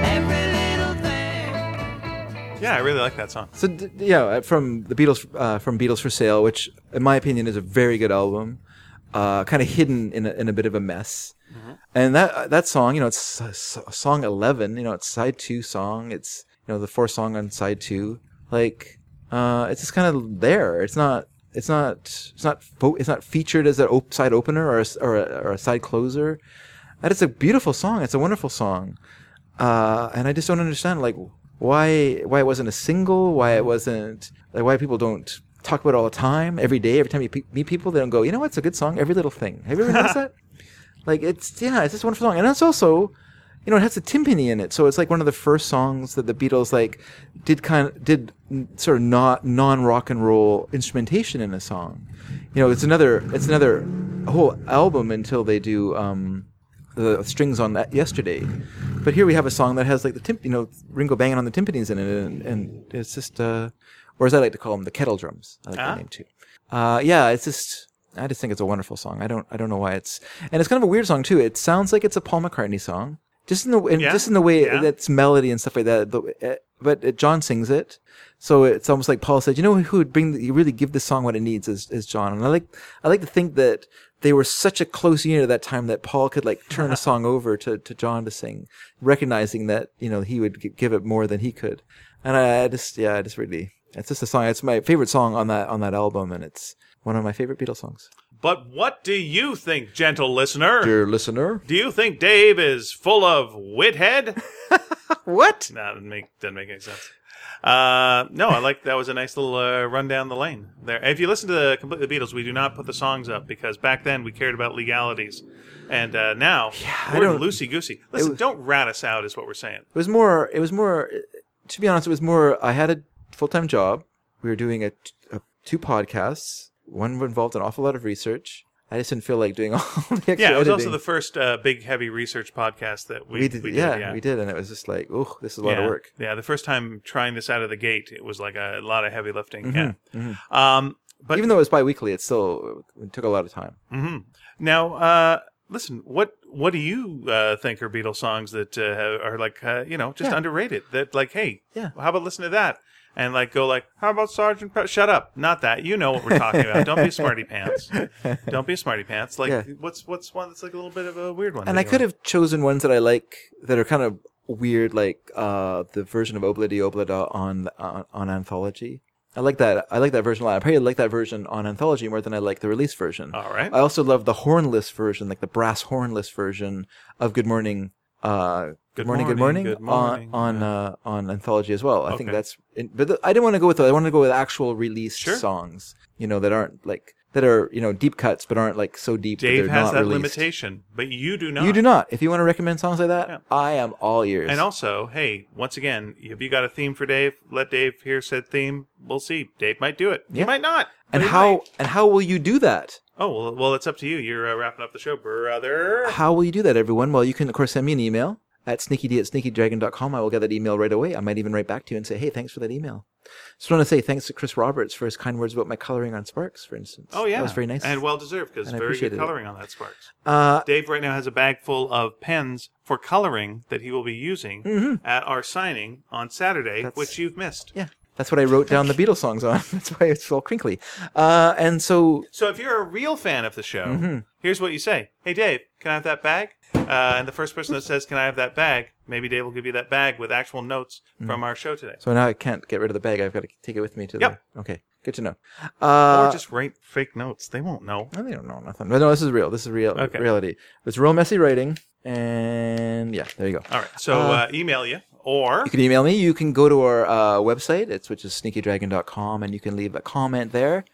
[SPEAKER 4] Every little thing.
[SPEAKER 2] Yeah, I really like that song.
[SPEAKER 1] So d- yeah, uh, from the Beatles, uh, from Beatles for Sale, which in my opinion is a very good album, uh, kind of hidden in a, in a bit of a mess. And that uh, that song, you know, it's s- s- song eleven. You know, it's side two song. It's you know the fourth song on side two. Like, uh, it's just kind of there. It's not. It's not. It's not. Fo- it's not featured as an op- side opener or a, s- or a, or a side closer. And it's a beautiful song. It's a wonderful song uh, and I just don't understand like why why it wasn't a single, why it wasn't like why people don't talk about it all the time, every day, every time you pe- meet people, they don't go, you know what's a good song, every little thing. Have you ever noticed that? Like it's yeah, it's just a wonderful song, and it's also you know it has a timpani in it, so it's like one of the first songs that the Beatles like did kind of did n- sort of not non rock and roll instrumentation in a song. You know, it's another it's another whole album until they do. um the strings on that yesterday. But here we have a song that has like the tim- you know Ringo banging on the timpanis in it, and, and it's just uh, or as I like to call them, the kettle drums. I like
[SPEAKER 2] Ah.
[SPEAKER 1] that name too. Uh, yeah, it's just I just think it's a wonderful song. I don't I don't know why it's and it's kind of a weird song too. It sounds like it's a Paul McCartney song, just in the and
[SPEAKER 2] Yeah,
[SPEAKER 1] just in the way
[SPEAKER 2] yeah.
[SPEAKER 1] that's melody and stuff like that. But, uh, but uh, John sings it. So it's almost like Paul said, you know who would bring the, you really give this song what it needs is, is John. And I like I like to think that they were such a close unit at that time that Paul could like turn a song over to, to John to sing, recognizing that you know he would g- give it more than he could. And I, I just yeah, I just really it's just a song. It's my favorite song on that on that album, and it's one of my favorite Beatles songs.
[SPEAKER 2] But what do you think, gentle listener?
[SPEAKER 1] Dear listener,
[SPEAKER 2] Do you think Dave is full of withead?
[SPEAKER 1] what?
[SPEAKER 2] No, that doesn't make, doesn't make any sense. Uh, no, I like that was a nice little uh, run down the lane there. If you listen to the completely Beatles, we do not put the songs up because back then we cared about legalities, and uh, now
[SPEAKER 1] I
[SPEAKER 2] we're
[SPEAKER 1] don't-
[SPEAKER 2] loosey goosey. Listen,
[SPEAKER 1] was-
[SPEAKER 2] don't rat us out, is what we're saying.
[SPEAKER 1] It was more. It was more. To be honest, it was more. I had a full time job. We were doing a, a two podcasts. One involved an awful lot of research. I just didn't feel like doing all the extra
[SPEAKER 2] Yeah, it was also
[SPEAKER 1] editing.
[SPEAKER 2] the first uh, big heavy research podcast that we,
[SPEAKER 1] we did, yeah, we did, and it was just like, oh, this is a lot
[SPEAKER 2] yeah.
[SPEAKER 1] of work.
[SPEAKER 2] Yeah, the first time trying this out of the gate, it was like a lot of heavy lifting. yeah. Um, but
[SPEAKER 1] Mm-hmm, Even though it was bi-weekly, it still it took a lot of time.
[SPEAKER 2] Mm-hmm. Now, uh, listen, what what do you uh, think are Beatles songs that uh, are like uh, you know just
[SPEAKER 1] Yeah.
[SPEAKER 2] underrated? That like, hey,
[SPEAKER 1] Yeah.
[SPEAKER 2] how about listen to that? And like go like, how about Sergeant? Pe- Shut up! Not that you know what we're talking about. Don't be a smarty pants. Don't be a smarty pants. Like
[SPEAKER 1] Yeah.
[SPEAKER 2] what's what's one that's like a little bit of a weird one.
[SPEAKER 1] And
[SPEAKER 2] that
[SPEAKER 1] I
[SPEAKER 2] you
[SPEAKER 1] could
[SPEAKER 2] like?
[SPEAKER 1] have chosen ones that I like that are kind of weird, like uh, the version of Obladi Oblada on, on on anthology. I like that. I like that version a lot. I probably like that version on anthology more than I like the release version.
[SPEAKER 2] All right.
[SPEAKER 1] I also love the hornless version, like the brass hornless version of Good Morning. Uh, good
[SPEAKER 2] Good
[SPEAKER 1] morning, good
[SPEAKER 2] Morning,
[SPEAKER 1] morning,
[SPEAKER 2] Good Morning,
[SPEAKER 1] on on, uh, on anthology as well. I think
[SPEAKER 2] Okay.
[SPEAKER 1] that's, in, but th- I didn't want to go with that. I wanted to go with actual released
[SPEAKER 2] Sure.
[SPEAKER 1] songs, you know, that aren't like that are you know deep cuts, but aren't like so deep. that
[SPEAKER 2] Dave
[SPEAKER 1] they're
[SPEAKER 2] has
[SPEAKER 1] not
[SPEAKER 2] that
[SPEAKER 1] released.
[SPEAKER 2] limitation, but you do not.
[SPEAKER 1] You do not. If you want to recommend songs like that,
[SPEAKER 2] Yeah.
[SPEAKER 1] I am all ears.
[SPEAKER 2] And also, hey, once again, have you got a theme for Dave? Let Dave hear said theme. We'll see. Dave might do it. He
[SPEAKER 1] Yeah.
[SPEAKER 2] might not. but
[SPEAKER 1] and
[SPEAKER 2] he
[SPEAKER 1] how
[SPEAKER 2] might.
[SPEAKER 1] and how will you do that?
[SPEAKER 2] Oh well, well, it's up to you. You're uh, wrapping up the show, brother.
[SPEAKER 1] How will you do that, everyone? Well, you can, of course, send me an email at sneakyd at sneakydragon.com. I will get that email right away. I might even write back to you and say, hey, thanks for that email. Just want to say thanks to Chris Roberts for his kind words about my coloring on Sparks, for instance.
[SPEAKER 2] Oh yeah,
[SPEAKER 1] That was very nice.
[SPEAKER 2] and well deserved because
[SPEAKER 1] And I
[SPEAKER 2] very good
[SPEAKER 1] appreciated it.
[SPEAKER 2] coloring on that Sparks.
[SPEAKER 1] uh,
[SPEAKER 2] Dave right now has a bag full of pens for coloring that he will be using at our signing on Saturday,
[SPEAKER 1] Mm-hmm. That's-
[SPEAKER 2] which you've missed.
[SPEAKER 1] yeah, that's what I wrote down the Beatles songs on. That's why it's all crinkly. Uh, and so,
[SPEAKER 2] So if you're a real fan of the show,
[SPEAKER 1] Mm-hmm.
[SPEAKER 2] here's what you say: Hey Dave, can I have that bag? Uh, and the first person that says, "Can I have that bag?" Maybe Dave will give you that bag with actual notes
[SPEAKER 1] Mm-hmm.
[SPEAKER 2] from our show today,
[SPEAKER 1] so now I can't get rid of the bag. I've got to take it with me to
[SPEAKER 2] Yep.
[SPEAKER 1] the. Okay, good to know. Uh,
[SPEAKER 2] or just write fake notes. They won't know.
[SPEAKER 1] No, they don't know nothing. No, no, this is real. This is real
[SPEAKER 2] Okay.
[SPEAKER 1] reality. It's real messy writing, and yeah, there you go.
[SPEAKER 2] All right, so uh, email you or
[SPEAKER 1] You can email me. You can go to our uh, website, it's which is sneakydragon.com, and you can leave a comment there.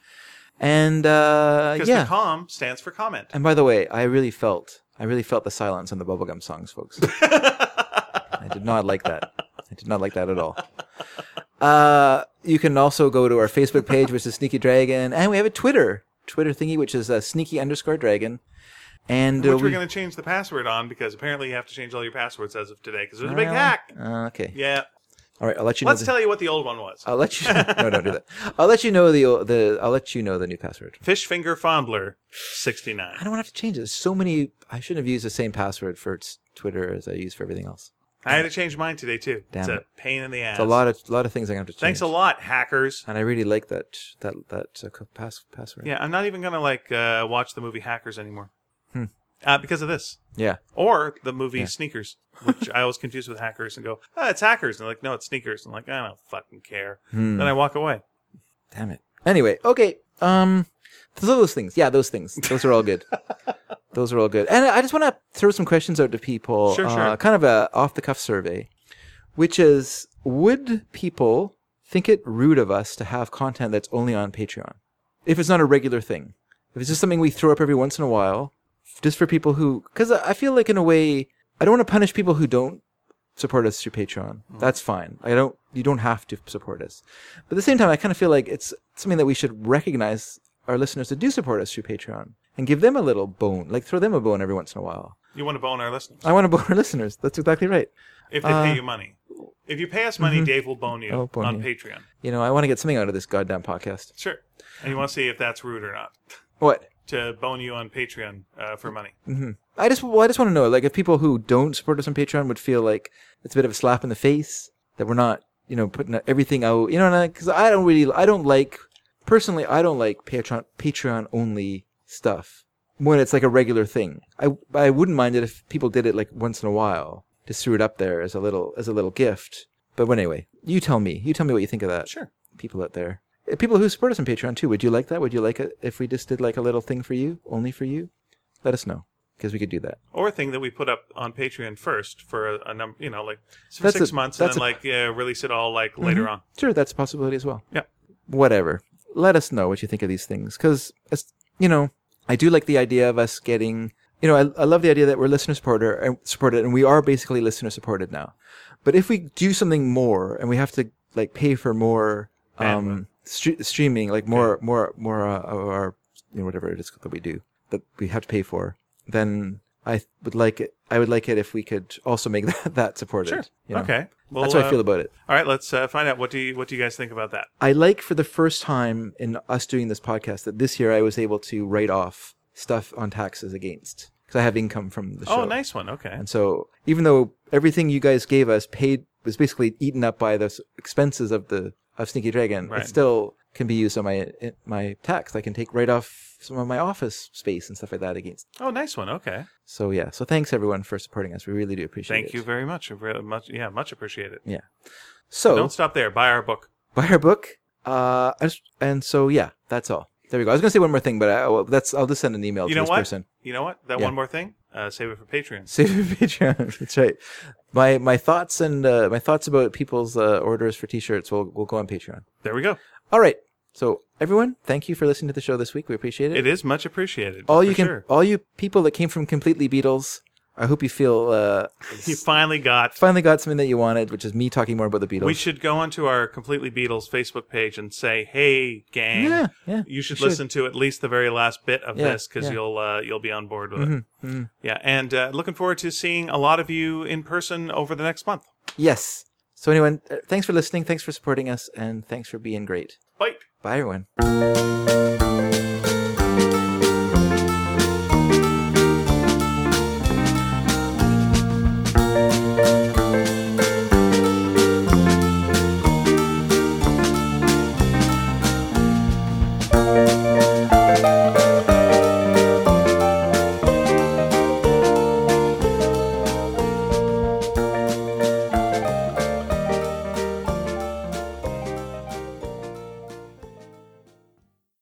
[SPEAKER 1] And uh,
[SPEAKER 2] because
[SPEAKER 1] yeah,
[SPEAKER 2] the com stands for comment.
[SPEAKER 1] and by the way, I really felt, I really felt the silence on the bubblegum songs, folks. I did not like that. I did not like that at all. Uh, you can also go to our Facebook page, which is Sneaky Dragon, and we have a Twitter, Twitter thingy, which is uh, Sneaky underscore Dragon. And uh,
[SPEAKER 2] Which we're
[SPEAKER 1] we-
[SPEAKER 2] going to change the password on because apparently you have to change all your passwords as of today because there's a big hack.
[SPEAKER 1] Uh, okay.
[SPEAKER 2] Yeah.
[SPEAKER 1] All right, I'll let you
[SPEAKER 2] Let's
[SPEAKER 1] know. the- Oh.
[SPEAKER 2] tell you what the old one was.
[SPEAKER 1] I'll let you. No, don't do that. I'll let you know the the. I'll let you know the new password.
[SPEAKER 2] Fish finger fondler, sixty
[SPEAKER 1] I
[SPEAKER 2] nine.
[SPEAKER 1] don't want to have to change it. There's so many. I shouldn't have used the same password for s- Twitter as I use for everything else.
[SPEAKER 2] I had to change mine today too.
[SPEAKER 1] Damn
[SPEAKER 2] it's
[SPEAKER 1] it.
[SPEAKER 2] a pain in the ass.
[SPEAKER 1] It's a lot of lot of things I have to change.
[SPEAKER 2] Thanks a lot, hackers.
[SPEAKER 1] And I really like that that that uh, co- pass password.
[SPEAKER 2] Yeah, I'm not even gonna like uh, watch the movie Hackers anymore
[SPEAKER 1] Hmm.
[SPEAKER 2] uh, because of this,
[SPEAKER 1] Yeah.
[SPEAKER 2] or the movie Sneakers, which I always confuse with Hackers and go, oh, it's Hackers, and they're like, no, it's Sneakers. I'm like, I don't fucking care.
[SPEAKER 1] Hmm.
[SPEAKER 2] Then I walk away.
[SPEAKER 1] Damn it. Anyway, okay. Um, so those things. Yeah, those things. Those are all good. those are all good. And I just want to throw some questions out to people.
[SPEAKER 2] Sure,
[SPEAKER 1] uh,
[SPEAKER 2] sure.
[SPEAKER 1] Kind of a off the cuff survey, which is: Would people think it rude of us to have content that's only on Patreon, if it's not a regular thing? If it's just something we throw up every once in a while, just for people who, because I I feel like in a way, I don't want to punish people who don't support us through Patreon.
[SPEAKER 2] Mm.
[SPEAKER 1] That's fine. I don't. You don't have to support us. But at the same time, I kind of feel like it's something that we should recognize our listeners that do support us through Patreon and give them a little bone, like throw them a bone every once in a while.
[SPEAKER 2] You want to bone our listeners
[SPEAKER 1] I want to bone our listeners. That's exactly right.
[SPEAKER 2] if they
[SPEAKER 1] Uh,
[SPEAKER 2] pay you money. If you pay us money, Dave will bone you
[SPEAKER 1] I'll mm-hmm. bone
[SPEAKER 2] on
[SPEAKER 1] you.
[SPEAKER 2] Patreon.
[SPEAKER 1] You know, I want to get something out of this goddamn podcast.
[SPEAKER 2] Sure. And you want to see if that's rude or not
[SPEAKER 1] What?
[SPEAKER 2] to bone you on Patreon uh, for money.
[SPEAKER 1] I just, well, I just want to know, like, if people who don't support us on Patreon would feel like it's a bit of a slap in the face that we're not, you know, putting everything out. You know, because I don't really, I don't like personally, I don't like Patreon Patreon only stuff when it's like a regular thing. I I wouldn't mind it if people did it like once in a while, just threw it up there as a little as a little gift. But well, anyway, you tell me, you tell me what you think of that.
[SPEAKER 2] Sure.
[SPEAKER 1] people out there. Uh, People who support us on Patreon too. Would you like that? Would you like it if we just did like a little thing for you, only for you? Let us know because we could do that.
[SPEAKER 2] Or a thing that we put up on Patreon first for a, a number, you know, like for
[SPEAKER 1] That's
[SPEAKER 2] six
[SPEAKER 1] a-
[SPEAKER 2] months, and
[SPEAKER 1] that's
[SPEAKER 2] then
[SPEAKER 1] a- Mm-hmm.
[SPEAKER 2] like uh, release it all like later on.
[SPEAKER 1] Sure, that's a possibility as well.
[SPEAKER 2] Yeah.
[SPEAKER 1] Whatever. Let us know what you think of these things because, you know, I do like the idea of us getting, you know, I, I love the idea that we're listener supporter and supported and we are basically listener supported now. But if we do something more and we have to like pay for more, um, stre- streaming, like more, more, more, uh, of our, you know, whatever it is that we do that we have to pay for, then I would like it. I would like it if we could also make that, that supported.
[SPEAKER 2] Sure.
[SPEAKER 1] you know?
[SPEAKER 2] Okay. Well,
[SPEAKER 1] That's how
[SPEAKER 2] uh,
[SPEAKER 1] I feel about it.
[SPEAKER 2] All right, let's uh, find out what do you what do you guys think about that?
[SPEAKER 1] I like for the first time in us doing this podcast that this year I was able to write off stuff on taxes against because I have income from the show.
[SPEAKER 2] Oh, nice one. Okay.
[SPEAKER 1] And so even though everything you guys gave us paid was basically eaten up by the s- expenses of the of Sneaky Dragon,
[SPEAKER 2] Right.
[SPEAKER 1] it still can be used on my in- my tax. I can take right off some of my office space and stuff like that against.
[SPEAKER 2] Oh, nice one. Okay.
[SPEAKER 1] So yeah. So thanks everyone for supporting us. We really do appreciate it.
[SPEAKER 2] Thank you very much. Very much. Yeah, much appreciated.
[SPEAKER 1] So
[SPEAKER 2] Don't stop there. Buy our book.
[SPEAKER 1] buy her book. Uh, I just- and so yeah, that's all. There we go. I was gonna say one more thing, but I, well, that's I'll just send an email
[SPEAKER 2] You
[SPEAKER 1] to
[SPEAKER 2] know
[SPEAKER 1] this
[SPEAKER 2] what?
[SPEAKER 1] person.
[SPEAKER 2] You know what? That
[SPEAKER 1] Yeah.
[SPEAKER 2] one more thing. Uh, save it for Patreon.
[SPEAKER 1] Save it for Patreon. that's right. My my thoughts and uh, my thoughts about people's uh, orders for t-shirts will will go on Patreon.
[SPEAKER 2] There we go.
[SPEAKER 1] All right. So everyone, thank you for listening to the show this week. We appreciate it.
[SPEAKER 2] It is much appreciated.
[SPEAKER 1] all you
[SPEAKER 2] for
[SPEAKER 1] can,
[SPEAKER 2] sure.
[SPEAKER 1] all you people that came from completely Beatles. I hope you feel uh,
[SPEAKER 2] You finally got.
[SPEAKER 1] finally got something that you wanted, which is me talking more about the Beatles.
[SPEAKER 2] We should go onto our Completely Beatles Facebook page and say, "Hey, gang,
[SPEAKER 1] Yeah, yeah,
[SPEAKER 2] you should
[SPEAKER 1] we should.
[SPEAKER 2] listen to at least the very last bit of
[SPEAKER 1] Yeah,
[SPEAKER 2] this because
[SPEAKER 1] yeah. Mm-hmm,
[SPEAKER 2] you'll uh, you'll be on board with it." Yeah, and uh, looking forward to seeing a lot of you in person over the next month.
[SPEAKER 1] yes. So anyone, uh, thanks for listening. Thanks for supporting us, and thanks for being great.
[SPEAKER 2] Bye.
[SPEAKER 1] Bye, everyone.